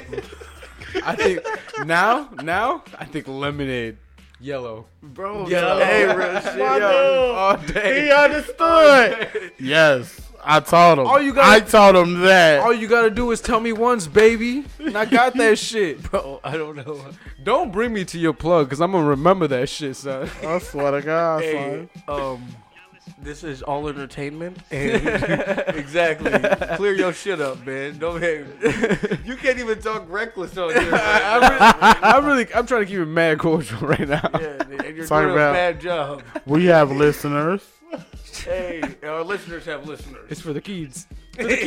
Speaker 2: I think now, now I think lemonade, yellow,
Speaker 1: Bro,
Speaker 2: Yo.
Speaker 1: hey, real shit,
Speaker 3: My
Speaker 1: yo.
Speaker 3: dude,
Speaker 2: all day.
Speaker 3: He understood. yes, I taught him.
Speaker 2: All you gotta-
Speaker 3: I taught him that.
Speaker 2: All you gotta do is tell me once, baby, and I got that shit.
Speaker 1: Bro, I don't know.
Speaker 2: Don't bring me to your plug, cause I'm gonna remember that shit, son.
Speaker 3: I swear to God,
Speaker 1: Hey,
Speaker 3: son.
Speaker 1: um, this is all entertainment. And exactly. Clear your shit up, man. Don't hey, You can't even talk reckless on here. Man.
Speaker 2: I really, I'm trying to keep it mad cordial right now.
Speaker 1: Yeah, and you're
Speaker 3: Sorry,
Speaker 1: doing
Speaker 3: bro.
Speaker 1: a bad job.
Speaker 3: We have listeners.
Speaker 1: Hey, our listeners have listeners.
Speaker 2: It's for the kids. For the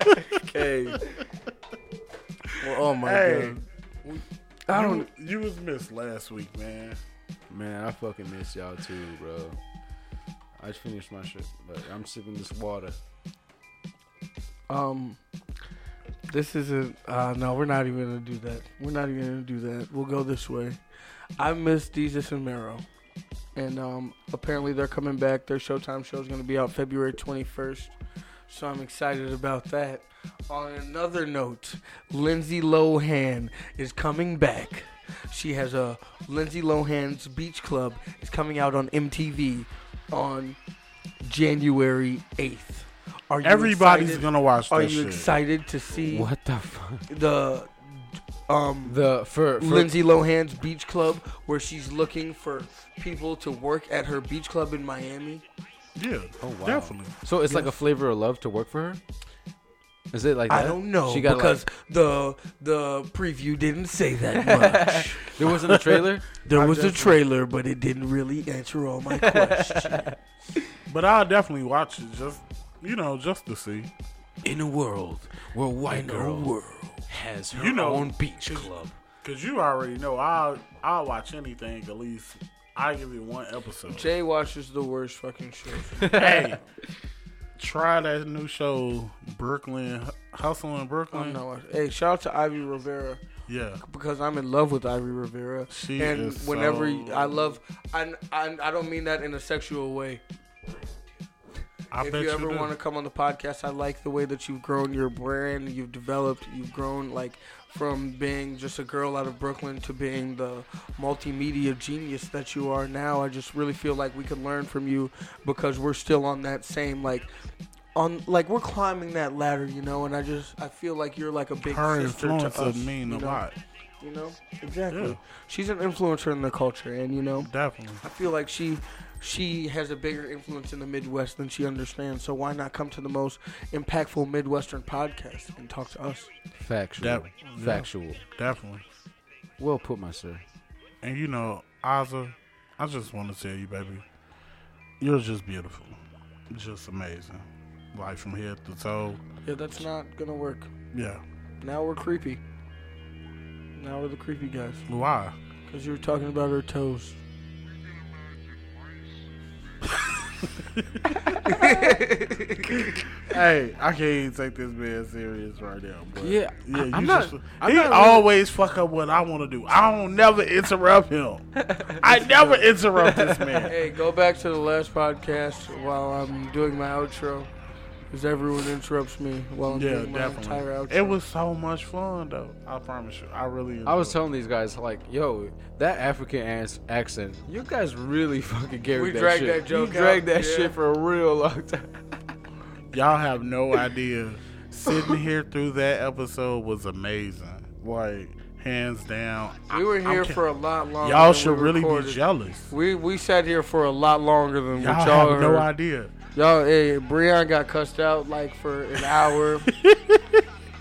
Speaker 2: kids.
Speaker 1: Hey. Well, oh my
Speaker 3: Hey.
Speaker 1: god.
Speaker 3: I don't. You, you was missed last week, man.
Speaker 2: Man, I fucking miss y'all too, bro. I just finished my shit, but I'm sipping this water.
Speaker 1: Um, this isn't. Uh, no, we're not even gonna do that. We're not even gonna do that. We'll go this way. I miss Jesus and Mero, and um, apparently they're coming back. Their Showtime show is gonna be out February 21st, so I'm excited about that. On another note, Lindsay Lohan is coming back. She has a Lindsay Lohan's Beach Club is coming out on MTV on January 8th. Are you
Speaker 3: Everybody's
Speaker 1: excited?
Speaker 3: gonna watch
Speaker 1: Are
Speaker 3: this
Speaker 1: you
Speaker 3: shit.
Speaker 1: excited to see
Speaker 2: What the fuck?
Speaker 1: the um,
Speaker 2: The for, for
Speaker 1: Lindsay Lohan's beach club where she's looking for people to work at her beach club in Miami.
Speaker 3: Yeah. Oh wow. Definitely.
Speaker 2: So it's like a flavor of love to work for her. Is it like
Speaker 1: I
Speaker 2: that?
Speaker 1: don't know
Speaker 2: She got
Speaker 1: because
Speaker 2: like,
Speaker 1: the the preview didn't say that much.
Speaker 2: there wasn't a trailer.
Speaker 1: there was a trailer, but it didn't really answer all my questions.
Speaker 3: But I'll definitely watch it just you know, just to see.
Speaker 2: In a world where white girl
Speaker 1: world.
Speaker 2: has her
Speaker 3: You know,
Speaker 2: own beach
Speaker 3: cause-
Speaker 2: club.
Speaker 3: Cause you already know I'll I'll watch anything at least I give you one episode.
Speaker 1: Jay watches the worst fucking shit.
Speaker 3: hey, try that new show, Brooklyn Hustle in
Speaker 1: I'm
Speaker 3: Brooklyn.
Speaker 1: not watching. Hey, shout out to Ivy Rivera
Speaker 3: Yeah,
Speaker 1: because I'm in love with Ivy Rivera.
Speaker 3: She
Speaker 1: and
Speaker 3: is
Speaker 1: whenever
Speaker 3: so-
Speaker 1: I love, I, I I don't mean that in a sexual way.
Speaker 3: I
Speaker 1: if
Speaker 3: bet
Speaker 1: you ever
Speaker 3: do.
Speaker 1: want to come on the podcast, I like the way that you've grown your brand, you've developed, you've grown like from being just a girl out of Brooklyn to being the multimedia genius that you are now. I just really feel like we can learn from you because we're still on that same like on like we're climbing that ladder, you know, and I just I feel like you're like a big
Speaker 3: Her
Speaker 1: sister to
Speaker 3: influence
Speaker 1: us,
Speaker 3: would mean
Speaker 1: you
Speaker 3: a
Speaker 1: know?
Speaker 3: lot,
Speaker 1: You know? Exactly.
Speaker 3: Yeah.
Speaker 1: She's an influencer in the culture and you know
Speaker 3: definitely.
Speaker 1: I feel like she she has a bigger influence in the Midwest than she understands. So why not come to the most impactful Midwestern podcast and talk to us?
Speaker 2: Factual.
Speaker 3: That-
Speaker 2: Factual.
Speaker 3: Definitely.
Speaker 2: Well put, my sir.
Speaker 3: And you know, Aza, I just want to tell you, baby, you're just beautiful, just amazing, like from head to toe.
Speaker 1: Yeah, that's not gonna work.
Speaker 3: Yeah.
Speaker 1: Now we're creepy. Now we're the creepy guys
Speaker 3: Why?
Speaker 1: because you were talking about her toes.
Speaker 3: Hey, I can't even take this man serious right now. But
Speaker 2: Yeah, I-
Speaker 3: you
Speaker 2: I'm
Speaker 3: just,
Speaker 2: not- I'm
Speaker 3: he
Speaker 2: not really-
Speaker 3: always fuck up what I want to do. I don't never interrupt him. I never interrupt this man.
Speaker 1: Hey, go back to the last podcast while I'm doing my outro. Because everyone interrupts me while I'm
Speaker 3: Yeah,
Speaker 1: doing my entire outro.
Speaker 3: definitely. It was so much fun though. I promise you, I really.
Speaker 2: I was
Speaker 3: enjoyed
Speaker 2: telling these guys like, yo, that African ass accent. You guys really fucking carried
Speaker 1: We
Speaker 2: that
Speaker 1: dragged
Speaker 2: shit.
Speaker 1: that joke
Speaker 2: you dragged
Speaker 1: out,
Speaker 2: that
Speaker 1: yeah.
Speaker 2: shit for a real long time.
Speaker 3: it. y'all have no idea. Sitting here through that episode was amazing. Like hands down. I-
Speaker 1: we were
Speaker 3: I'm
Speaker 1: here
Speaker 3: ca-
Speaker 1: for a lot longer.
Speaker 3: Y'all
Speaker 1: than
Speaker 3: should
Speaker 1: we
Speaker 3: really
Speaker 1: recorded.
Speaker 3: be jealous.
Speaker 1: We we sat here for a lot longer than
Speaker 3: Y'all
Speaker 1: what y'all
Speaker 3: have
Speaker 1: heard.
Speaker 3: no idea.
Speaker 1: Y'all, hey, Breon got cussed out like for an hour.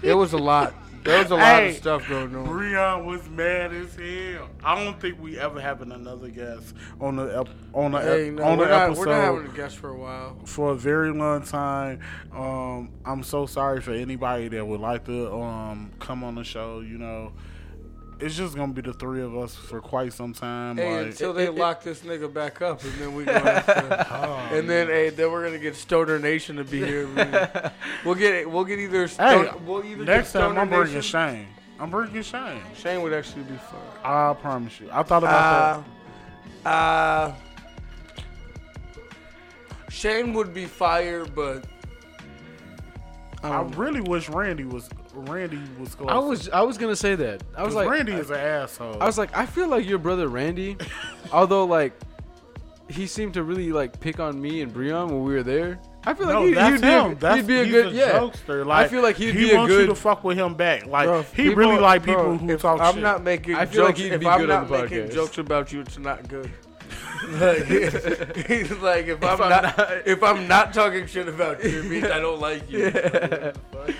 Speaker 1: it was a lot. There was a lot of
Speaker 3: Hey,
Speaker 1: stuff going on.
Speaker 3: Breon was mad as hell. I don't think we ever having another guest on the ep- on the ep-
Speaker 1: hey, no,
Speaker 3: on
Speaker 1: we're,
Speaker 3: the
Speaker 1: not,
Speaker 3: episode
Speaker 1: we're not having a guest for a while.
Speaker 3: for a very long time. Um, I'm so sorry for anybody that would like to um come on the show. You know, it's just gonna be the three of us for quite some time.
Speaker 1: Hey,
Speaker 3: like,
Speaker 1: until they lock this nigga back up, and then we gonna have to, and then hey, then we're gonna get Stoner Nation to be here. Man. We'll get we'll get either
Speaker 3: hey,
Speaker 1: Stoner, we'll either
Speaker 3: next
Speaker 1: get
Speaker 3: time
Speaker 1: Stoner
Speaker 3: I'm bringing
Speaker 1: Nation.
Speaker 3: Shane. I'm bringing Shane.
Speaker 1: Shane would actually be fun.
Speaker 3: I promise you. I thought about
Speaker 1: Uh, uh, Shane would be fire, but Ah,
Speaker 3: that.
Speaker 1: um,
Speaker 3: I really wish Randy was Randy was close.
Speaker 2: I was I was gonna say that. I was like
Speaker 3: Randy is an asshole.
Speaker 2: I was like, I feel like your brother Randy, although like he seemed to really like pick on me and Breon when we were there. I feel like
Speaker 3: No,
Speaker 2: he,
Speaker 3: that's
Speaker 2: would be
Speaker 3: him.
Speaker 2: A,
Speaker 3: that's
Speaker 2: he'd be a
Speaker 3: he's
Speaker 2: good yeah.
Speaker 3: jokester. Like,
Speaker 2: I feel like he'd
Speaker 3: he
Speaker 2: be a
Speaker 3: wants you to
Speaker 2: good.
Speaker 3: fuck with him back. Like
Speaker 1: Bro,
Speaker 3: he really like people
Speaker 1: bro,
Speaker 3: who
Speaker 1: if
Speaker 3: talk
Speaker 1: I'm
Speaker 3: Oh, shit.
Speaker 1: not making
Speaker 2: I feel like
Speaker 1: jokes.
Speaker 2: he'd
Speaker 1: if
Speaker 2: be
Speaker 1: I'm
Speaker 2: good on
Speaker 1: not
Speaker 2: the
Speaker 1: making
Speaker 2: podcast.
Speaker 1: jokes about you, it's not good. like, it's like if, I'm, not, if I'm not talking shit about you, it means I don't like you. Like, what the fuck? Like,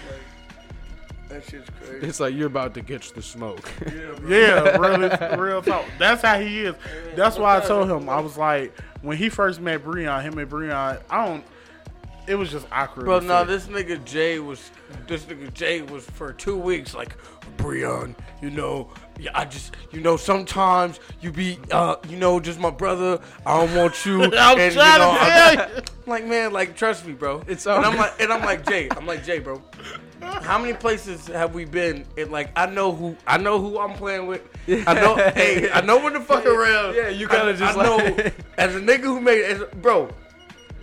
Speaker 1: that shit's crazy.
Speaker 2: It's like you're about to catch the smoke.
Speaker 1: Yeah, bro.
Speaker 3: yeah, really, real talk. That's how he is. That's why I told him. I was like, when he first met Breon, him and Breon, I don't. It was just awkward.
Speaker 1: Bro,
Speaker 3: to
Speaker 1: no,
Speaker 3: see.
Speaker 1: this nigga Jay was, this nigga Jay was for two weeks like, Breon, you know, yeah, I just, you know, sometimes you be, uh, you know, just my brother. I don't want you. and,
Speaker 3: I'm
Speaker 1: you
Speaker 3: trying
Speaker 1: know,
Speaker 3: to
Speaker 1: I-
Speaker 3: tell you.
Speaker 1: I'm like, man, like, trust me, bro.
Speaker 2: It's all
Speaker 1: and I'm
Speaker 2: good.
Speaker 1: like, and I'm like, Jay, I'm like, Jay, bro. How many places have we been? And like, I know who, I know who I'm playing with. I know, hey, I know when to fuck around.
Speaker 2: Yeah, you kinda
Speaker 1: I-
Speaker 2: just
Speaker 1: I
Speaker 2: like-
Speaker 1: know, as a nigga who made, as, bro,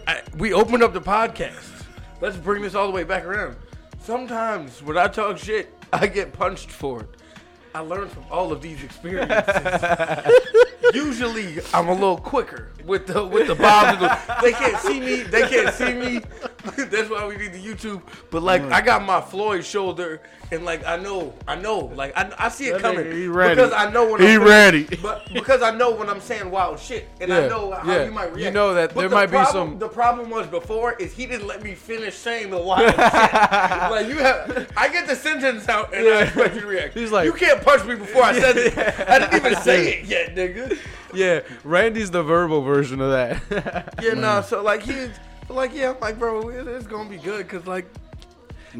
Speaker 1: I, we opened up the podcast. Let's bring this all the way back around. Sometimes when I talk shit, I get punched for it. I learned from all of these experiences. Usually, I'm a little quicker with the with the bombs. and the- they can't see me. They can't see me. That's why we need the YouTube. But like, I got my Floyd shoulder, and like, I know, I know, like, I, I see it
Speaker 3: That
Speaker 1: coming
Speaker 3: nigga, he ready.
Speaker 1: because I know when
Speaker 3: He
Speaker 1: I'm
Speaker 3: ready.
Speaker 1: But because I know when I'm saying wild shit, and I
Speaker 2: Yeah,
Speaker 1: know how
Speaker 2: yeah.
Speaker 1: you might
Speaker 2: You
Speaker 1: react.
Speaker 2: know that
Speaker 1: But
Speaker 2: there
Speaker 1: the
Speaker 2: might be
Speaker 1: problem-
Speaker 2: some-
Speaker 1: The problem was before is he didn't let me finish saying the wild shit. Like you have, I get the sentence out, and I expect you to react.
Speaker 2: He's like-
Speaker 1: you can't punch me before I said it. I didn't even say it yet, nigga.
Speaker 2: Yeah, Randy's the verbal version of that.
Speaker 1: Yeah, no. So like he's like, yeah, I'm like, bro, it- it's gonna be good because like,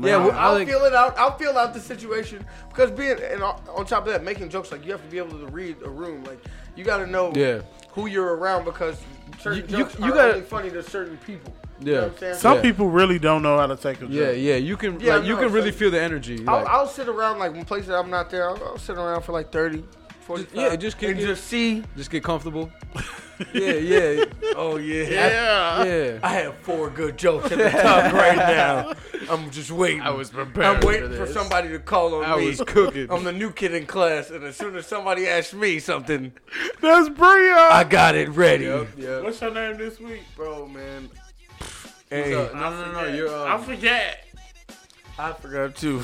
Speaker 2: yeah,
Speaker 1: I'll,
Speaker 2: well, I
Speaker 1: I'll
Speaker 2: think-
Speaker 1: feel it out. I'll feel out the situation because being and on on top of that, making jokes like you have to be able to read a room. Like you got to know
Speaker 2: Yeah.
Speaker 1: who you're around because certain
Speaker 2: You- you-
Speaker 1: jokes
Speaker 2: you
Speaker 1: are
Speaker 2: gotta-
Speaker 1: only funny to certain people. You
Speaker 2: Yeah.
Speaker 1: know what I'm saying?
Speaker 3: Some
Speaker 2: Yeah.
Speaker 3: people really don't know how to take a joke.
Speaker 2: yeah, yeah, you can
Speaker 1: Yeah,
Speaker 2: like, you
Speaker 1: no,
Speaker 2: can
Speaker 1: so-
Speaker 2: really feel the energy.
Speaker 1: I'll,
Speaker 2: like-
Speaker 1: I'll sit around like in places I'm not there. I'll, I'll sit around for like 30, 45.
Speaker 2: yeah, just keep
Speaker 1: and
Speaker 2: it-
Speaker 1: just see.
Speaker 2: just get comfortable. yeah, yeah,
Speaker 1: Oh yeah.
Speaker 3: Yeah.
Speaker 2: yeah.
Speaker 1: I have four good jokes in the tub right now. I'm just waiting.
Speaker 2: I was prepared
Speaker 1: I'm waiting
Speaker 2: for
Speaker 1: for,
Speaker 2: this.
Speaker 1: somebody to call on
Speaker 2: I
Speaker 1: me.
Speaker 2: was cooking.
Speaker 1: I'm the new kid in class, and as soon as somebody asks me something,
Speaker 3: That's Bria.
Speaker 1: I got it ready.
Speaker 2: Yup, yup.
Speaker 3: What's your name this week?
Speaker 1: Bro, man,
Speaker 2: Hey, no, no, no, you're.
Speaker 3: I
Speaker 2: Um,
Speaker 3: forget.
Speaker 1: I forgot too.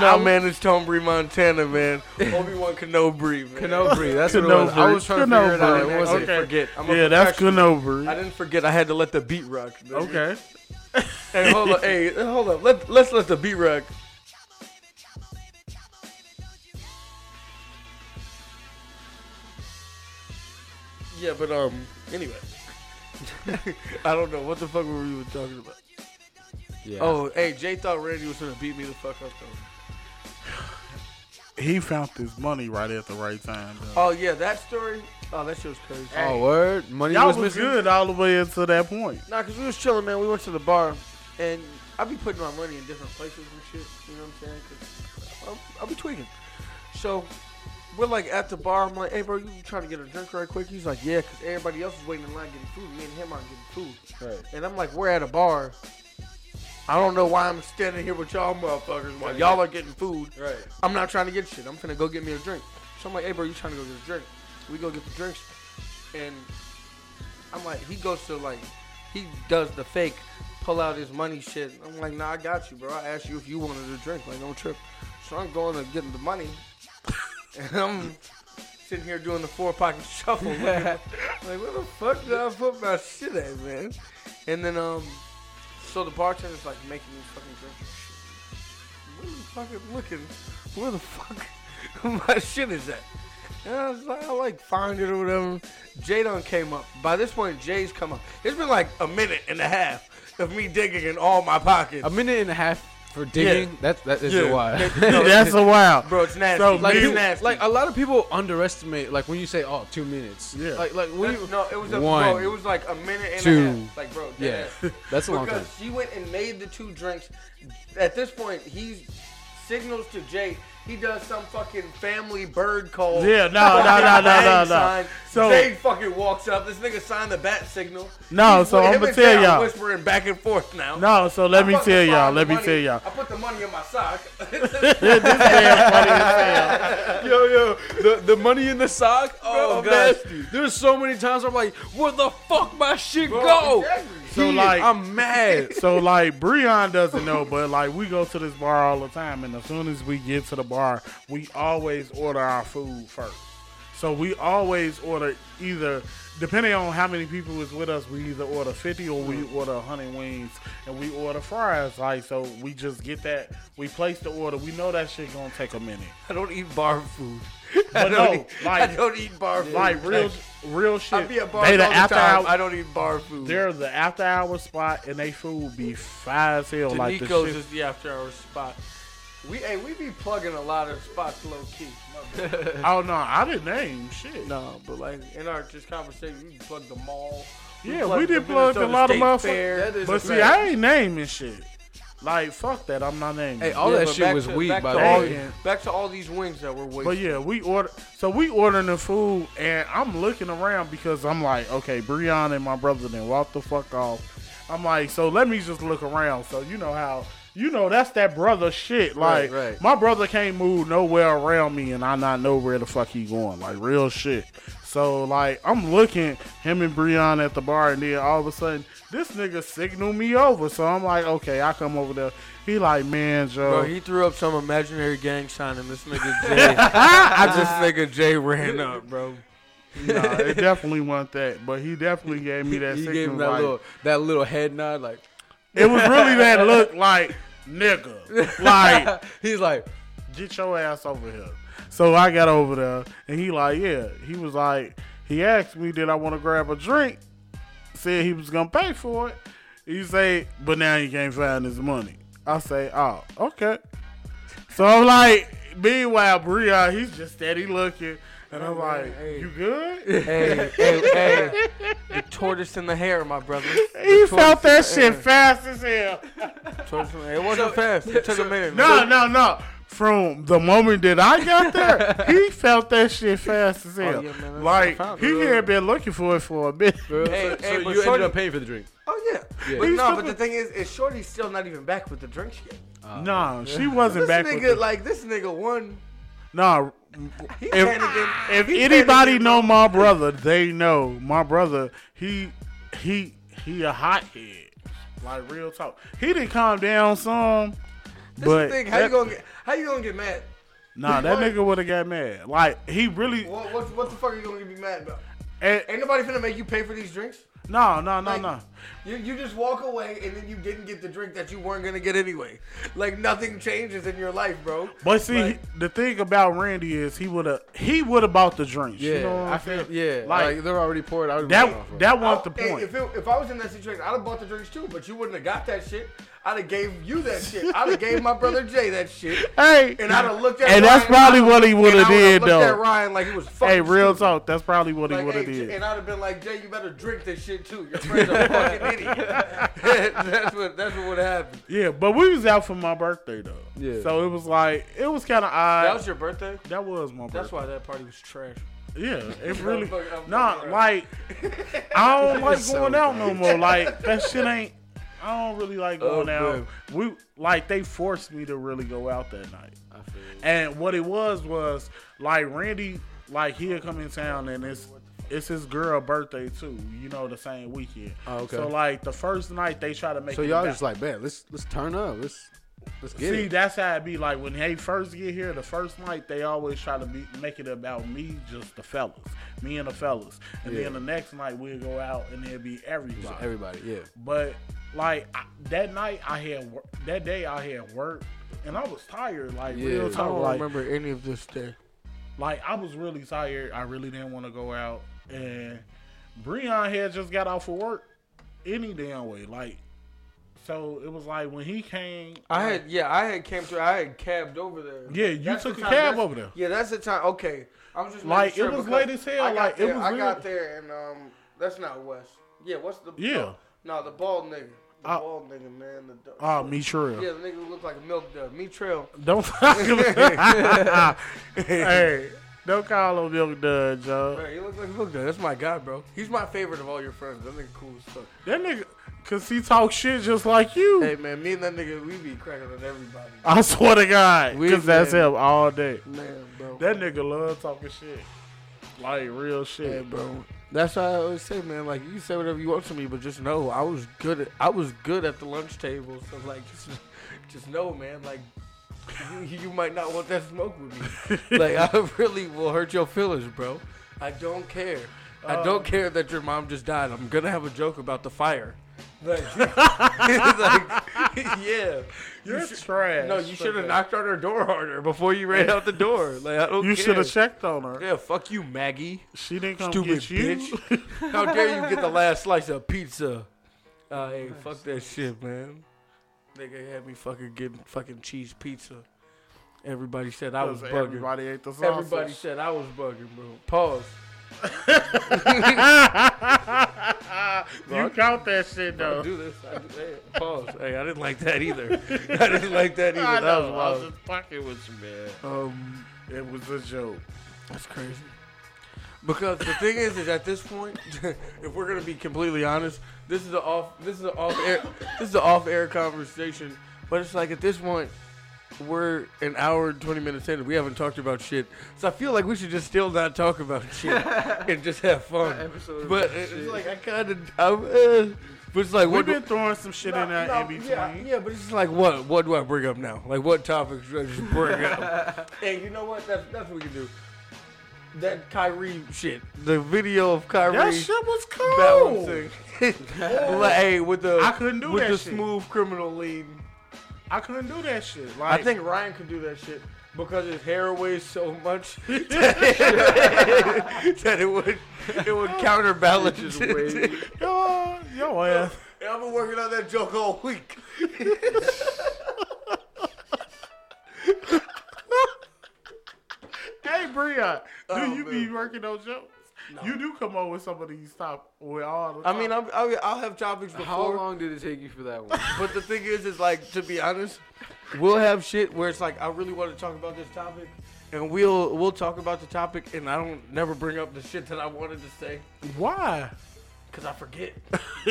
Speaker 1: no, man, it's Tom Bree Montana, man. Obi Wan Kenobi, man.
Speaker 2: Canobri, that's what it was. I
Speaker 3: Canobri.
Speaker 2: was trying to figure it out.
Speaker 3: Canobri.
Speaker 2: What was it?
Speaker 3: Okay.
Speaker 1: Forget. I'm a
Speaker 3: Yeah, that's
Speaker 1: professional. I
Speaker 3: Canobri.
Speaker 1: didn't forget. I had to let the beat rock.
Speaker 3: Okay.
Speaker 1: Hey, hold up. Hey, hold up. Let, let's let the beat rock. Yeah, but um. Anyway, I don't know what the fuck were we even talking about.
Speaker 2: Yeah.
Speaker 1: Oh, hey, Jay thought Randy was gonna beat me the fuck up though.
Speaker 3: He found this money right at the right time. Though.
Speaker 1: Oh yeah, that story. Oh, that shit was crazy.
Speaker 2: Oh, word. Money
Speaker 3: Y'all
Speaker 2: was,
Speaker 3: was,
Speaker 2: missing.
Speaker 3: good all the way until that point.
Speaker 1: Nah, cause we was chilling, man. We went to the bar, and I be putting my money in different places and shit. You know what I'm saying? Cause I'll, I'll be tweaking. So we're like at the bar. I'm like, hey, bro, you trying to get a drink right quick? He's like, yeah, cause everybody else is waiting in line getting food. Me and him aren't getting food. And I'm like, we're at a bar. I don't know why I'm standing here with y'all motherfuckers while y'all are getting food.
Speaker 2: Right.
Speaker 1: I'm not trying to get shit. I'm finna go get me a drink. So I'm like, hey, bro, you trying to go get a drink? We go get the drinks. And I'm like, he goes to like, he does the fake, pull out his money shit. I'm like, nah, I got you, bro. I asked you if you wanted a drink. Like, don't trip. So I'm going to get the money. And I'm sitting here doing the four pocket shuffle. looking- like, where the fuck did I put my shit at, man? And then, um, so the bartender's like making me fucking drink this shit. Where the fuck am looking? Where the fuck my shit is at? And I was like, I like find it or whatever. Jay done came up. By this point, Jay's come up. It's been like a minute and a half of me digging in all my pockets.
Speaker 2: A minute and a half for digging. That's that is a while.
Speaker 1: No,
Speaker 3: That's a while.
Speaker 1: bro, it's nasty.
Speaker 3: So,
Speaker 2: like
Speaker 1: it's
Speaker 2: you,
Speaker 1: nasty.
Speaker 2: like a lot of people underestimate. Like when you say, "Oh, two minutes."
Speaker 3: Yeah.
Speaker 2: Like like when
Speaker 1: That's-
Speaker 2: you.
Speaker 1: no, it was a,
Speaker 2: One,
Speaker 1: bro, it was like a minute and a
Speaker 2: two.
Speaker 1: half. Like, bro,
Speaker 2: Yeah.
Speaker 1: dead ass.
Speaker 2: That's a long time.
Speaker 1: because she went and made the two drinks. At this point, he signals to Jay. He does some fucking family bird call.
Speaker 3: Yeah, no, no, no, no,
Speaker 1: Bang
Speaker 3: no, no.
Speaker 1: sign.
Speaker 3: So-
Speaker 1: Jay fucking walks up. This nigga signed the bat signal.
Speaker 3: No,
Speaker 1: He's
Speaker 3: so
Speaker 1: with- him
Speaker 3: I'ma
Speaker 1: and
Speaker 3: tell
Speaker 1: Jay are
Speaker 3: y'all.
Speaker 1: Whispering back and forth now.
Speaker 3: No, so
Speaker 1: I
Speaker 3: let me
Speaker 1: fucking
Speaker 3: tell y'all.
Speaker 1: found
Speaker 3: Let
Speaker 1: the
Speaker 3: me
Speaker 1: money.
Speaker 3: tell y'all.
Speaker 1: I put the money in my sock.
Speaker 2: yo yo, the, the money in the sock. Oh
Speaker 1: Oh,
Speaker 2: god.
Speaker 1: nasty.
Speaker 2: There's so many times I'm like, "Where the fuck my shit
Speaker 1: Bro,
Speaker 2: go?"
Speaker 1: exactly.
Speaker 3: So,
Speaker 2: He-
Speaker 3: like-
Speaker 2: I'm mad.
Speaker 3: so like Breon doesn't know, but like we go to this bar all the time, and as soon as we get to the bar, we always order our food first. So we always order either, depending on how many people is with us, we either order fifty or we
Speaker 1: Mm-hmm.
Speaker 3: order hundred wings, and we order fries. Like so, we just get that. We place the order. We know that shit gonna take a minute.
Speaker 1: I don't eat bar food. I
Speaker 3: But
Speaker 1: don't,
Speaker 3: no,
Speaker 1: eat,
Speaker 3: like-
Speaker 1: I don't eat bar food.
Speaker 3: Like real, real shit.
Speaker 1: I be at bars
Speaker 3: They the
Speaker 1: all the
Speaker 3: after
Speaker 1: time.
Speaker 3: hour-
Speaker 1: I don't eat bar food.
Speaker 3: They're the after hour spot, and they food be fire as hell. Like the
Speaker 1: Nico's
Speaker 3: shit.
Speaker 1: is the after hour spot. We hey, we be plugging a lot of spots low key. My bad.
Speaker 3: oh no, I didn't name shit.
Speaker 1: no, but like in our just conversation, we plug the mall.
Speaker 3: Yeah,
Speaker 1: plugged
Speaker 3: we
Speaker 1: the
Speaker 3: did plug a
Speaker 1: Minnesota
Speaker 3: lot of
Speaker 1: State
Speaker 3: motherfuckers.
Speaker 1: Fair.
Speaker 2: That is a
Speaker 3: But see,
Speaker 2: fact.
Speaker 3: I ain't naming shit. Like fuck that, I'm not naming.
Speaker 2: Hey,
Speaker 3: it.
Speaker 2: all
Speaker 1: Yeah,
Speaker 2: that
Speaker 1: but
Speaker 2: shit
Speaker 1: back
Speaker 2: was
Speaker 1: to-
Speaker 2: weak
Speaker 1: back
Speaker 2: by
Speaker 1: to
Speaker 2: the
Speaker 1: all-
Speaker 2: way.
Speaker 1: Back to all these wings that were wasted.
Speaker 3: But yeah, we order. So we ordering the food, and I'm looking around because I'm like, okay, Breon and my brother then walk the fuck off. I'm like, so let me just look around. So you know how. You know that's that brother shit. Like
Speaker 2: Right, right.
Speaker 3: my brother can't move nowhere around me, and I not know where the fuck he going. Like real shit. So like I'm looking him and Breon at the bar, and then all of a sudden this nigga signal me over. So I'm like, okay, I come over there. He like, man, Joe.
Speaker 1: Bro, he threw up some imaginary gang sign, and this nigga Jay, I just nigga Jay ran up, bro.
Speaker 3: nah, it definitely wasn't that, but he definitely gave me that
Speaker 2: he
Speaker 3: signal.
Speaker 2: gave him that
Speaker 3: like-
Speaker 2: little that little head nod, like
Speaker 3: it was really that look, like nigga, like
Speaker 2: he's like,
Speaker 3: get your ass over here. So I got over there, and he like, yeah. He was like, he asked me, did I want to grab a drink? Said he was gonna pay for it. He say, but now he can't find his money. I say, oh, okay. So I'm like, meanwhile, Bria, he's just steady looking, and I'm like, you good?
Speaker 1: Hey, hey, hey, the tortoise and the hare, my brother. The
Speaker 3: He
Speaker 1: tortoise and
Speaker 3: felt
Speaker 1: the
Speaker 3: that shit
Speaker 1: hare.
Speaker 3: fast as hell.
Speaker 1: Tortoise and the hare. It wasn't fast. It took a minute.
Speaker 3: No, no, no. From the moment that I got there, he felt that shit fast as
Speaker 1: Oh,
Speaker 3: hell.
Speaker 1: yeah, man, that's
Speaker 3: like
Speaker 1: what I found.
Speaker 3: he had been looking for it for a bit.
Speaker 1: Hey,
Speaker 2: so,
Speaker 1: hey,
Speaker 2: so
Speaker 1: but
Speaker 2: you ended
Speaker 1: Shorty-
Speaker 2: up paying for the drink.
Speaker 1: Oh yeah. But
Speaker 3: He's
Speaker 1: no, but the
Speaker 3: fucking-
Speaker 1: thing is, is Shorty's still not even back with the drinks yet.
Speaker 3: nah, she
Speaker 1: This
Speaker 3: wasn't back. with
Speaker 1: nigga,
Speaker 3: the-
Speaker 1: like this nigga won.
Speaker 3: nah,
Speaker 1: He
Speaker 3: if,
Speaker 1: panicking.
Speaker 3: if
Speaker 1: He
Speaker 3: anybody
Speaker 1: panicking,
Speaker 3: know
Speaker 1: bro.
Speaker 3: my brother, they know my brother. He he he a hothead. Like real talk, he didn't calm down some.
Speaker 1: This
Speaker 3: but
Speaker 1: the thing, how you
Speaker 3: that-
Speaker 1: gonna get? How you gonna get mad?
Speaker 3: Nah, that nigga would have got mad. Like he really.
Speaker 1: What, what, what the fuck are you gonna be mad about?
Speaker 3: and-
Speaker 1: Ain't nobody finna make you pay for these drinks.
Speaker 3: No, no, no,
Speaker 1: Like,
Speaker 3: no.
Speaker 1: You, you just walk away and then you didn't get the drink that you weren't gonna get anyway. Like nothing changes in your life, bro.
Speaker 3: But see,
Speaker 1: Like-
Speaker 3: the thing about Randy is he would have he would have bought the drinks.
Speaker 2: Yeah,
Speaker 3: you know what
Speaker 2: I
Speaker 3: I'm
Speaker 2: feel.
Speaker 3: saying?
Speaker 2: Yeah, like,
Speaker 3: Like-
Speaker 2: they're already poured. I would've been off
Speaker 3: That
Speaker 2: of it.
Speaker 3: that wasn't the
Speaker 1: Hey,
Speaker 3: point.
Speaker 1: If, it- if I was in that situation, I'd have bought the drinks too, but you wouldn't have got that shit. I'd have gave you that shit. I'd have gave my brother Jay that shit.
Speaker 3: hey,
Speaker 1: And I'd have looked at
Speaker 3: and that's
Speaker 1: Ryan and I-
Speaker 3: probably what he would
Speaker 1: and
Speaker 3: have
Speaker 1: I would've
Speaker 3: did
Speaker 1: looked At
Speaker 3: though.
Speaker 1: Ryan like he was fucking.
Speaker 3: Hey, real
Speaker 1: stupid.
Speaker 3: talk, that's probably what he
Speaker 1: Like,
Speaker 3: would have
Speaker 1: hey, J-
Speaker 3: did.
Speaker 1: and I'd have been like, Jay, you better drink this shit too. Your friend's a fucking idiot. that's what that's what would have happened.
Speaker 3: Yeah, but we was out for my birthday though.
Speaker 2: Yeah.
Speaker 3: So it was like it was kind of odd.
Speaker 1: That was your birthday.
Speaker 3: That was my
Speaker 1: That's
Speaker 3: birthday.
Speaker 1: why that party was trash.
Speaker 3: Yeah, it really.
Speaker 1: fucking- I'm
Speaker 3: Nah,
Speaker 1: fucking
Speaker 3: like I don't like
Speaker 2: So
Speaker 3: going out no more. Like that shit ain't. I don't really like going
Speaker 1: Oh,
Speaker 3: out. We like they forced me to really go out that night.
Speaker 2: I feel you.
Speaker 3: And what it was was like Randy, like he'll come in town and it's it's his girl birthday too. You know, the same weekend.
Speaker 2: Oh, okay.
Speaker 3: So like the first night they try to make.
Speaker 2: So
Speaker 3: it
Speaker 2: y'all
Speaker 3: about-
Speaker 2: just like, man, let's let's turn up. Let's let's get
Speaker 3: See,
Speaker 2: it.
Speaker 3: that's how it be like when they first get here. The first night they always try to be, make it about me, just the fellas, me and the fellas, and
Speaker 2: Yeah.
Speaker 3: then the next night we'll go out and it'll be everybody.
Speaker 2: Everybody, yeah.
Speaker 3: But like I, that night I had wor- that day I had work and I was tired. Like
Speaker 2: Yeah.
Speaker 3: real
Speaker 2: I
Speaker 1: I
Speaker 3: talk,
Speaker 1: don't
Speaker 3: like
Speaker 1: remember any of this day.
Speaker 3: like I was really tired. I really didn't want to go out. And Breon had just got off of work any damn way. Like so it was like when he came
Speaker 1: I had yeah, I had came through. I had cabbed over there.
Speaker 3: Yeah, you
Speaker 1: the
Speaker 3: took a
Speaker 1: time-
Speaker 3: cab
Speaker 1: that's-
Speaker 3: over there.
Speaker 1: Yeah, that's the time. Okay, I'm just making
Speaker 3: Like, it
Speaker 1: sure
Speaker 3: was
Speaker 1: because
Speaker 3: late as hell,
Speaker 1: I got
Speaker 3: like, it
Speaker 1: there,
Speaker 3: was
Speaker 1: I
Speaker 3: real.
Speaker 1: got there and um, that's not West. Yeah, what's the
Speaker 3: Yeah.
Speaker 1: No, the bald nigga, the
Speaker 3: Uh,
Speaker 1: bald nigga, man. The, the,
Speaker 2: Ah,
Speaker 3: Oh, me sure.
Speaker 1: yeah, the nigga who looked like a milk dud. Me trail.
Speaker 3: Don't Hey, don't call him Milk Dud, Joe.
Speaker 1: Man, he looked like a milk dud. That's my guy, bro. He's my favorite of all your friends. That nigga cool as fuck.
Speaker 3: That nigga cause he talk shit just like you.
Speaker 1: Hey man, me and that nigga, we be cracking on everybody.
Speaker 3: I swear to God.
Speaker 1: We-
Speaker 3: Cause that's
Speaker 1: man.
Speaker 3: him all day.
Speaker 1: Man, bro.
Speaker 3: That nigga love talking shit. Like real shit.
Speaker 1: Yeah, bro. That's why I always say, man. Like you can say whatever you want to me, but just know I was good. At, I was good at the lunch table. So like, just, just know, man. Like, you, you might not want that smoke with me. like, I really will hurt your feelings, bro. I don't care.
Speaker 3: Uh,
Speaker 1: I don't care that your mom just died. I'm gonna have a joke about the fire. Like, like, yeah.
Speaker 3: You're
Speaker 1: You should-
Speaker 3: trash.
Speaker 1: no, you
Speaker 3: for
Speaker 1: should have
Speaker 3: that.
Speaker 1: knocked on her door harder before you ran out the door. Like, I don't.
Speaker 3: You
Speaker 1: care.
Speaker 3: should have checked on her.
Speaker 1: Yeah, fuck you, Maggie.
Speaker 3: She didn't come
Speaker 1: Stupid
Speaker 3: get you.
Speaker 1: bitch. How dare you get the last slice of pizza? Uh, hey, fuck that shit, man. Nigga had me fucking getting fucking cheese pizza. Everybody said I was
Speaker 3: Because
Speaker 1: bugging. Everybody,
Speaker 3: Everybody ate the sausage.
Speaker 1: said I was bugging, bro. Pause.
Speaker 3: you count that shit
Speaker 1: I
Speaker 3: though.
Speaker 1: do this. I do that. Pause. Hey, I didn't like that either. I didn't like that either.
Speaker 3: I
Speaker 1: That was
Speaker 3: know, I was
Speaker 1: wild.
Speaker 3: just fucking with you, man.
Speaker 1: Um,
Speaker 3: It was a joke.
Speaker 1: that's crazy. Because the thing is, is at this point, if we're gonna be completely honest, this is the off, this is the off air, this is the off air conversation. But it's like at this point, we're an hour and 20 minutes in and we haven't talked about shit. So I feel like we should just still not talk about shit and just have fun.
Speaker 2: episode
Speaker 1: But
Speaker 2: about
Speaker 1: it's
Speaker 2: shit.
Speaker 1: like, I kind of. Uh, but it's like,
Speaker 3: We've
Speaker 1: what do-
Speaker 3: been throwing some shit in there in between.
Speaker 1: yeah, yeah, but it's just like what what do I bring up now? Like what topics do I just bring up? And you know what? That's that's what we can do. That Kyrie shit, the video of Kyrie
Speaker 3: That shit was cool.
Speaker 1: balancing, like, hey, with the
Speaker 3: I couldn't do
Speaker 1: with
Speaker 3: that
Speaker 1: the
Speaker 3: shit.
Speaker 1: smooth criminal lean.
Speaker 3: I couldn't do that shit.
Speaker 1: I
Speaker 3: Like,
Speaker 1: think Ryan could do that shit because his hair weighs so much that it would it would counterbalance his weight.
Speaker 3: yo, yo ass.
Speaker 1: And I've been working on that joke all week.
Speaker 3: Hey, Bria, do
Speaker 1: Oh,
Speaker 3: you be
Speaker 1: man.
Speaker 3: working those jokes? You do come up with some of these top with all. The
Speaker 1: I mean, I'm, I'll, I'll have topics before.
Speaker 2: How long did it take you for that one?
Speaker 1: But the thing is, is like to be honest, we'll have shit where it's like I really want to talk about this topic, and we'll we'll talk about the topic, and I don't never bring up the shit that I wanted to say
Speaker 3: why?
Speaker 1: because I forget.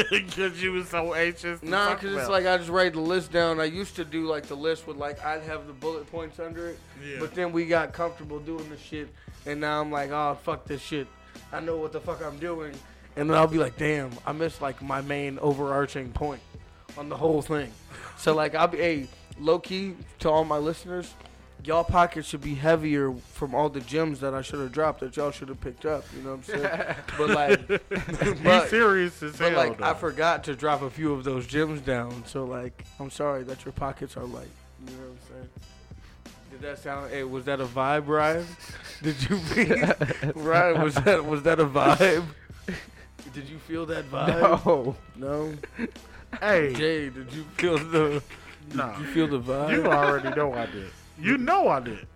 Speaker 3: Because you was so anxious. To
Speaker 1: Nah,
Speaker 3: talk
Speaker 1: because it's
Speaker 3: about.
Speaker 1: like I just write the list down. I used to do like the list with like I'd have the bullet points under it,
Speaker 3: Yeah.
Speaker 1: but then we got comfortable doing the shit, and now I'm like, oh fuck this shit. I know what the fuck I'm doing, and then I'll be like, damn, I missed like my main overarching point on the whole thing. So like I'll be hey, low key to all my listeners, y'all pockets should be heavier from all the gems that I should have dropped that y'all should have picked up. You know what I'm saying? but like,
Speaker 3: Be
Speaker 1: but-
Speaker 3: serious as
Speaker 1: but
Speaker 3: hell.
Speaker 1: like I
Speaker 3: though.
Speaker 1: forgot to drop a few of those gems down, so like I'm sorry that your pockets are light. You know what I'm saying? Did that sound? Hey, was that a vibe, Ryan? Did you feel, Ryan? Was that was that a vibe? Did you feel that vibe?
Speaker 2: No.
Speaker 1: No.
Speaker 3: hey,
Speaker 1: Jay, did you feel the?
Speaker 3: nah.
Speaker 1: Did you feel the
Speaker 3: You
Speaker 1: vibe?
Speaker 3: already know I did. You know I did.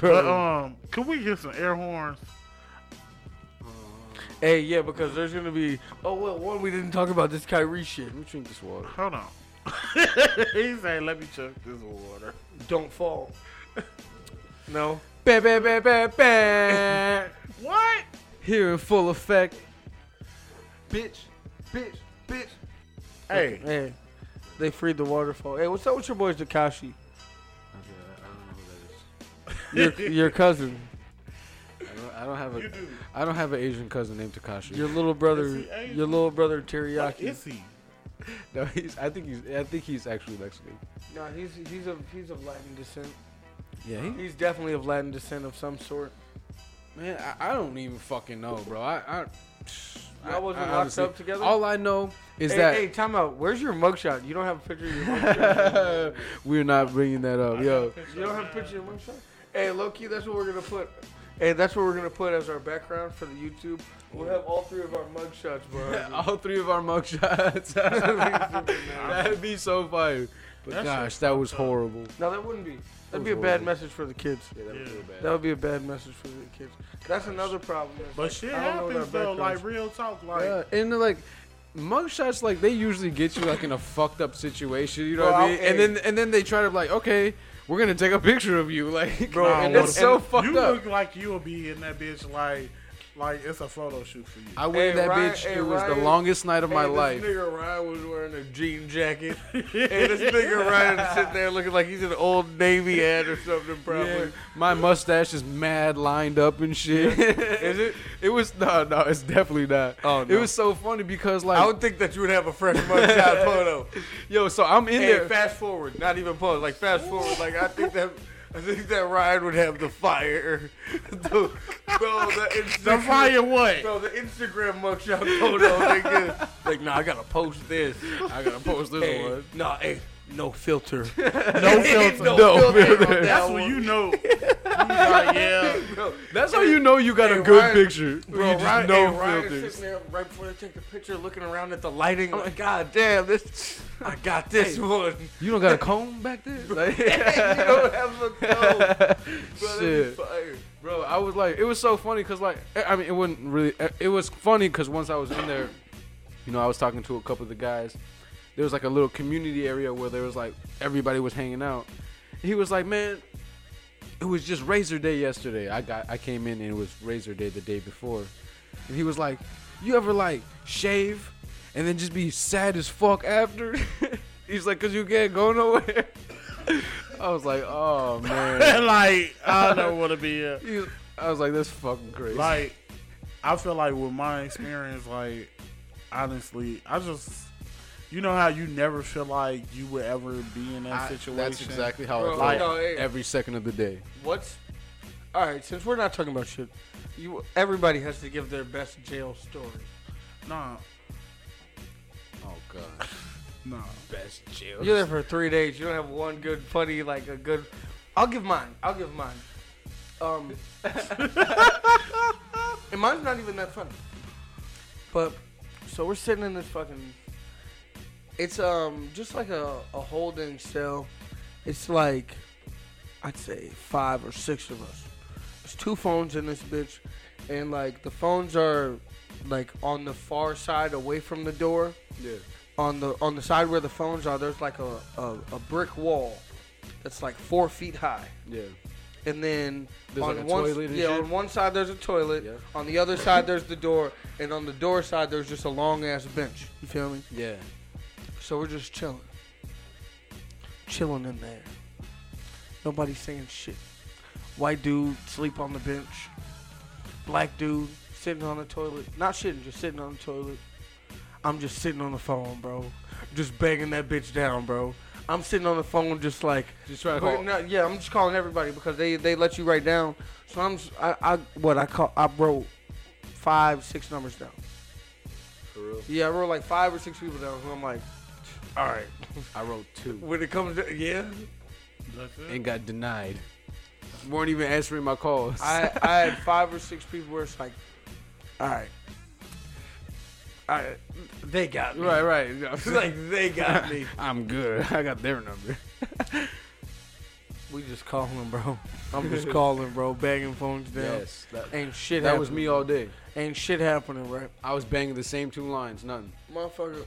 Speaker 3: But um, could we get some air horns?
Speaker 1: hey, yeah, because there's gonna be. Oh well, one we didn't talk about this Kyrie shit.
Speaker 2: Let me drink this water.
Speaker 3: Hold on. he said, "Let me chuck this water."
Speaker 1: Don't fall. No.
Speaker 2: Ba, ba, ba, ba, ba.
Speaker 3: What?
Speaker 2: Here in full effect. Bitch, bitch, bitch.
Speaker 3: Hey,
Speaker 1: Hey, they freed the waterfall. Hey, what's up with your boys, Takashi? Your, your cousin,
Speaker 2: I don't, I don't have a.
Speaker 3: you do.
Speaker 2: I don't have an Asian cousin named Takashi.
Speaker 1: your little brother,
Speaker 3: Is he Asian?
Speaker 1: your little brother
Speaker 3: What
Speaker 1: Teriyaki.
Speaker 3: is he?
Speaker 2: No, he's. I think he's. I think he's actually Lex Luthor.
Speaker 1: No, he's he's of he's of Latin descent.
Speaker 2: Yeah, he,
Speaker 1: He's definitely of Latin descent of some sort.
Speaker 2: man. I, I don't even fucking know, bro. I. I
Speaker 1: Y'all wasn't locked
Speaker 2: honestly-
Speaker 1: up together?
Speaker 2: All I know is
Speaker 1: hey,
Speaker 2: that
Speaker 1: hey, time out. Where's your mugshot? You don't have a picture of your mugshot.
Speaker 2: we're not bringing that up, yo.
Speaker 1: you don't have a picture of your mugshot. Hey, low key, that's what we're gonna put. Hey, that's what we're gonna put as our background for the YouTube. We'll have all three of our mugshots, bro.
Speaker 2: All three of our mugshots. That'd be so fire. But
Speaker 3: That
Speaker 2: gosh,
Speaker 3: shit
Speaker 2: that was horrible.
Speaker 1: no, that wouldn't be. That'd be a
Speaker 2: was
Speaker 1: bad
Speaker 2: horrible.
Speaker 1: message for the kids.
Speaker 2: Yeah, that was real bad.
Speaker 1: That would be a bad message for the kids. That's another problem. It's
Speaker 3: But
Speaker 1: like,
Speaker 3: shit
Speaker 1: I don't know what
Speaker 3: happens
Speaker 1: our
Speaker 3: though. Like
Speaker 1: backgrounds-
Speaker 3: real talk. Like
Speaker 2: Yeah, and like mugshots, like they usually get you like in a fucked up situation, you know
Speaker 1: Bro,
Speaker 2: what I
Speaker 1: I'll-
Speaker 2: mean? And
Speaker 1: hey.
Speaker 2: then and then they try to like, okay, we're gonna take a picture of you, like,
Speaker 1: Bro,
Speaker 2: and
Speaker 1: and
Speaker 2: that's
Speaker 1: the-
Speaker 2: so
Speaker 1: and
Speaker 2: fucked
Speaker 3: you
Speaker 2: up.
Speaker 3: look like you'll be in that bitch. Like, like it's a photo shoot for you.
Speaker 2: I went in
Speaker 1: Hey,
Speaker 2: that
Speaker 1: Ryan-
Speaker 2: bitch.
Speaker 1: hey,
Speaker 2: it was
Speaker 1: Ryan-
Speaker 2: the longest night of my
Speaker 1: Hey,
Speaker 2: life.
Speaker 1: This nigga Ryan was wearing a jean jacket. and this nigga Ryan is sitting there looking like he's an old Navy ad or something,
Speaker 2: Yeah,
Speaker 1: probably.
Speaker 2: My mustache is mad lined up and shit.
Speaker 1: Is it?
Speaker 2: It was no, no. It's definitely not.
Speaker 1: Oh, no.
Speaker 2: It was so funny because like,
Speaker 1: I would think that you would have a fresh mugshot photo.
Speaker 2: yo, so I'm in
Speaker 1: Hey,
Speaker 2: there.
Speaker 1: fast forward, not even pause. Like fast forward, like I think that. I think that Ryan would have the fire. the, bro, the,
Speaker 3: the
Speaker 1: Instagram-
Speaker 3: fire what?
Speaker 1: Bro, the Instagram mugshot photo, nigga. Like, nah, I gotta post this.
Speaker 2: I gotta post this
Speaker 1: Hey,
Speaker 2: one.
Speaker 1: nah, hey, no filter.
Speaker 3: No filter.
Speaker 1: no,
Speaker 2: No
Speaker 1: filter.
Speaker 2: filter.
Speaker 1: on that
Speaker 3: That's
Speaker 1: one.
Speaker 3: when you know. You like, yeah.
Speaker 1: Bro,
Speaker 2: That's how you know you got
Speaker 1: Hey,
Speaker 2: a good
Speaker 1: Ryan-
Speaker 2: picture. when
Speaker 1: Bro,
Speaker 2: you just
Speaker 1: Ryan,
Speaker 2: know
Speaker 1: hey, Ryan's
Speaker 2: filters.
Speaker 1: sitting there right before they take the picture, looking around at the lighting. like, God damn, this. I got this one.
Speaker 2: You don't got a comb back there? Like,
Speaker 1: you don't have a go. Bro,
Speaker 2: Shit.
Speaker 1: Shit. Fire.
Speaker 2: bro, I was like, it was so funny because, like, eh, I mean, it wasn't really, eh, it was funny because once I was in there, you know, I was talking to a couple of the guys. There was like a little community area where there was like everybody was hanging out. He was like, man, it was just Razor Day yesterday. I got, I came in and it was Razor Day the day before. And he was like, you ever like shave and then just be sad as fuck after? He's like, cause you can't go nowhere. I was like, oh man.
Speaker 3: And like I don't want to be a,
Speaker 2: You- I was like, that's fucking crazy.
Speaker 3: like. I feel like with my experience, like honestly, I just you know how you never feel like you would ever be in that
Speaker 2: I-
Speaker 3: situation.
Speaker 2: That's exactly how
Speaker 1: Bro,
Speaker 2: it
Speaker 1: like-
Speaker 2: felt
Speaker 1: no, hey.
Speaker 2: every second of the day.
Speaker 1: What's all right? Since we're not talking about shit, you everybody has to give their best jail story.
Speaker 3: Nah,
Speaker 2: Oh god.
Speaker 3: nah.
Speaker 2: Best jail.
Speaker 1: You're there for three days. You don't have one good funny like a good. I'll give mine. I'll give mine. Um, and mine's not even that funny. But so we're sitting in this fucking. It's um just like a a holding cell. It's like I'd say five or six of us. There's two phones in this bitch, and like the phones are like on the far side away from the door
Speaker 2: Yeah.
Speaker 1: on the on the side where the phones are, there's like a, a, a brick wall that's like four feet high.
Speaker 2: Yeah.
Speaker 1: And then
Speaker 2: There's
Speaker 1: on
Speaker 2: like a
Speaker 1: one s-
Speaker 2: toilet and
Speaker 1: yeah,
Speaker 2: shit?
Speaker 1: on one side there's a toilet,
Speaker 2: Yeah.
Speaker 1: on the other side there's the door, and on the door side there's just a long ass bench. You feel me?
Speaker 2: Yeah.
Speaker 1: So we're just chilling. Chilling in there. Nobody saying shit. White dude sleep on the bench. Black dude sitting on the toilet. Not shitting, just sitting on the toilet. I'm just sitting on the phone, bro. Just banging that bitch down, bro. I'm sitting on the phone just like
Speaker 2: Just trying to
Speaker 1: but
Speaker 2: call-
Speaker 1: no, yeah, I'm just calling everybody because they, they let you write down. So I'm s- I, I- what I call I wrote five, six numbers down.
Speaker 2: For real.
Speaker 1: Yeah, I wrote like five or six people down who I'm like, all right.
Speaker 2: I wrote two
Speaker 1: When it comes to yeah,
Speaker 3: That's it.
Speaker 2: and got denied. Weren't even answering my calls.
Speaker 1: I I had five or six people where it's like, all right, all right, they got me.
Speaker 2: right, right.
Speaker 1: Like they got me.
Speaker 2: I'm good. I got their number.
Speaker 1: We just calling, bro. I'm just calling, bro. Banging phones down.
Speaker 2: Yes. That,
Speaker 1: Ain't shit.
Speaker 2: that was
Speaker 1: happening.
Speaker 2: me all day.
Speaker 1: Ain't shit happening, right?
Speaker 2: I was banging the same two lines. Nothing.
Speaker 1: Motherfucker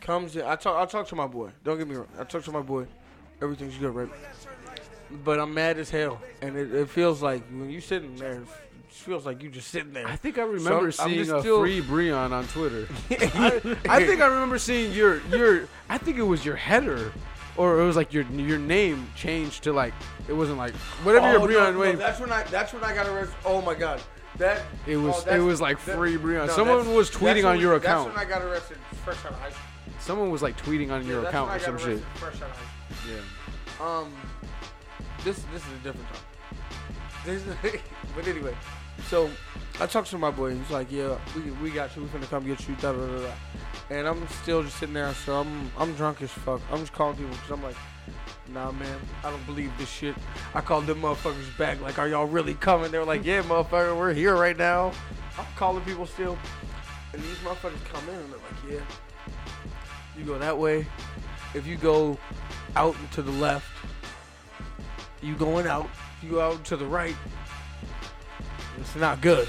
Speaker 1: comes in. I talk. I talk to my boy. Don't get me wrong. I talk to my boy. Everything's good, right? But I'm mad as hell, and it, it feels like when you sitting there, it feels like you just sitting there.
Speaker 2: I think I remember
Speaker 1: So, I'm
Speaker 2: seeing
Speaker 1: just
Speaker 2: a
Speaker 1: still-
Speaker 2: free Breon on Twitter. I, I think I remember seeing your your. I think it was your header, or it was like your your name changed to like it wasn't like whatever
Speaker 1: Oh,
Speaker 2: your
Speaker 1: no,
Speaker 2: Breon
Speaker 1: no,
Speaker 2: name.
Speaker 1: that's when I. That's when I got arrested. Oh my god, that.
Speaker 2: It
Speaker 1: oh,
Speaker 2: was- it
Speaker 1: that's-
Speaker 2: was like free Breon.
Speaker 1: that's-
Speaker 2: Someone was
Speaker 1: that's
Speaker 2: tweeting
Speaker 1: when
Speaker 2: on
Speaker 1: we-
Speaker 2: your account.
Speaker 1: That's when I got arrested first time. I,
Speaker 2: Someone was like tweeting on your
Speaker 1: that's
Speaker 2: account
Speaker 1: when
Speaker 2: or
Speaker 1: I got
Speaker 2: some
Speaker 1: arrested
Speaker 2: shit.
Speaker 1: First time.
Speaker 2: Yeah.
Speaker 1: Um, this this is a different topic. This is, but anyway, so I talked to my boy. He's like, "Yeah, we, we got you. We finna come get you." Da da da da. And I'm still just sitting there, so I'm I'm drunk as fuck. I'm just calling people because I'm like, "Nah, man, I don't believe this shit." I called them motherfuckers back. Like, "Are y'all really coming?" They were like, "Yeah, motherfucker, we're here right now." I'm calling people still, and these motherfuckers come in and they're like, "Yeah, you go that way. If you go out and to the left, you going out. If you go out to the right, it's not good.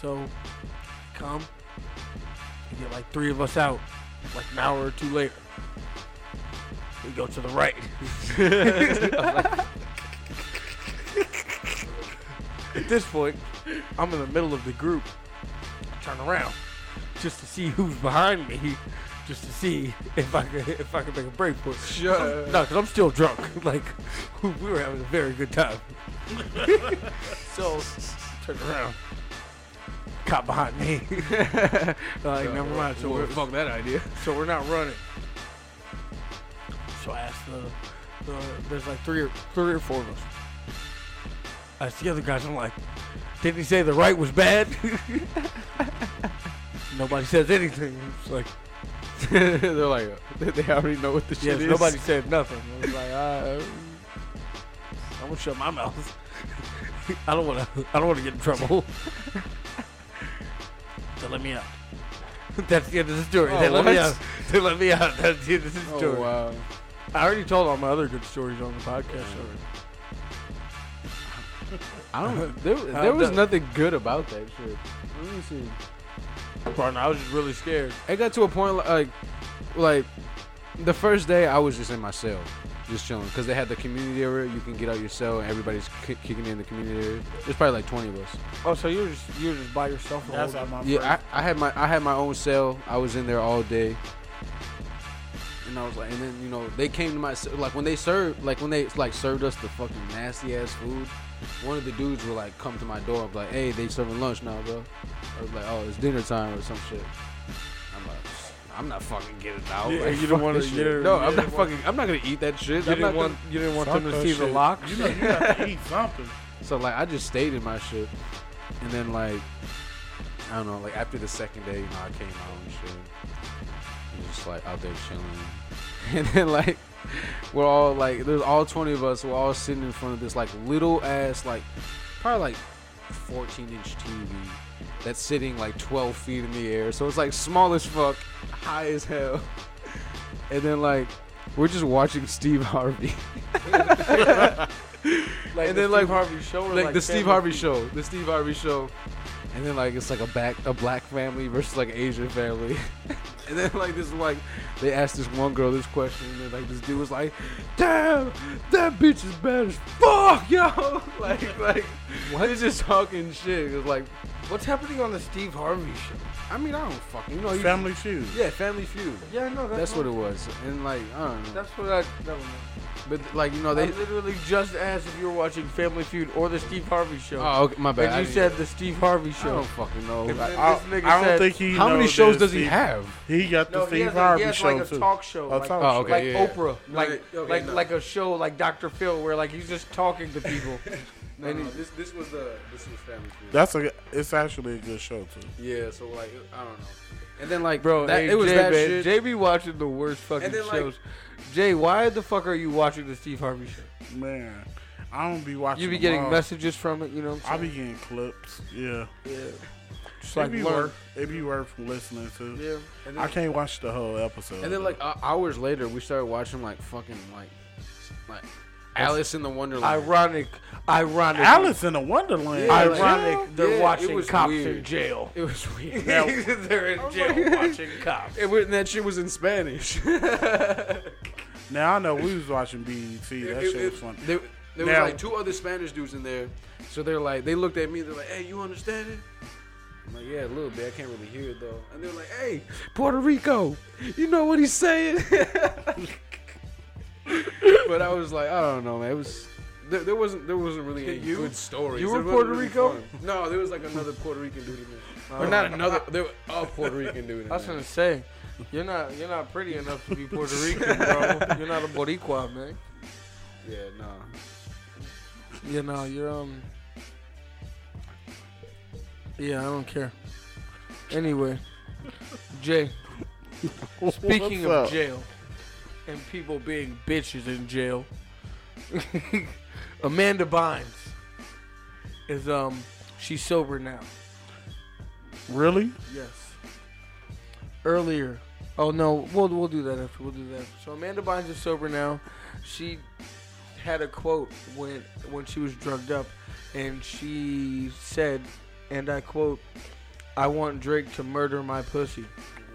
Speaker 1: so come. You get like three of us out, like an hour or two later. We go to the right. At this point, I'm in the middle of the group. I turn around just to see who's behind me, just to see if I could if I could make a break for it.
Speaker 2: Sure.
Speaker 1: No, because I'm still drunk. Like we were having a very good time. so turn around. Cop behind me. like never mind. So we're,
Speaker 2: fuck that idea.
Speaker 1: so we're not running. So I asked the, the there's like three or three or four of us. I asked the other guys. I'm like, didn't he say the right was bad? Nobody says anything. It's like
Speaker 2: They're like they already know what the
Speaker 1: yes,
Speaker 2: shit is. ah,
Speaker 1: nobody said nothing. It was like I, I'm gonna shut my mouth. I don't wanna. I don't wanna get in trouble. they let me out. That's the end of the story.
Speaker 2: Oh,
Speaker 1: they let me
Speaker 2: what?
Speaker 1: out. They let me out. That's the end of the story.
Speaker 2: Oh wow.
Speaker 1: I already told all my other good stories on the podcast already.
Speaker 2: I don't. There,
Speaker 1: Uh,
Speaker 2: there was
Speaker 1: the-
Speaker 2: nothing good about that shit. Let me see.
Speaker 1: Pardon, I was just really scared.
Speaker 2: It got to a point like, like, the first day I was just in my cell, just chilling, because they had the community area. You can get out your cell, and everybody's ki- kicking in the community area. There's probably like 20 of us.
Speaker 1: Oh, so you were just you were just by yourself? the
Speaker 3: That's
Speaker 1: whole
Speaker 3: how my
Speaker 2: Yeah,
Speaker 3: friend-
Speaker 2: I, I had my I had my own cell. I was in there all day, and I was like, and then you know they came to my like when they served like when they like served us the fucking nasty ass food. One of the dudes would like come to my door, and be like, "Hey, they serving lunch now, bro." I was like, "Oh, it's dinner time or some shit." I'm like, "I'm not fucking getting out."
Speaker 1: Yeah,
Speaker 2: like,
Speaker 1: you
Speaker 2: fuck
Speaker 1: don't wanna-
Speaker 2: this
Speaker 1: you
Speaker 2: shit.
Speaker 1: don't-
Speaker 2: No,
Speaker 1: you
Speaker 2: I'm
Speaker 1: don't
Speaker 2: not fucking. I'm not gonna eat that shit.
Speaker 1: You
Speaker 2: I'm not
Speaker 1: didn't want
Speaker 2: gonna-
Speaker 1: you didn't want them to
Speaker 3: Fuck
Speaker 1: see
Speaker 3: that
Speaker 1: the
Speaker 3: shit.
Speaker 1: locks.
Speaker 3: You know, you have to eat something.
Speaker 2: So like I just stayed in my shit, and then like I don't know, like after the second day, you know, I came out and shit, and just like out there chilling, and then like we're all like there's all 20 of us, we're all sitting in front of this like little ass like probably like 14 inch TV that's sitting like 12 feet in the air, so it's like small as fuck, high as hell, and then like we're just watching Steve Harvey.
Speaker 1: Like
Speaker 2: And
Speaker 1: the Steve
Speaker 2: then, like-
Speaker 1: Harvey show, or,
Speaker 2: like, the
Speaker 1: Family
Speaker 2: Steve Harvey
Speaker 1: Feud?
Speaker 2: show, the Steve Harvey show, and then like it's like a back a black family versus like Asian family, and then like this like they asked this one girl this question, and then like this dude was like, "Damn, that bitch is bad as fuck, yo!" like like what is just talking shit? It was like,
Speaker 1: What's happening on the Steve Harvey show?
Speaker 2: I mean, I don't fucking you know, you-
Speaker 3: Family feud.
Speaker 2: yeah, Family Feud.
Speaker 1: Yeah, no, that's,
Speaker 2: That's what it was, and like I don't know,
Speaker 1: That's what I. Never mind.
Speaker 2: but like you know
Speaker 1: They
Speaker 2: Oh, they.
Speaker 1: literally just asked if you were watching Family Feud or the Steve Harvey show.
Speaker 2: Oh, okay, my bad. Oh.
Speaker 1: and
Speaker 2: I
Speaker 1: you
Speaker 2: didn't-
Speaker 1: said the Steve Harvey
Speaker 2: I
Speaker 1: show.
Speaker 2: don't fucking know.
Speaker 1: And
Speaker 2: Like,
Speaker 1: then
Speaker 3: I,
Speaker 1: this nigga
Speaker 3: I don't
Speaker 1: said-
Speaker 3: think he.
Speaker 2: how many
Speaker 3: knows
Speaker 2: shows
Speaker 3: that
Speaker 2: does he
Speaker 3: Steve-
Speaker 2: have?
Speaker 3: He got the
Speaker 1: No,
Speaker 3: Steve
Speaker 1: he has,
Speaker 3: Harvey
Speaker 1: a, he has
Speaker 3: show
Speaker 1: like a
Speaker 3: too.
Speaker 1: talk show,
Speaker 3: A
Speaker 1: like,
Speaker 3: talk
Speaker 2: Oh, okay,
Speaker 1: like
Speaker 2: yeah, yeah.
Speaker 1: Oprah,
Speaker 2: No,
Speaker 1: like
Speaker 2: they- okay,
Speaker 1: like
Speaker 2: no.
Speaker 1: like a show like Dr. Phil, where like he's just talking to people.
Speaker 2: No, no, this this was the this was Family Feud.
Speaker 3: That's a. It's actually a good show too.
Speaker 2: Yeah, so like I don't know. And then like
Speaker 1: Bro,
Speaker 2: that,
Speaker 1: hey,
Speaker 2: it was
Speaker 1: Jay,
Speaker 2: that
Speaker 1: man,
Speaker 2: shit.
Speaker 1: Jay be watching the worst fucking
Speaker 2: And then, like-
Speaker 1: shows. Jay, why the fuck are you watching the Steve Harvey show?
Speaker 3: Man, I don't be watching.
Speaker 1: You be
Speaker 3: them
Speaker 1: getting
Speaker 3: all.
Speaker 1: messages from it, you know? What
Speaker 3: I
Speaker 1: I'm
Speaker 3: be getting clips. Yeah,
Speaker 1: saying? yeah. Just
Speaker 3: it
Speaker 1: like
Speaker 3: be
Speaker 1: learn.
Speaker 3: worth. It be worth listening to.
Speaker 1: Yeah.
Speaker 2: and
Speaker 3: I
Speaker 2: then,
Speaker 3: can't watch the whole episode.
Speaker 2: and then, like uh, hours later, we started watching like fucking like like Alice in the Wonderland.
Speaker 1: Ironic, ironic,
Speaker 3: Alice in the Wonderland.
Speaker 2: Yeah, like-
Speaker 1: ironic. They're
Speaker 2: Yeah, it
Speaker 1: watching
Speaker 2: was
Speaker 1: cops
Speaker 2: weird.
Speaker 1: in jail.
Speaker 2: it was Oh weird.
Speaker 3: Now-
Speaker 1: They're in jail watching cops.
Speaker 2: It was, and that shit was in Spanish.
Speaker 3: now I know we was watching BET. That
Speaker 2: It-
Speaker 3: shit
Speaker 2: it-
Speaker 3: was funny.
Speaker 2: There, there
Speaker 3: Now-
Speaker 2: was like two other Spanish dudes in there, so they're like, they looked at me, they're like, "Hey, you understand it?" I'm like, "Yeah, a little bit. I can't really hear it though." And they're like, "Hey, Puerto Rico, you know what he's saying?" but I was like, I don't know, man. It was. There, there wasn't there wasn't really any
Speaker 1: You-
Speaker 2: good stories.
Speaker 1: you
Speaker 2: There
Speaker 1: were
Speaker 2: wasn't
Speaker 1: Puerto
Speaker 2: really
Speaker 1: Rico?
Speaker 2: fun. No, there was like another Puerto Rican dude in there, Uh, or not another. There was a Puerto Rican dude. In
Speaker 1: I was
Speaker 2: there.
Speaker 1: gonna say, you're not you're not pretty enough to be Puerto Rican, bro. You're not a Boricua, man.
Speaker 2: Yeah, no.
Speaker 1: You know you're um. Yeah, I don't care. Anyway, Jay. Speaking of
Speaker 3: What's up?
Speaker 1: jail and people being bitches in jail, Amanda Bynes is um she's sober now.
Speaker 3: really,
Speaker 1: Yes. Earlier. Oh no, we'll we'll do that after. We'll do that. After. So Amanda Bynes is sober now. She had a quote when when she was drugged up, and she said, and I quote, "I want Drake to murder my pussy."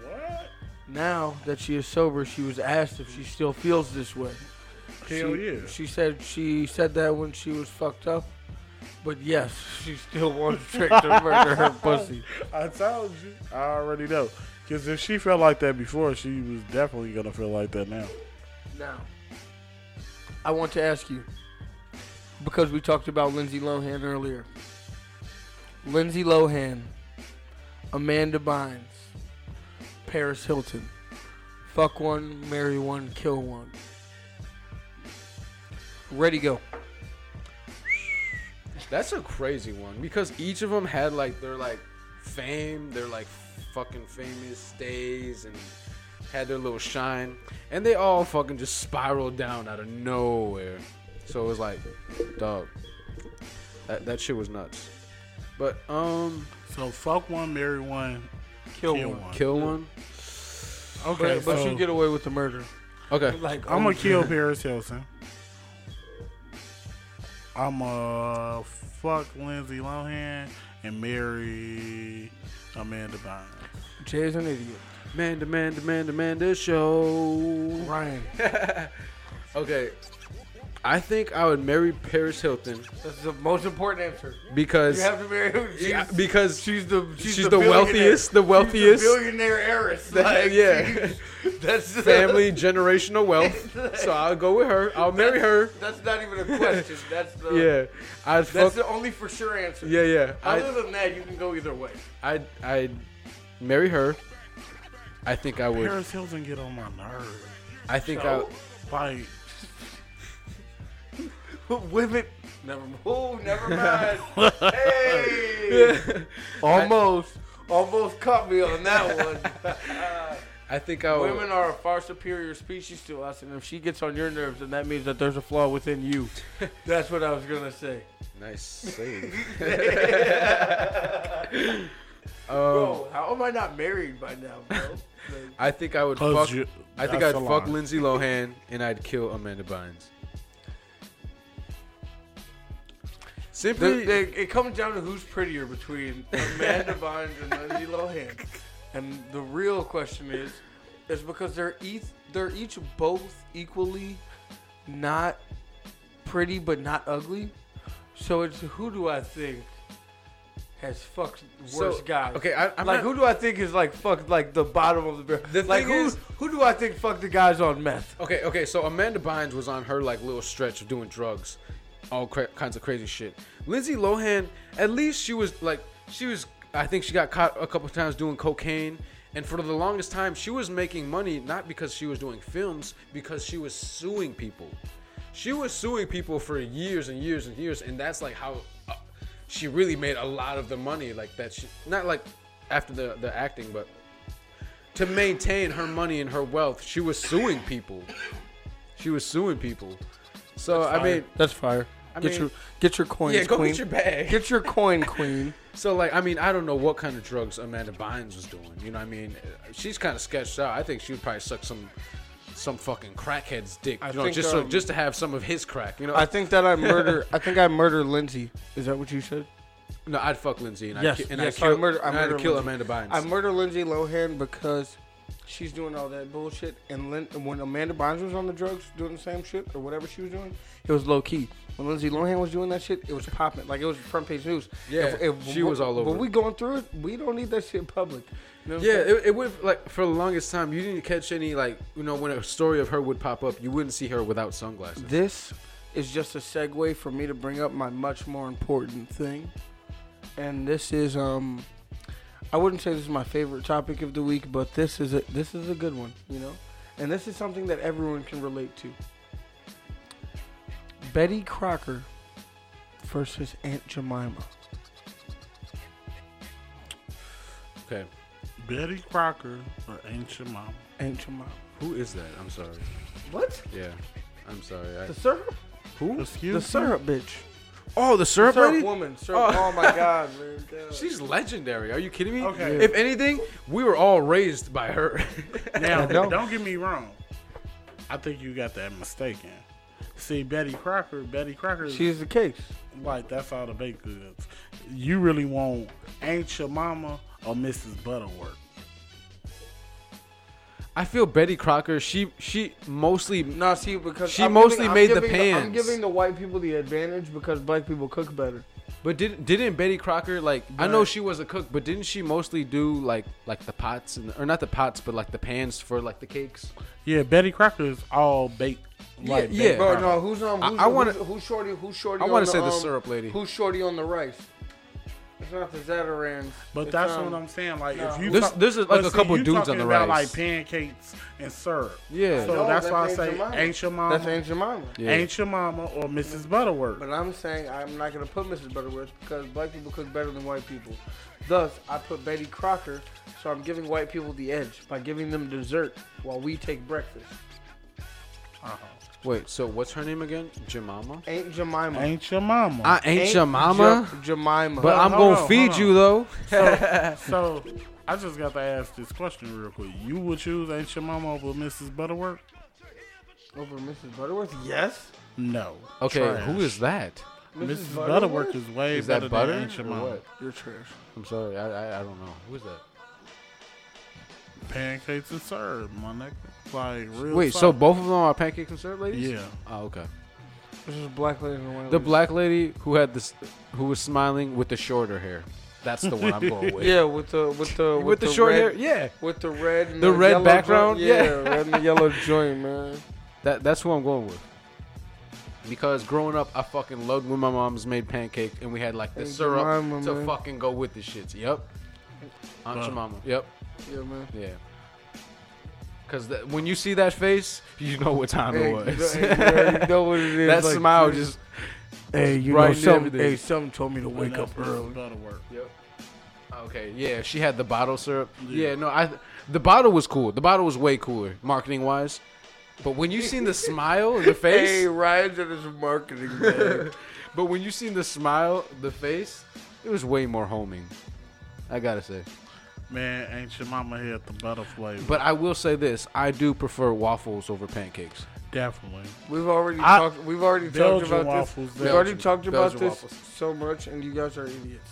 Speaker 3: what?
Speaker 1: Now that she is sober, she was asked if she still feels this way.
Speaker 3: Hell
Speaker 1: she,
Speaker 3: yeah.
Speaker 1: She said she said that when she was fucked up, but yes, she still wants Drake to murder her pussy.
Speaker 3: I told you. I already know. Because if she felt like that before, she was definitely gonna feel like that now.
Speaker 1: Now, I want to ask you because we talked about Lindsay Lohan earlier. Lindsay Lohan, Amanda Bynes, Paris Hilton. Fuck one, marry one, kill one. Ready, go.
Speaker 2: That's a crazy one because each of them had like their like fame, their like fucking famous days, and had their little shine, and they all fucking just spiraled down out of nowhere. So it was like, dog, that that shit was nuts. But um,
Speaker 3: So fuck one, marry one,
Speaker 1: Kill,
Speaker 3: kill
Speaker 1: one.
Speaker 3: one.
Speaker 2: kill one.
Speaker 3: Okay,
Speaker 1: But, but
Speaker 3: so
Speaker 1: you get away with the murder.
Speaker 2: Okay,
Speaker 1: Like
Speaker 3: I'm
Speaker 1: oh,
Speaker 3: gonna kill Paris Hilton. I'm gonna fuck Lindsay Lohan and marry Amanda Bynes.
Speaker 1: Jay's an idiot.
Speaker 2: man, demand, demand, demand this show.
Speaker 1: Ryan,
Speaker 2: Okay, I think I would marry Paris Hilton
Speaker 1: that's the most important answer.
Speaker 2: because
Speaker 1: You have to marry who?
Speaker 2: Yeah,
Speaker 1: Jesus.
Speaker 2: because
Speaker 1: She's the she's,
Speaker 2: She's the
Speaker 1: billionaire.
Speaker 2: wealthiest- the
Speaker 1: She's
Speaker 2: wealthiest.
Speaker 1: billionaire heiress. Like,
Speaker 2: yeah.
Speaker 1: she's- That's
Speaker 2: Family, generational wealth. So I'll go with her. I'll marry her.
Speaker 1: That's not even a question. That's the
Speaker 2: Yeah, I'd
Speaker 1: That's
Speaker 2: fuck.
Speaker 1: the only for sure answer.
Speaker 2: Yeah, yeah. I
Speaker 1: Other than that, you can go either way.
Speaker 2: I I marry her. I think I would.
Speaker 3: Paris Hilton get on my nerves.
Speaker 2: I think I.
Speaker 3: Like,
Speaker 1: Women. Never mind. Oh, never mind. hey. almost. Almost caught me on that one.
Speaker 2: I think I would.
Speaker 1: Women are a far superior species to us, and if she gets on your nerves, then that means that there's a flaw within you. That's what I was gonna say.
Speaker 2: Nice save.
Speaker 1: Bro, Oh, how am I not married by now, bro? Like,
Speaker 2: I think I would
Speaker 3: Cause
Speaker 2: fuck.
Speaker 3: you-
Speaker 2: I think I'd
Speaker 3: that's a
Speaker 2: fuck
Speaker 3: lie.
Speaker 2: Lindsay Lohan and I'd kill Amanda Bynes.
Speaker 1: The-
Speaker 2: Simply,
Speaker 1: the- it comes down to who's prettier between Amanda Bynes and Lindsay Lohan, and the real question is, is because they're each they're each both equally not pretty but not ugly, so it's who do I think has fucked
Speaker 2: So,
Speaker 1: worse guys?
Speaker 2: okay, I- I'm
Speaker 1: like
Speaker 2: not-
Speaker 1: who do I think is like fucked like the bottom of the barrel?
Speaker 2: The
Speaker 1: like
Speaker 2: thing
Speaker 1: who
Speaker 2: is-
Speaker 1: who do I think fucked the guys on meth?
Speaker 2: okay, okay. So Amanda Bynes was on her like little stretch of doing drugs, all cra- kinds of crazy shit. Lindsay Lohan, at least she was like, she was. I think she got caught a couple times doing cocaine, and for the longest time, she was making money not because she was doing films, because she was suing people. She was suing people for years and years and years, and that's like how uh, she really made a lot of the money. Like that, she not like after the the acting, but to maintain her money and her wealth, she was suing people. She was suing people. So I mean,
Speaker 1: That's fire.
Speaker 2: Get mean- your-
Speaker 1: get your coins,
Speaker 2: yeah, go get your bag.
Speaker 1: Get your coin, queen.
Speaker 2: So like, I mean, I don't know what kind of drugs Amanda Bynes was doing. You know, what I mean, she's kind of sketched out. I think she would probably suck some, some fucking crackhead's dick.
Speaker 1: I
Speaker 2: you know,
Speaker 1: think,
Speaker 2: just so,
Speaker 1: um,
Speaker 2: just to have some of his crack. You know,
Speaker 1: I think that I murder. I think I murder Lindsay. Is that what you said?
Speaker 2: no, I'd fuck Lindsay and
Speaker 1: Yes,
Speaker 2: I'd, ki- and
Speaker 1: yes,
Speaker 2: I'd kill,
Speaker 1: I murder- I
Speaker 2: and I'd
Speaker 1: murder
Speaker 2: kill
Speaker 1: Lindsay.
Speaker 2: Amanda Bynes.
Speaker 1: I murder Lindsay Lohan because she's doing all that bullshit. And Lin- and when Amanda Bynes was on the drugs, doing the same shit or whatever she was doing, it was low key. When Lindsay Lohan was doing that shit, it was popping. Like it was front page news.
Speaker 2: Yeah, she was all over
Speaker 1: When
Speaker 2: it.
Speaker 1: we going through it, we don't need that shit public. You know what I'm
Speaker 2: Yeah,
Speaker 1: saying?
Speaker 2: it, it would like for the longest time you didn't catch any like you know when a story of her would pop up you wouldn't see her without sunglasses.
Speaker 1: This is just a segue for me to bring up my much more important thing. And this is um I wouldn't say this is my favorite topic of the week, but this is a this is a good one, you know? And this is something that everyone can relate to. Betty Crocker versus Aunt Jemima.
Speaker 2: Okay,
Speaker 3: Betty Crocker or Ancient Mama.
Speaker 1: Aunt Jemima.
Speaker 2: who is that? I'm sorry.
Speaker 1: What?
Speaker 2: Yeah, I'm sorry. I,
Speaker 1: The syrup?
Speaker 2: who?
Speaker 3: Excuse
Speaker 1: The
Speaker 3: me?
Speaker 1: syrup bitch.
Speaker 2: Oh, the
Speaker 1: The
Speaker 2: syrup,
Speaker 1: syrup
Speaker 2: lady?
Speaker 1: woman. Syrup. Oh, my god, man.
Speaker 2: She's legendary. Are you kidding me?
Speaker 3: Okay.
Speaker 2: If anything, we were all raised by her.
Speaker 3: Now,
Speaker 1: don't.
Speaker 3: don't. get me wrong. I think you got that mistaken. See, Betty Crocker, Betty Crocker, is
Speaker 1: She's the case.
Speaker 3: like that's all the baked goods. You really want Ain't Your Mama or Mrs. Butterworth?
Speaker 2: I feel Betty Crocker. She she mostly
Speaker 1: No, see, because
Speaker 2: She mostly
Speaker 1: I'm
Speaker 2: made the
Speaker 1: giving I'm
Speaker 2: pans.
Speaker 1: giving the white people the advantage because black people cook better.
Speaker 2: But didn't didn't Betty Crocker like I know she was a cook, but didn't she mostly do like like the pots and or not the pots, but like the pans for like the cakes?
Speaker 3: Yeah, Betty Crocker is all baked. Like,
Speaker 2: yeah.
Speaker 3: baked
Speaker 2: Bro,
Speaker 3: Crocker.
Speaker 1: no, who's on?
Speaker 2: I-
Speaker 1: Who's,
Speaker 2: I wanna-
Speaker 1: who's, who's shorty? Who's shorty?
Speaker 2: I
Speaker 1: on
Speaker 2: wanna say the
Speaker 1: um,
Speaker 2: syrup lady.
Speaker 1: Who's shorty on the rice? It's not the Zatarans.
Speaker 3: But
Speaker 1: It's,
Speaker 3: that's
Speaker 1: um,
Speaker 3: what I'm saying. Like, if
Speaker 1: no.
Speaker 3: you
Speaker 2: There's-
Speaker 3: talk-
Speaker 2: there's, like,
Speaker 3: but
Speaker 2: a couple
Speaker 3: you
Speaker 2: dudes on
Speaker 3: talking
Speaker 2: the
Speaker 3: about,
Speaker 2: rice.
Speaker 3: like pancakes and syrup.
Speaker 2: Yeah.
Speaker 3: So
Speaker 1: No,
Speaker 3: that's
Speaker 1: that's
Speaker 3: why I
Speaker 1: Ain't
Speaker 3: say
Speaker 1: Your Mama.
Speaker 3: Ain't Your Mama,
Speaker 1: That's Aunt Jemima.
Speaker 2: Yeah.
Speaker 3: Ain't Your Mama or Mrs. Butterworth.
Speaker 1: But I'm saying I'm not gonna put Mrs. Butterworth because black people cook better than white people. Thus, I put Betty Crocker, so I'm giving white people the edge by giving them dessert while we take breakfast.
Speaker 2: Wait, so what's her name again? Jemima.
Speaker 1: Aunt Jemima.
Speaker 3: Ain't Your Mama.
Speaker 2: I ain't, your mama,
Speaker 1: Je- Jemima.
Speaker 2: but I'm
Speaker 3: hold
Speaker 2: gonna
Speaker 3: on,
Speaker 2: feed
Speaker 3: hold on.
Speaker 2: you though.
Speaker 3: So I just got to ask this question real quick. You would choose Ain't Your Mama over Mrs. Butterworth?
Speaker 1: Over Mrs. Butterworth? Yes.
Speaker 3: No.
Speaker 2: Okay,
Speaker 3: Trash.
Speaker 2: who is that?
Speaker 3: Mrs. Butterworth? Is way
Speaker 2: Is
Speaker 3: better
Speaker 2: that butter?
Speaker 3: than Ain't Your
Speaker 2: or
Speaker 3: Mama.
Speaker 2: what?
Speaker 1: You're trash.
Speaker 2: I'm sorry, I, I I don't know. Who is that?
Speaker 3: Pancakes and syrup, my nigga. Like real.
Speaker 2: Wait, so
Speaker 3: syrup.
Speaker 2: both of them are pancake and syrup ladies?
Speaker 3: Yeah.
Speaker 2: Oh, okay.
Speaker 1: This is black lady and white
Speaker 2: The
Speaker 1: lady.
Speaker 2: black lady who had this, who was smiling with the shorter hair. That's the one I'm going with.
Speaker 1: Yeah, with the with the
Speaker 2: With, the, short
Speaker 1: red,
Speaker 2: hair, yeah.
Speaker 1: with the red and
Speaker 2: The red
Speaker 1: yellow
Speaker 2: background?
Speaker 1: joint. yeah,
Speaker 2: Yeah.
Speaker 1: red and the yellow joint, man.
Speaker 2: That that's who I'm going with. Because growing up, I fucking loved when my mom's made pancakes and we had like the
Speaker 1: Aunt
Speaker 2: syrup
Speaker 1: Jemima,
Speaker 2: to
Speaker 1: man.
Speaker 2: fucking go with the shits. Yep. Aunt Jemima. Yep.
Speaker 1: Yeah, man.
Speaker 2: Yeah. Cause that, when you see that face, you know what time
Speaker 1: Hey,
Speaker 2: it
Speaker 1: you know,
Speaker 2: was.
Speaker 1: hey, man, you know what it is.
Speaker 2: that
Speaker 1: like,
Speaker 2: smile
Speaker 1: dude.
Speaker 2: just.
Speaker 1: Hey, you know,
Speaker 2: brightened
Speaker 1: something,
Speaker 2: everything.
Speaker 1: hey, something told me to wake up early.
Speaker 3: work.
Speaker 2: Okay, yeah, she had the bottle syrup. Yeah, no, I. The bottle was cool. The bottle was way cooler, marketing wise. But when you seen the smile in the face,
Speaker 1: Hey, Ryan's in his marketing man.
Speaker 2: But when you seen the smile, the face, it was way more homing. I gotta say.
Speaker 3: Man, ain't your mama had the butter flavor?
Speaker 2: But I will say this: I do prefer waffles over pancakes.
Speaker 3: Definitely.
Speaker 1: We've already
Speaker 3: I-
Speaker 1: talked. We've already
Speaker 3: Belgian
Speaker 1: talked about
Speaker 3: waffles,
Speaker 1: this. We've already
Speaker 2: Belgian-
Speaker 1: talked about
Speaker 2: Belgian
Speaker 1: this
Speaker 2: waffles.
Speaker 1: so much, and you guys are idiots,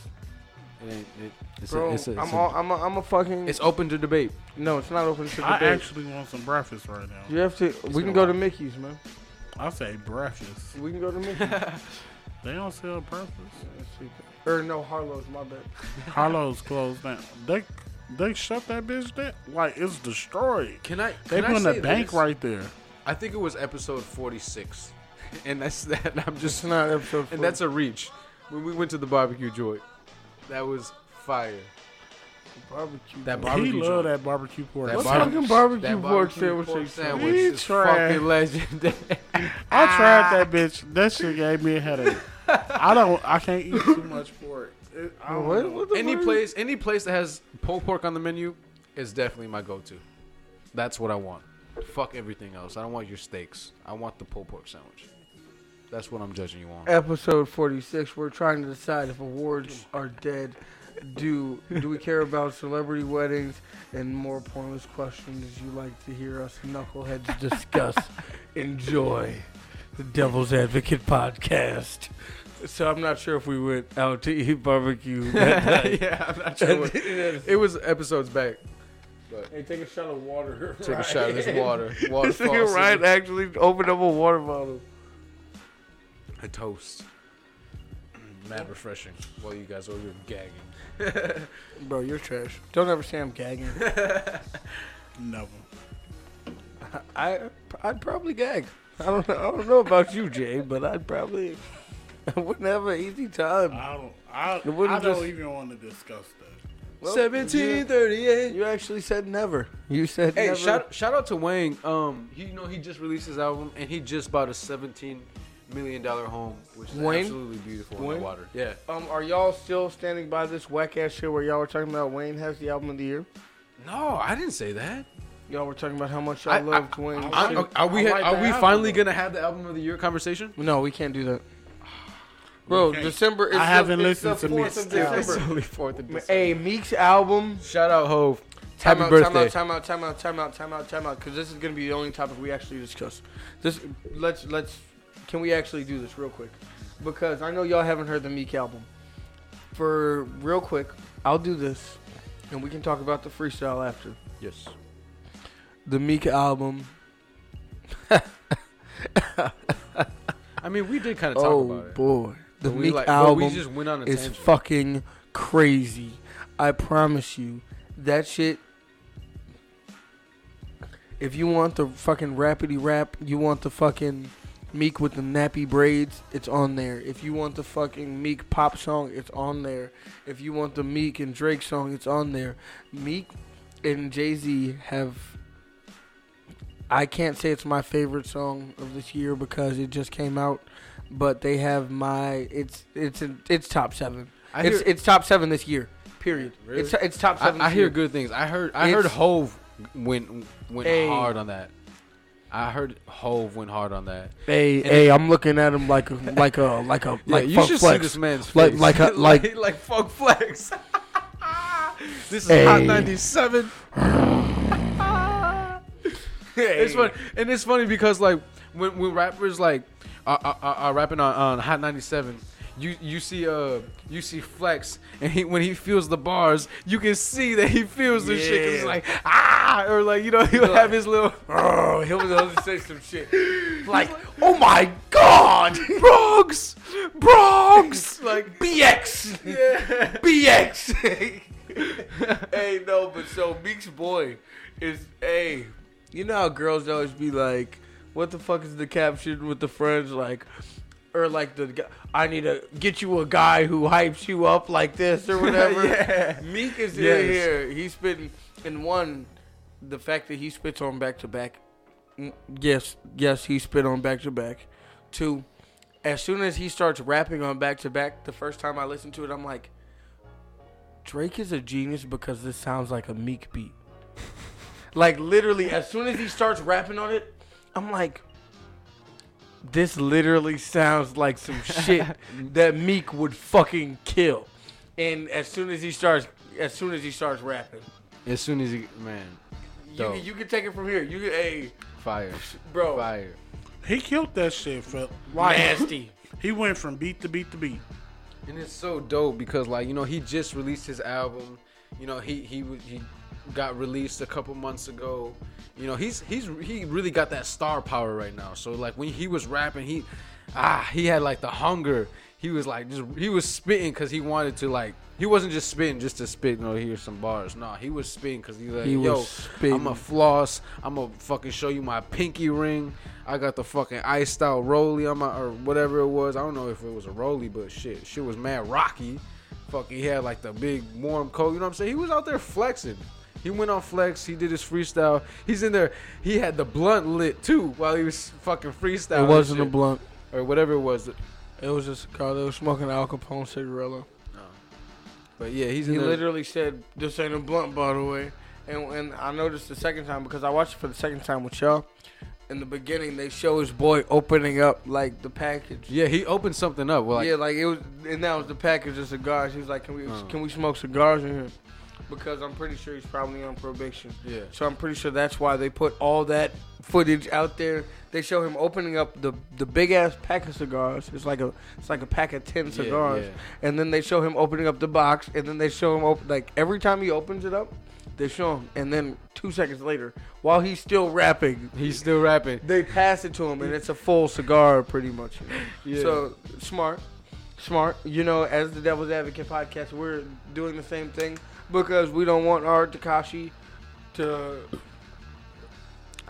Speaker 2: It ain't- it- it's, a-
Speaker 1: bro.
Speaker 2: it's a- it's
Speaker 1: I'm
Speaker 2: a-
Speaker 1: all, I'm a, I'm a fucking.
Speaker 2: it's open to debate.
Speaker 1: no, it's not open to
Speaker 3: I
Speaker 1: debate.
Speaker 3: actually want some breakfast right now.
Speaker 1: you have to. We
Speaker 2: been
Speaker 1: can
Speaker 2: a
Speaker 1: go
Speaker 2: while.
Speaker 1: to Mickey's, man.
Speaker 3: I say breakfast.
Speaker 1: We can go to Mickey's.
Speaker 3: They don't sell breakfast.
Speaker 1: or no, Harlow's. My bad.
Speaker 3: Harlow's closed down. They they shut that bitch down. Like it's destroyed.
Speaker 2: Can I?
Speaker 3: They
Speaker 2: Can I
Speaker 3: put in
Speaker 2: say
Speaker 3: a bank
Speaker 2: this?
Speaker 3: right there.
Speaker 2: I think it was episode forty-six, and that's that. I'm just
Speaker 1: It's not episode.
Speaker 2: and that's a reach. When we went to the barbecue joint, that was fire.
Speaker 1: barbecue.
Speaker 2: That
Speaker 1: joint.
Speaker 3: He
Speaker 2: Barbecue joint.
Speaker 3: love that barbecue pork.
Speaker 2: That
Speaker 1: What
Speaker 3: What's
Speaker 2: bar-
Speaker 3: up?
Speaker 1: fucking barbecue
Speaker 2: that
Speaker 1: pork sandwich
Speaker 2: pork
Speaker 1: is-
Speaker 2: sandwich
Speaker 3: He
Speaker 2: is
Speaker 3: trash.
Speaker 2: fucking legendary.
Speaker 3: I tried that bitch. That shit gave me a headache. I don't. I can't eat too much pork. It, I don't
Speaker 1: What?
Speaker 3: know.
Speaker 1: What the
Speaker 2: any
Speaker 1: fuck?
Speaker 2: place any place that has pulled pork on the menu is definitely my go-to that's what i want fuck everything else i don't want your steaks i want the pulled pork sandwich that's what i'm judging you on
Speaker 1: episode 46 we're trying to decide if awards are dead do do we care about celebrity weddings and more pointless questions you like to hear us knuckleheads discuss enjoy the devil's advocate podcast so i'm not sure if we went out to eat barbecue that night.
Speaker 2: yeah i'm not sure what- it was episodes back
Speaker 1: hey take a shot of water
Speaker 2: take a shot of this water water
Speaker 1: this nigga Ryan
Speaker 2: falls
Speaker 1: actually opened up a water bottle.
Speaker 2: a toast mad refreshing well you guys are you're gagging
Speaker 1: Bro, you're trash. Don't ever say I'm gagging.
Speaker 3: Never.
Speaker 1: I I'd probably gag. I don't know. I don't know about you, Jay, but I'd probably I wouldn't have an easy time.
Speaker 3: I don't. I, I
Speaker 1: wouldn't
Speaker 3: don't
Speaker 1: just-
Speaker 3: even want to discuss that.
Speaker 2: 1738
Speaker 1: You actually said never. You said
Speaker 2: Hey,
Speaker 1: never.
Speaker 2: shout shout out to Wang. Um, he, you know he just released his album and he just bought a seventeen million dollar home, which is
Speaker 1: Wayne?
Speaker 2: absolutely beautiful in
Speaker 1: Wayne?
Speaker 2: the water. Yeah,
Speaker 1: Um, are y'all still standing by this whack ass shit where y'all were talking about Wayne has the album of the year?
Speaker 2: no, I didn't say that.
Speaker 1: Y'all were talking about how much y'all
Speaker 2: I-
Speaker 1: loved Wayne.
Speaker 2: I-
Speaker 1: Shit.
Speaker 2: are, we
Speaker 3: I like
Speaker 2: are
Speaker 3: the
Speaker 2: we
Speaker 3: album,
Speaker 2: finally
Speaker 3: though.
Speaker 2: gonna have the album of the year conversation?
Speaker 1: no, we can't do that. Bro,
Speaker 3: can't.
Speaker 1: December. It's
Speaker 3: I
Speaker 1: the-
Speaker 3: haven't
Speaker 1: it's the
Speaker 3: listened to
Speaker 1: 4th
Speaker 3: Meek's
Speaker 1: of
Speaker 3: album.
Speaker 1: December.
Speaker 2: only fourth of
Speaker 1: Hey, Meek's album.
Speaker 2: Shout out Hove.
Speaker 1: Time
Speaker 2: Happy
Speaker 1: out,
Speaker 2: birthday.
Speaker 1: time out, time out, time out, time out, time out, time out, because this is gonna be the only topic we actually discuss. This let's let's can we actually do this real quick? Because I know y'all haven't heard the Meek album. For real quick, I'll do this, and we can talk about the freestyle after
Speaker 2: Yes.
Speaker 1: the Meek album.
Speaker 2: I mean, we did kind of talk
Speaker 1: Oh
Speaker 2: about it.
Speaker 1: boy, the
Speaker 2: But we
Speaker 1: Meek
Speaker 2: like- but
Speaker 1: album
Speaker 2: we just went on a
Speaker 1: is
Speaker 2: tangent.
Speaker 1: fucking crazy. I promise you, that shit. If you want the fucking rapidy rap, you want the fucking Meek with the nappy braids, it's on there. If you want the fucking Meek pop song, it's on there. If you want the Meek and Drake song, it's on there. Meek and Jay Z have. I can't say it's my favorite song of this year because it just came out, but they have my it's it's in, it's top seven.
Speaker 2: I
Speaker 1: it's
Speaker 2: hear-
Speaker 1: it's top seven this year. Period.
Speaker 2: Really?
Speaker 1: It's it's top seven.
Speaker 2: I, I
Speaker 1: this
Speaker 2: hear
Speaker 1: year.
Speaker 2: good things. I heard I
Speaker 1: It's-
Speaker 2: heard Hove went went
Speaker 1: Hey.
Speaker 2: hard on that. I heard Hove went hard on that.
Speaker 1: Hey,
Speaker 2: And
Speaker 1: hey, I'm looking at him like a like a like a
Speaker 2: Yeah,
Speaker 1: like
Speaker 2: you
Speaker 1: Funk
Speaker 2: should
Speaker 1: flex.
Speaker 2: see this man's
Speaker 1: Like-
Speaker 2: face.
Speaker 1: like a- like-
Speaker 2: like funk flex. this is
Speaker 1: Hey.
Speaker 2: hot ninety seven.
Speaker 1: Hey.
Speaker 2: It's funny, and it's funny because like when, when rappers like uh, are, are, are are rapping on, on hot ninety seven. You, you see uh you see flex and he when he feels the bars you can see that he feels this shit 'cause he's
Speaker 1: Yeah.
Speaker 2: like ah or like you know he'll have his little
Speaker 1: Oh, he'll, he'll just say some shit. Like, oh my god, Bronx, Bronx, like BX, BX. hey, no, but so Meek's boy is hey. You know how girls always be like, "What the fuck is the caption with the friends like?" Or like the guy- I need to get you a guy who hypes you up like this or whatever.
Speaker 2: Yeah.
Speaker 1: Meek is
Speaker 2: Yes.
Speaker 1: in here. He's spitting in one. The fact that he spits on back to back. Mm, Yes, yes, he spit on back to back. Two. As soon as he starts rapping on back to back, the first time I listen to it, I'm like, Drake is a genius because this sounds like a Meek beat. like literally, as soon as he starts rapping on it, I'm like, this literally sounds like some shit that Meek would fucking kill. And as soon as he starts, as soon as he starts rapping,
Speaker 2: As soon as he man,
Speaker 1: you,
Speaker 2: Dope.
Speaker 1: you can take it from here. You can, hey,
Speaker 2: fire,
Speaker 1: Bro.
Speaker 2: fire.
Speaker 3: He killed that shit for like
Speaker 1: nasty.
Speaker 3: He went from beat to beat to beat.
Speaker 2: And it's so dope because like you know he just released his album. You know he he w- he got released a couple months ago. You know he's he's he really got that star power right now. So like when he was rapping, he ah he had like the hunger. He was like just he was spitting because he wanted to like he wasn't just spitting just to spit. No, hear some bars. No, he was spitting because he like
Speaker 1: He was
Speaker 2: yo I'm
Speaker 1: spitting.
Speaker 2: a floss. I'm gonna fucking show you my pinky ring. I got the fucking iced out rolly on my or whatever it was. I don't know if it was a rolly, but shit, shit was mad rocky. Fucking, he had like the big warm coat. You know what I'm saying? He was out there flexing. He went on flex. He did his freestyle. He's in there. He had the blunt lit too while he was fucking freestyling.
Speaker 1: It wasn't a
Speaker 2: and shit.
Speaker 1: blunt.
Speaker 2: or whatever it was.
Speaker 1: It was just cigar. They were smoking Al Capone cigarello.
Speaker 2: But yeah, he's in
Speaker 1: He
Speaker 2: there.
Speaker 1: literally said, "This ain't a blunt, by the way." And and I noticed the second time because I watched it for the second time with y'all. In the beginning, they show his boy opening up like the package.
Speaker 2: yeah, he opened something up. Well, like,
Speaker 1: yeah, like it was, and that was the package of cigars. He was like, "Can we
Speaker 2: Uh.
Speaker 1: can we smoke cigars in here?" Because I'm pretty sure he's probably on probation.
Speaker 2: Yeah.
Speaker 1: So I'm pretty sure that's why they put all that footage out there. They show him opening up the the big ass pack of cigars. It's like a it's like a pack of ten cigars.
Speaker 2: yeah.
Speaker 1: And then they show him opening up the box. And then they show him open like every time he opens it up, they show him. And then two seconds later, while he's still rapping,
Speaker 2: he's still rapping.
Speaker 1: they pass it to him, and it's a full cigar, pretty much. you know?
Speaker 2: Yeah.
Speaker 1: So smart, smart. You know, as the Devil's Advocate podcast, we're doing the same thing because we don't want our Takashi to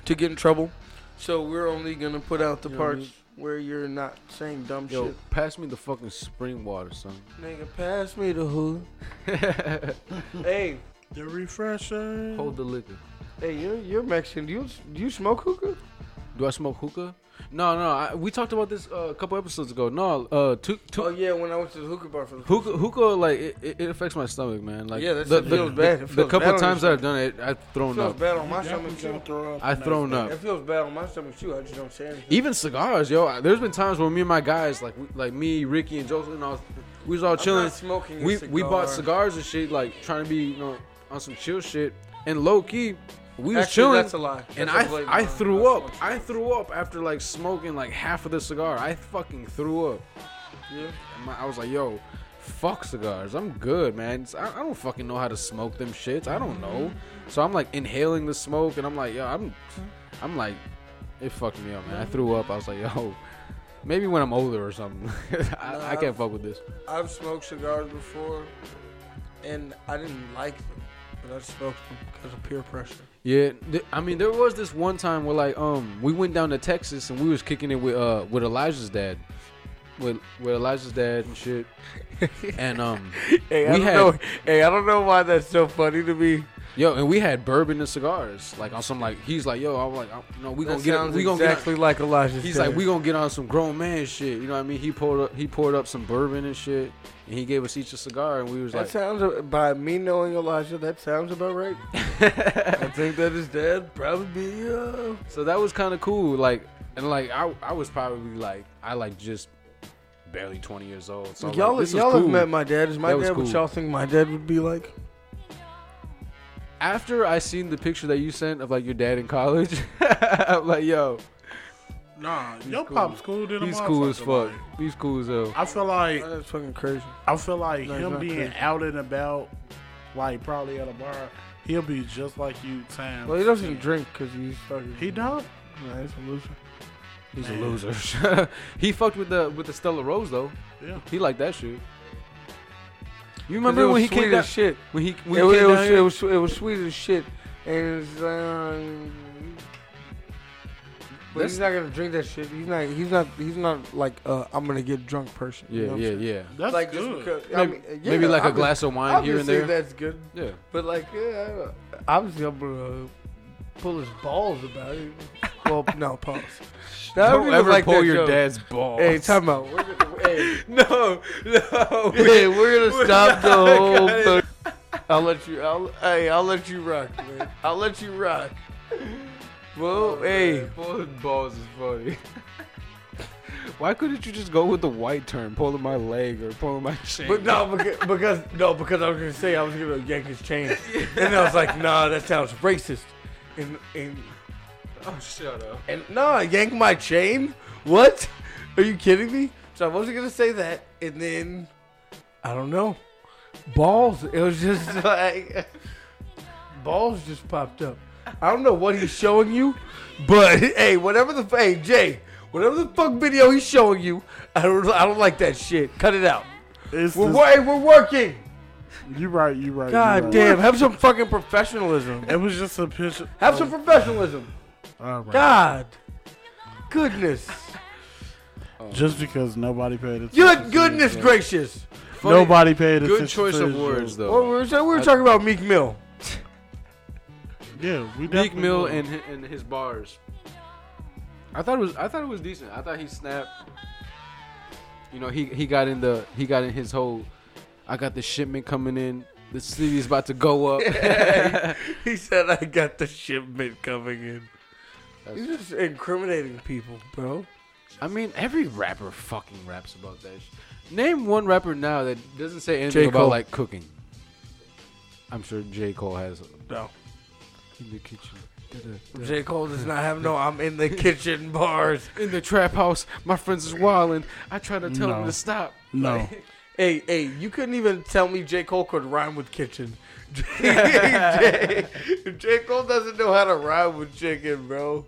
Speaker 1: to get in trouble. So we're only gonna put out the
Speaker 2: You know what I
Speaker 1: parts where you're not saying dumb
Speaker 2: Yo,
Speaker 1: shit.
Speaker 2: pass me the fucking spring water, son.
Speaker 1: Nigga, pass me the hood. hey,
Speaker 3: The refresher.
Speaker 1: Mm.
Speaker 2: Hold the liquor.
Speaker 1: hey, you're you're Mexican. Do you do you smoke hookah?
Speaker 2: Do I smoke hookah? No, no. I, we talked about this uh, a couple episodes ago. No, uh, to, to,
Speaker 1: Oh yeah, when I went to the hookah bar for the
Speaker 2: hookah, hookah, like it, it it affects my stomach, man. Like
Speaker 1: Yeah, that's-
Speaker 2: the,
Speaker 1: it feels bad. It
Speaker 2: The,
Speaker 1: feels
Speaker 2: couple
Speaker 1: bad on
Speaker 2: times
Speaker 1: your
Speaker 2: that I've done it, I've thrown
Speaker 1: feels
Speaker 2: up.
Speaker 1: bad on my stomach
Speaker 3: Definitely
Speaker 1: too.
Speaker 3: gonna throw up.
Speaker 2: I've thrown up.
Speaker 1: It feels bad on my stomach too. I just don't say anything.
Speaker 2: Even cigars, yo. I- There's been times where me and my guys, like we- like me, Ricky, and Joseph, and all, we was all chilling.
Speaker 1: not smoking a
Speaker 2: we we bought
Speaker 1: cigar.
Speaker 2: cigars and shit, like trying to be you know on some chill shit. And low key, we was
Speaker 1: Actually,
Speaker 2: chilling.
Speaker 1: that's a lie.
Speaker 2: and
Speaker 1: That's a
Speaker 2: I
Speaker 1: blatant
Speaker 2: I
Speaker 1: lie.
Speaker 2: threw
Speaker 1: That's
Speaker 2: up.
Speaker 1: bullshit.
Speaker 2: I threw up after like smoking like half of the cigar. I fucking threw up.
Speaker 1: Yeah.
Speaker 2: And my- I was like, yo, fuck cigars. I'm good, man. It's- I, I don't fucking know how to smoke them shits. I don't know. So I'm like inhaling the smoke, and I'm like, yo, I'm, I'm like, it fucked me up, man. I threw up. I was like, yo, maybe when I'm older or something. I, I can't fuck with this.
Speaker 1: I've smoked cigars before, and I didn't like them, but I smoked them because of peer pressure.
Speaker 2: Yeah, th- I mean, there was this one time where like, um, we went down to Texas and we was kicking it with uh with Elijah's dad, with with Elijah's dad and shit, and um,
Speaker 1: Hey,
Speaker 2: I We don't had- know-
Speaker 1: Hey, I don't know why that's so funny to me.
Speaker 2: Yo, and we had bourbon and cigars. Like on some like he's like, yo, I'm like, I'm, you know, we
Speaker 1: That
Speaker 2: gonna get
Speaker 1: sounds
Speaker 2: we gonna
Speaker 1: exactly
Speaker 2: get.
Speaker 1: like Elijah.
Speaker 2: On, he's like, we gonna get on some grown man shit. You know what I mean? He poured up, he poured up some bourbon and shit, and he gave us each a cigar, and we was
Speaker 1: That
Speaker 2: like,
Speaker 1: sounds a- by me knowing Elijah. That sounds about right. I think that his dad probably. Uh,
Speaker 2: so that was kind of cool. Like, and like I I was probably like I like just barely twenty years old. So I'm
Speaker 1: y'all
Speaker 2: like, this is
Speaker 1: y'all
Speaker 2: cool.
Speaker 1: have met my dad. Is my
Speaker 2: That was
Speaker 1: dad what
Speaker 2: cool.
Speaker 1: y'all think my dad would be like?
Speaker 2: After I seen the picture that you sent of like your dad in college, I'm like, yo,
Speaker 3: Nah, your pop's cool. Than a
Speaker 2: he's cool as
Speaker 3: motherfucker,
Speaker 2: fuck.
Speaker 3: like.
Speaker 2: He's cool as hell.
Speaker 3: I feel like
Speaker 1: Oh, That's fucking crazy.
Speaker 3: I feel like
Speaker 1: No, he's
Speaker 3: him
Speaker 1: not
Speaker 3: being
Speaker 1: crazy.
Speaker 3: out and about, like probably at a bar, he'll be just like you. Time.
Speaker 1: Well, he doesn't drink because he's fucking.
Speaker 3: He don't.
Speaker 1: Nah, he's a loser.
Speaker 2: He's a loser. he fucked with the with the Stella Rose though.
Speaker 3: Yeah.
Speaker 2: He liked that shit. You
Speaker 1: Cause
Speaker 2: remember
Speaker 1: it
Speaker 2: when
Speaker 1: was
Speaker 2: he came
Speaker 1: sweet
Speaker 2: down?
Speaker 1: as shit.
Speaker 2: When he when
Speaker 1: It,
Speaker 2: he
Speaker 1: was,
Speaker 2: came
Speaker 1: it,
Speaker 2: down
Speaker 1: was,
Speaker 2: here?
Speaker 1: it was it was sweet as shit, and it's um. But
Speaker 2: That's-
Speaker 1: he's not gonna drink that shit. He's not. He's not. He's not like uh, I'm gonna get drunk person. you
Speaker 2: yeah,
Speaker 1: know what I'm
Speaker 2: yeah,
Speaker 1: saying?
Speaker 2: yeah.
Speaker 3: That's
Speaker 1: like
Speaker 3: good.
Speaker 1: just because I
Speaker 2: Maybe,
Speaker 1: mean, yeah,
Speaker 2: maybe like a
Speaker 1: obvi-
Speaker 2: glass of wine here and
Speaker 1: obviously
Speaker 2: there.
Speaker 1: That's good.
Speaker 2: yeah.
Speaker 1: But like, yeah, I don't- obviously I'm gonna pull his balls about it. Well, no, pause. That
Speaker 2: Don't
Speaker 1: even
Speaker 2: ever
Speaker 1: like
Speaker 2: pull
Speaker 1: that
Speaker 2: your
Speaker 1: joke.
Speaker 2: dad's balls.
Speaker 1: Hey, time about. We're gonna, hey,
Speaker 2: no, no.
Speaker 1: hey, we're gonna stop the whole. thing. I'll let you. I'll, hey, I'll let you rock, man. I'll let you rock. Well, hey,
Speaker 2: Oh, pulling balls is funny. Why couldn't you just go with the white term, pulling my leg or pulling my chain?
Speaker 1: but no, because, because no, because I was gonna say I was gonna yank his chain, and I was like, nah, that sounds racist, and and
Speaker 2: oh, shut up.
Speaker 1: And no, yank my chain? What? Are you kidding me? So I wasn't gonna say that, and then I don't know. Balls. It was just like balls just popped up. I don't know what he's showing you, but hey, whatever the hey Jay, whatever the fuck video he's showing you, I don't I don't like that shit. Cut it out.
Speaker 3: It's
Speaker 1: We're
Speaker 3: just-
Speaker 1: wor- hey, we're working.
Speaker 3: You right, you right. you
Speaker 1: God
Speaker 3: right.
Speaker 1: damn, have some fucking professionalism.
Speaker 3: It was just a picture.
Speaker 1: Have some professionalism.
Speaker 3: All right.
Speaker 1: God, goodness.
Speaker 3: Just because nobody paid attention.
Speaker 1: Good goodness gracious.
Speaker 3: Nobody paid attention.
Speaker 2: Good choice
Speaker 3: to
Speaker 2: of
Speaker 3: his
Speaker 2: words,
Speaker 3: joke.
Speaker 1: Well, we
Speaker 2: though.
Speaker 1: were, so we were talking about Meek Mill.
Speaker 3: Yeah, we
Speaker 2: Meek
Speaker 3: definitely
Speaker 2: Mill
Speaker 3: will.
Speaker 2: and hi- and his bars. I thought it was I thought it was decent. I thought he snapped. You know, he he got in the he got in his whole. I got the shipment coming in. The city's about to go up.
Speaker 1: He said, "I got the shipment coming in." He's just incriminating people, bro.
Speaker 2: I mean, every rapper fucking raps about that. Sh- Name one rapper now that doesn't say anything
Speaker 1: J.
Speaker 2: about
Speaker 1: Cole.
Speaker 2: like cooking. I'm sure J Cole has
Speaker 1: No,
Speaker 2: in the kitchen.
Speaker 1: J Cole does not have no. I'm in the kitchen bars.
Speaker 2: In the trap house, my friends is wilding. I try to tell them
Speaker 3: No.
Speaker 2: to stop.
Speaker 3: No.
Speaker 1: Hey, hey, you couldn't even tell me J Cole could rhyme with kitchen. J, J Cole doesn't know how to rhyme with chicken, bro.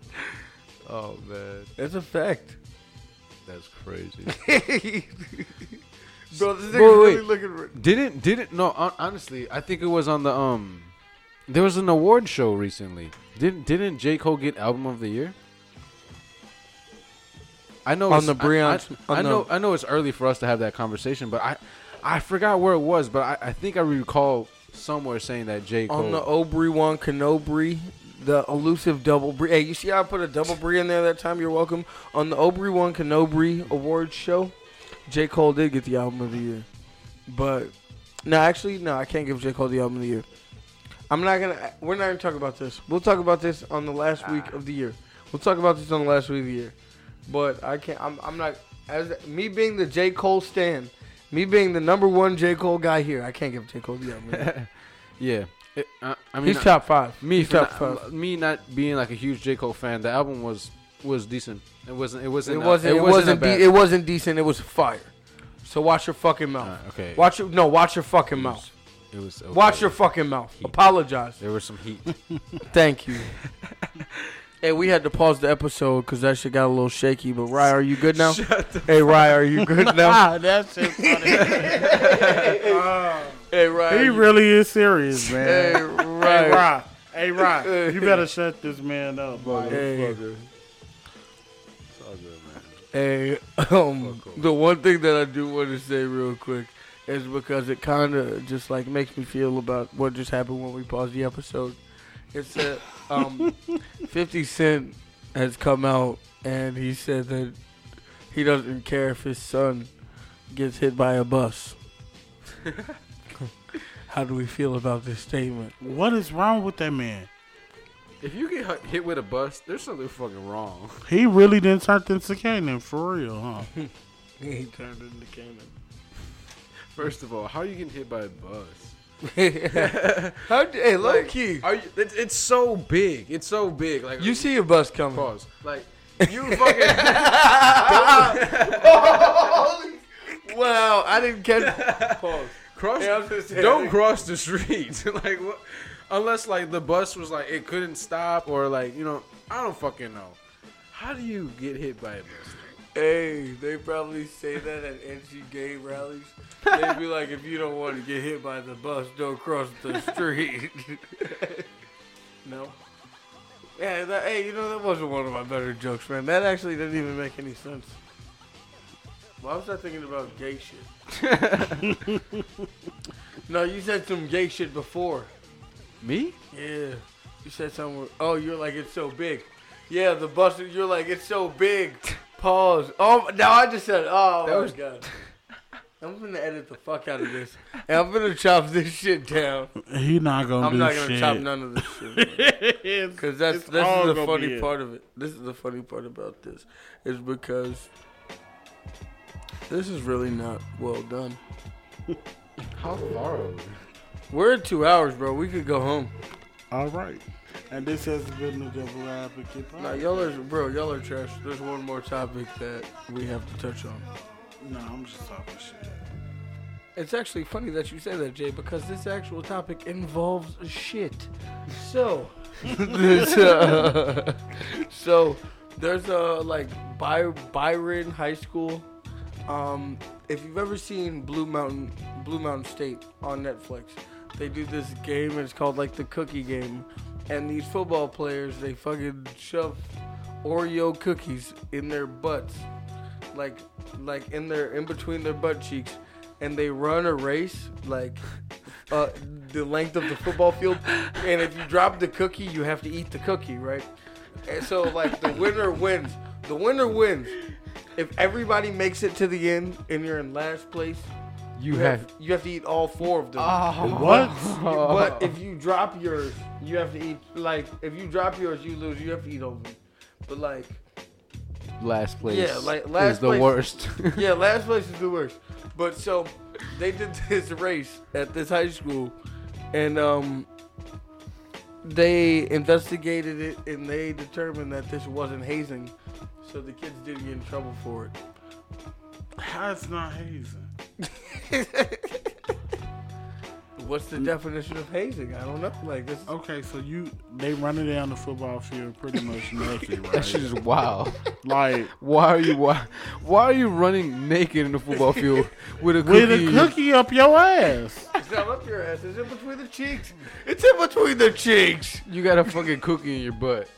Speaker 2: Oh man,
Speaker 1: That's a fact.
Speaker 2: that's crazy.
Speaker 1: bro, this nigga's
Speaker 2: Wait,
Speaker 1: really
Speaker 2: wait.
Speaker 1: looking. r-
Speaker 2: didn't didn't no. hon- Honestly, I think it was on the um. There was an award show recently. Didn't didn't J Cole get album of the year? I know
Speaker 1: On
Speaker 2: it's-
Speaker 1: the Breon-
Speaker 2: I, I- I
Speaker 1: on the-
Speaker 2: know I know it's early for us to have that conversation, but I I forgot where it was, but I, I think I recall somewhere saying that J Cole.
Speaker 1: on the Obri one, Canobri, the elusive double brie. Hey, you see how I put a double brie in there that time? You're welcome. On the Obri one, Canobri awards show, J. Cole did get the album of the year. But no, actually, no, I can't give J. Cole the album of the year. I'm not gonna. We're not gonna talk about this. We'll talk about this on the last week of the year. We'll talk about this on the last week of the year. But I can't. I'm, I'm not. As me being the J. Cole stand, me being the number one J. Cole guy here, I can't give J. Cole the album. Of the year.
Speaker 2: yeah, It- I, I mean
Speaker 1: He's top five.
Speaker 2: me
Speaker 1: He's
Speaker 2: for
Speaker 1: top
Speaker 2: not,
Speaker 1: five.
Speaker 2: me not being like a huge J Cole fan. The album was was decent. It wasn't. It wasn't.
Speaker 1: It
Speaker 2: uh,
Speaker 1: wasn't. It
Speaker 2: wasn't a
Speaker 1: wasn't.
Speaker 2: bad-
Speaker 1: de- it wasn't decent. It was fire. So watch your fucking mouth.
Speaker 2: Uh, okay.
Speaker 1: Watch your no. Watch your fucking
Speaker 2: It
Speaker 1: mouth.
Speaker 2: was- It was. okay.
Speaker 1: Watch your fucking mouth. Apologize.
Speaker 2: There was some heat.
Speaker 1: Thank you. hey, we had to pause the episode because that shit got a little shaky. But Rye, are you good now? hey, Rye, are you good now?
Speaker 3: Ah, that shit funny.
Speaker 1: hey, Rye.
Speaker 3: he
Speaker 1: are you-
Speaker 3: really is serious,
Speaker 1: Hey,
Speaker 3: man. Hey,
Speaker 1: Rye.
Speaker 3: Rod. Hey, Rod. You better shut this man up,
Speaker 2: Oh,
Speaker 3: boy.
Speaker 1: Hey,
Speaker 2: It's all good, man.
Speaker 1: Hey, um, the one thing that I do want to say real quick is because it kind of just like makes me feel about what just happened when we paused the episode. It's that um, 50 Cent has come out and he said that he doesn't care if his son gets hit by a bus. How do we feel about this statement?
Speaker 3: What is wrong with that man?
Speaker 2: If you get hu- hit with a bus, there's something fucking wrong.
Speaker 3: He really didn't turn into Canaan for real, huh?
Speaker 1: He turned into Canaan.
Speaker 2: First of all, how are you getting hit by a bus?
Speaker 1: How, d- hey, low key,
Speaker 2: Are you? It, it's so big. It's so big. Like
Speaker 1: you see a bus coming.
Speaker 2: pause. Like you fucking.
Speaker 1: Wow, I didn't catch.
Speaker 2: cross
Speaker 1: Yeah, I was gonna say, I
Speaker 2: don't
Speaker 1: think-
Speaker 2: cross the street like what unless like the bus was like it couldn't stop or like you know i don't fucking know How do you get hit by a bus?
Speaker 1: Hey, they probably say that at NC gay rallies. They'd be like, if you don't want to get hit by the bus, don't cross the street. no. Yeah, that, hey, you know, that wasn't one of my better jokes, man. That actually didn't even make any sense. Why was I thinking about gay shit? no, you said some gay shit before.
Speaker 2: Me?
Speaker 1: Yeah. You said something. Oh, you're like it's so big. Yeah, the bus. You're like it's so big. Pause. Oh, now I just said. Oh
Speaker 2: That
Speaker 1: my
Speaker 2: was-
Speaker 1: god. I'm gonna edit the fuck out of this, and I'm gonna chop this shit down.
Speaker 3: He not gonna
Speaker 1: I'm
Speaker 3: do
Speaker 1: not gonna
Speaker 3: shit.
Speaker 1: chop none of this shit,
Speaker 3: Because
Speaker 1: because that's
Speaker 3: It's
Speaker 1: this
Speaker 3: all
Speaker 1: is the
Speaker 3: gonna be
Speaker 1: funny
Speaker 3: it.
Speaker 1: part of it. This is the funny part about this, is because this is really not well done.
Speaker 2: How far? are we?
Speaker 1: We're at two hours, bro. We could go home.
Speaker 3: all right. And this has been the Devil Advocate.
Speaker 1: Nah, y'all are, bro, y'all are trash. There's one more topic that we have to touch on.
Speaker 3: No, I'm just talking shit.
Speaker 1: It's actually funny that you say that, Jay, because this actual topic involves shit. So, this, uh, so there's a like By- Byron High School. Um, if you've ever seen Blue Mountain, Blue Mountain State on Netflix, they do this game. And it's called like the Cookie Game, and these football players they fucking shove Oreo cookies in their butts, like like in their in between their butt cheeks, and they run a race like uh, the length of the football field. And if you drop the cookie, you have to eat the cookie, right? And so like the winner wins. The winner wins. If everybody makes it to the end and you're in last place,
Speaker 2: You
Speaker 1: you have you have to eat all four of them.
Speaker 3: What?
Speaker 1: But if you drop yours, you have to eat like if you drop yours, you lose. You have to eat all of them. But like,
Speaker 2: last place.
Speaker 1: Yeah, like, last
Speaker 2: is the
Speaker 1: place-
Speaker 2: worst.
Speaker 1: yeah, last place is the worst. But so they did this race at this high school, and um, they investigated it and they determined that this wasn't hazing, so the kids didn't get in trouble for it.
Speaker 3: How it's not hazing?
Speaker 1: What's the definition of hazing? I don't know. Like this. Is,
Speaker 3: Okay, so you they running down the football field pretty much naked,
Speaker 2: that shit
Speaker 3: right?
Speaker 2: is wild.
Speaker 3: like
Speaker 2: Why are you why, why are you running naked in the football field with a cookie?
Speaker 3: with a cookie up your ass.
Speaker 1: it's not up your ass. It's in between the cheeks. It's in between the cheeks.
Speaker 2: You got a fucking cookie in your butt.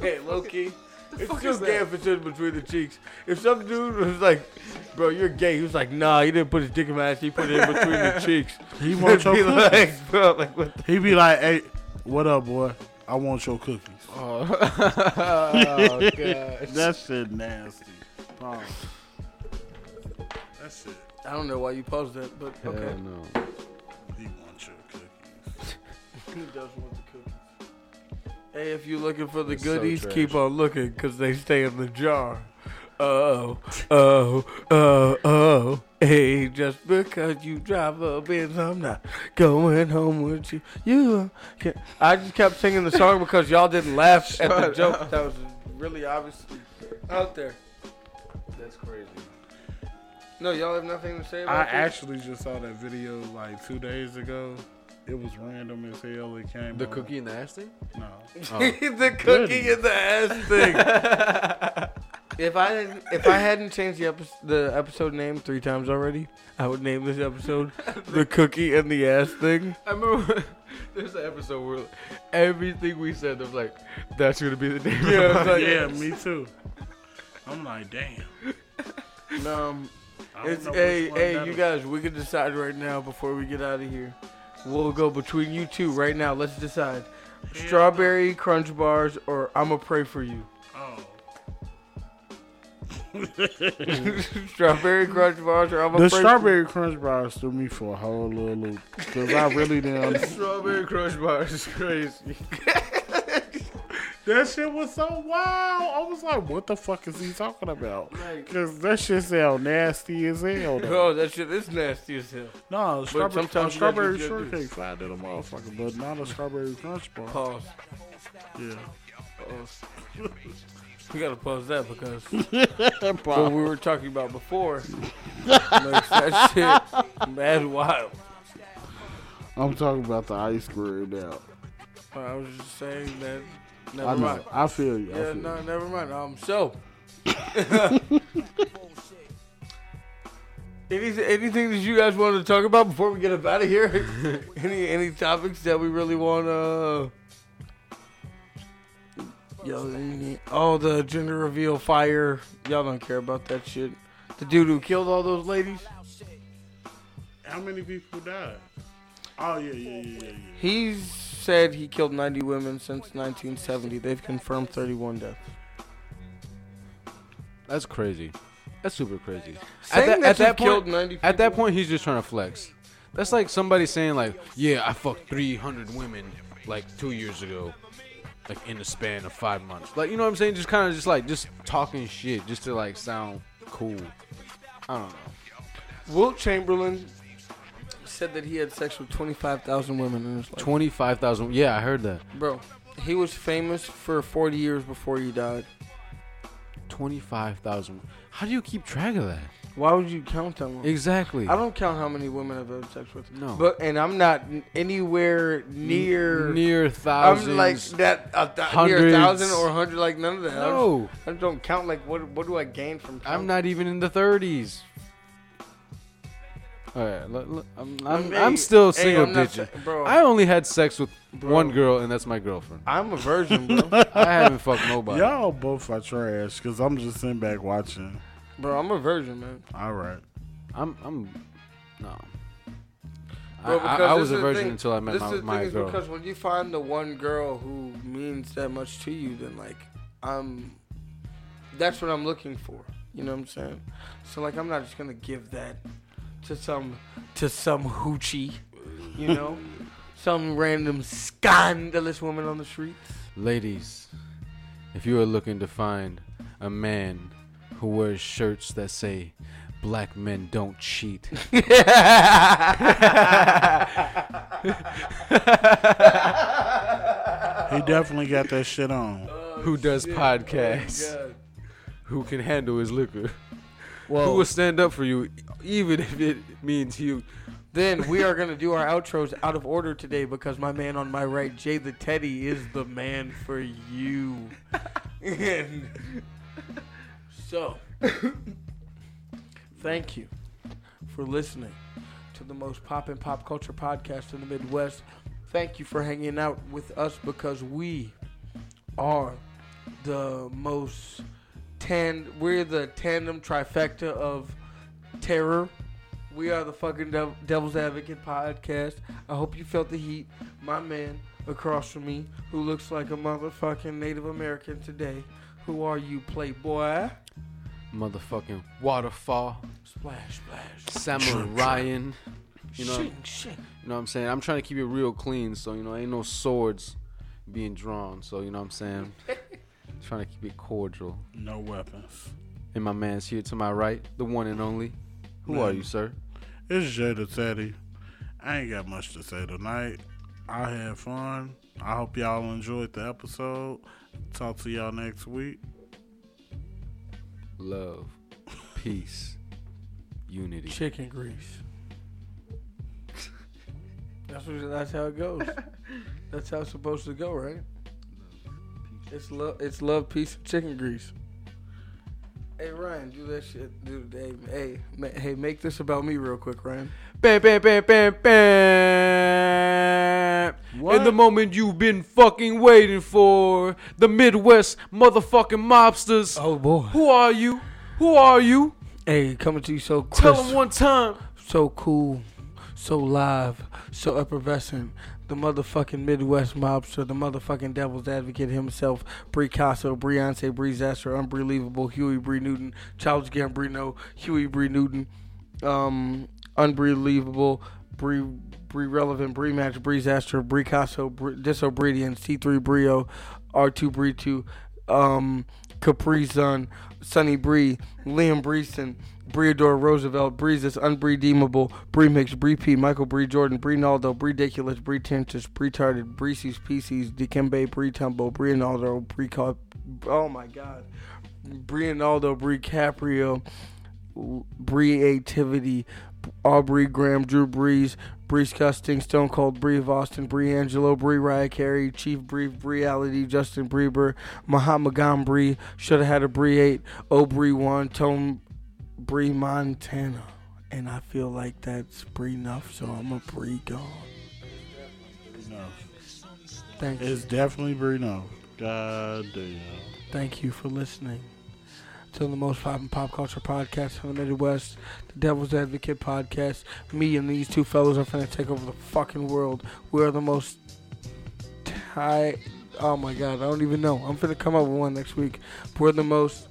Speaker 1: Hey, low key. It's
Speaker 2: fuck
Speaker 1: too
Speaker 2: is
Speaker 1: gay
Speaker 2: that?
Speaker 1: if it's in between the cheeks. If some dude was like, bro, you're gay, he was like, nah, he didn't put his dick in my ass, he put it in between the cheeks.
Speaker 3: He
Speaker 1: I'd
Speaker 3: wants your
Speaker 1: be
Speaker 3: cookies.
Speaker 1: like, bro, like, what the?
Speaker 3: He be like, "Hey, what up, boy? I want your cookies."
Speaker 2: Oh, oh god.
Speaker 3: That shit nasty. Pause. That shit.
Speaker 1: I don't know why you paused that, but
Speaker 2: Hell
Speaker 1: okay.
Speaker 2: no.
Speaker 3: He wants your cookies.
Speaker 1: He does want the cookies. Hey, if you're looking for the
Speaker 2: It's so
Speaker 1: goodies,
Speaker 2: trash.
Speaker 1: keep on looking, because they stay in the jar. Oh, oh, oh, oh. Hey, just because you drive a Benz, I'm not going home with you. You can I just kept singing the song because y'all didn't laugh at the
Speaker 2: Shut
Speaker 1: joke that was really obviously out there.
Speaker 2: That's crazy.
Speaker 1: No, y'all have nothing to say
Speaker 3: I
Speaker 1: about this?
Speaker 3: actually just saw that video like two days ago. It was random as hell. It came.
Speaker 2: The
Speaker 3: on.
Speaker 2: cookie in the ass thing?
Speaker 3: No.
Speaker 2: Oh.
Speaker 1: the cookie in the ass thing. if I didn't, if I hadn't changed the episode, the episode name three times already, I would name this episode "The Cookie in the Ass Thing."
Speaker 2: I remember there's an episode where everything we said was like, that's gonna be the name. of
Speaker 1: Yeah,
Speaker 2: it.
Speaker 1: it's like,
Speaker 3: yeah, me too. I'm like, damn.
Speaker 1: Um,
Speaker 3: I don't
Speaker 1: it's
Speaker 3: know
Speaker 1: hey,
Speaker 3: which one
Speaker 1: hey,
Speaker 3: that
Speaker 1: you
Speaker 3: is.
Speaker 1: guys, we can decide right now before we get out of here. We'll go between you two right now. Let's decide: strawberry crunch bars or "I'ma pray for you."
Speaker 3: Oh.
Speaker 1: strawberry crunch bars or "I'ma
Speaker 3: The
Speaker 1: pray
Speaker 3: strawberry crunch bars threw me for a whole little loop because I really didn't.
Speaker 2: Strawberry crush bar is crazy.
Speaker 3: that shit was so wild. I was like, "What the fuck is he talking about?"
Speaker 1: Like-
Speaker 3: Because that shit sound nasty as hell.
Speaker 1: For
Speaker 3: Though.
Speaker 1: you." Oh, that shit is nasty as hell.
Speaker 3: No, strawberry,
Speaker 1: sometimes
Speaker 3: a
Speaker 1: you gotta do
Speaker 3: strawberry
Speaker 1: what you gotta do.
Speaker 3: shortcake fried to the motherfucker, but not a strawberry crunch bar.
Speaker 1: Pause.
Speaker 3: Yeah,
Speaker 1: Pause. We gotta pause that because
Speaker 3: that
Speaker 1: what
Speaker 3: bar.
Speaker 1: we were talking about before makes that shit mad wild.
Speaker 3: I'm talking about the ice cream now.
Speaker 1: I was just saying that Never
Speaker 2: I
Speaker 1: mind.
Speaker 2: know. I feel you. I
Speaker 1: Yeah,
Speaker 2: feel you.
Speaker 1: no, never mind. Um, so. Anything, anything that you guys want to talk about before we get up out of here? any any topics that we really want to? Yo, any- oh, the gender reveal fire. Y'all don't care about that shit. The dude who killed all those ladies.
Speaker 3: How many people died? Oh yeah, yeah, yeah, yeah. yeah.
Speaker 1: He said he killed 90 women since 1970. They've confirmed 31 deaths.
Speaker 2: That's crazy. That's super crazy.
Speaker 1: Saying
Speaker 2: at that,
Speaker 1: that
Speaker 2: at that
Speaker 1: you've killed
Speaker 2: point,
Speaker 1: 90
Speaker 2: at that
Speaker 1: people-
Speaker 2: point, he's just trying to flex. That's like somebody saying like, "Yeah, I fucked 300 women like two years ago, like in the span of five months." Like, you know what I'm saying? Just kind of just like just talking shit, just to like sound cool. I don't know.
Speaker 1: Wilt Chamberlain said that he had sex with 25,000 women in his life.
Speaker 2: Twenty-five thousand. Yeah, I heard that.
Speaker 1: Bro, he was famous for 40 years before he died.
Speaker 2: Twenty-five thousand. How do you keep track of that?
Speaker 1: Why would you count that one?
Speaker 2: Exactly.
Speaker 1: I don't count how many women I've had sex with.
Speaker 2: No.
Speaker 1: But and I'm not n- anywhere near
Speaker 2: near
Speaker 1: I'm
Speaker 2: thousands.
Speaker 1: like that a th- near a thousand
Speaker 2: hundreds.
Speaker 1: or a hundred like none of that. I don't-
Speaker 2: No.
Speaker 1: I don't count like what what do I gain from counting?
Speaker 2: I'm not even in the 30s. All right, l- l- I'm, I'm,
Speaker 1: Hey,
Speaker 2: I'm still
Speaker 1: hey,
Speaker 2: single
Speaker 1: I'm not
Speaker 2: digit.
Speaker 1: sa- bro.
Speaker 2: I only had sex with one girl, and that's my girlfriend.
Speaker 1: I'm a virgin, bro.
Speaker 2: I haven't fucked nobody.
Speaker 3: Y'all both are trash because I'm just sitting back watching.
Speaker 1: bro, I'm a virgin, man.
Speaker 3: All right.
Speaker 2: I'm, I'm, no. I,
Speaker 1: Bro,
Speaker 2: I,
Speaker 1: because
Speaker 2: I
Speaker 1: this
Speaker 2: was a
Speaker 1: is the
Speaker 2: virgin
Speaker 1: thing-
Speaker 2: until I met
Speaker 1: this
Speaker 2: my,
Speaker 1: is the
Speaker 2: my
Speaker 1: thing
Speaker 2: girl.
Speaker 1: Is because when you find the one girl who means that much to you, then like I'm, that's what I'm looking for. You know what I'm saying? So like I'm not just gonna give that to some to some hoochie, you know, some random scandalous woman on the streets.
Speaker 2: Ladies, if you are looking to find a man who wears shirts that say "Black men don't cheat,"
Speaker 3: He definitely got that shit on.
Speaker 2: who does podcasts,
Speaker 1: Oh
Speaker 2: who can handle his liquor.
Speaker 1: Well,
Speaker 3: Oh.
Speaker 2: who will stand up for you, even if it means you.
Speaker 1: then we are gonna do our outros out of order today because my man on my right, Jay the Teddy, is the man for you. and so, thank you for listening to the most poppin' pop culture podcast in the Midwest. Thank you for hanging out with us because we are the most tan. We're the tandem trifecta of terror. We are the fucking Dev- Devil's Advocate podcast. I hope you felt the heat. My man across from me, who looks like a motherfucking Native American today. Who are you, playboy?
Speaker 2: Motherfucking waterfall,
Speaker 1: Splash, splash.
Speaker 2: samurai. You know, you
Speaker 1: shing, shing.
Speaker 2: know what I'm saying? I'm trying to keep it real clean, so, you know, ain't no swords being drawn. So, you know what I'm saying? trying to keep it cordial.
Speaker 3: No weapons.
Speaker 2: And my man's here to my right, the one and only. Who are you, sir?
Speaker 3: It's Jada Teddy. I ain't got much to say tonight. I had fun. I hope y'all enjoyed the episode. Talk to y'all next week.
Speaker 2: Love, peace, unity.
Speaker 1: Chicken grease. That's what, that's how it goes. that's how it's supposed to go, right? It's love. It's love, peace, and chicken grease. Hey Ryan, do that shit, dude. Hey, hey, ma- hey, make this about me real quick, Ryan.
Speaker 2: Bam, bam, bam, bam, bam. In the moment you've been fucking waiting for, the Midwest motherfucking mobsters.
Speaker 1: boy.
Speaker 2: Who are you? Who are you?
Speaker 1: Hey, coming to you so
Speaker 2: Tell
Speaker 1: crisp,
Speaker 2: 'em one time.
Speaker 1: so cool, so live, so effervescent. The motherfucking Midwest mobster, the motherfucking devil's advocate himself, Bree Casso, Beyonce, Bree Zasser, Unbelievable, Huey Bree Newton, Childs Gambino, Huey Bree Newton, um, Unbelievable, Bree Bree Relevant, Bree Match, Bree Zasser, Bree Casso, Bree, Disobedience, T3 Brio, R2 Bree 2, um, Capri Sun, Sonny Bree, Liam Breeson, Breador Roosevelt, Breezes, Unbreedeemable, Bree Mix, Bree P, Michael Bree Jordan, Bree Naldo, Bree Diculous, Bree Tentious, Bree Tarded, Breecy's PCs, Dikembe, Bree Tumbo, Bree Naldo, Bree Cop, oh my god, Bree Naldo, Bree Caprio, Bree Activity, Aubrey Graham, Drew Brees, Brees Custing, Stone Cold Bree of Austin, Bree Angelo, Bree Riot Carey, Chief Bree, Reality, Justin Bieber, Muhammad Bree, Should Have Had a Bree 8, O Bree 1, Tone Bree Montana. And I feel like that's Bree enough, so I'm a Bree gone.
Speaker 3: No.
Speaker 1: Thank you.
Speaker 3: It's definitely Bruno. God damn.
Speaker 1: Thank you for listening to the most poppin' pop culture podcast from the Midwest, the Devil's Advocate podcast. Me and these two fellows are finna take over the fucking world. We are the most tight. Oh my god, I don't even know. I'm finna come up with one next week. We're the most.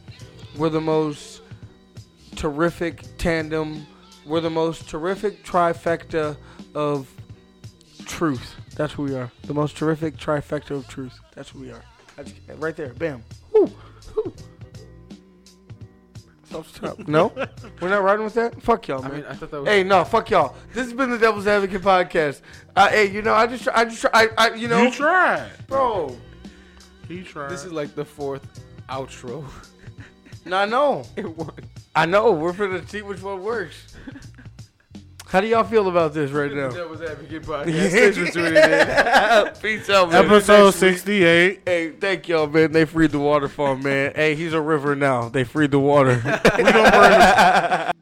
Speaker 1: We're the most terrific tandem. We're the most terrific trifecta of truth. That's what we are. The most terrific trifecta of truth. That's what we are. That's right there. Bam. Woo. Woo. Stop, stop. No, we're not riding with that. Fuck y'all,
Speaker 2: I
Speaker 1: man.
Speaker 2: mean, I thought that was.
Speaker 1: hey, no, fuck y'all. This has been the Devil's Advocate podcast. Uh, hey, you know, I just, I just, I, I you know,
Speaker 3: You tried.
Speaker 1: bro.
Speaker 3: He tried.
Speaker 2: This is like the fourth outro.
Speaker 1: No, I know.
Speaker 2: It won.
Speaker 1: I know. We're finna see which one works. How do y'all feel about this right now?
Speaker 2: That was Advocate Podcast. Thanks for tuning in.
Speaker 1: Peace out, man.
Speaker 3: episode
Speaker 1: Next week.
Speaker 3: 68.
Speaker 1: Hey, thank y'all, man. They freed the water for him, man. Hey, he's a river now. They freed the water.
Speaker 3: We gonna bring the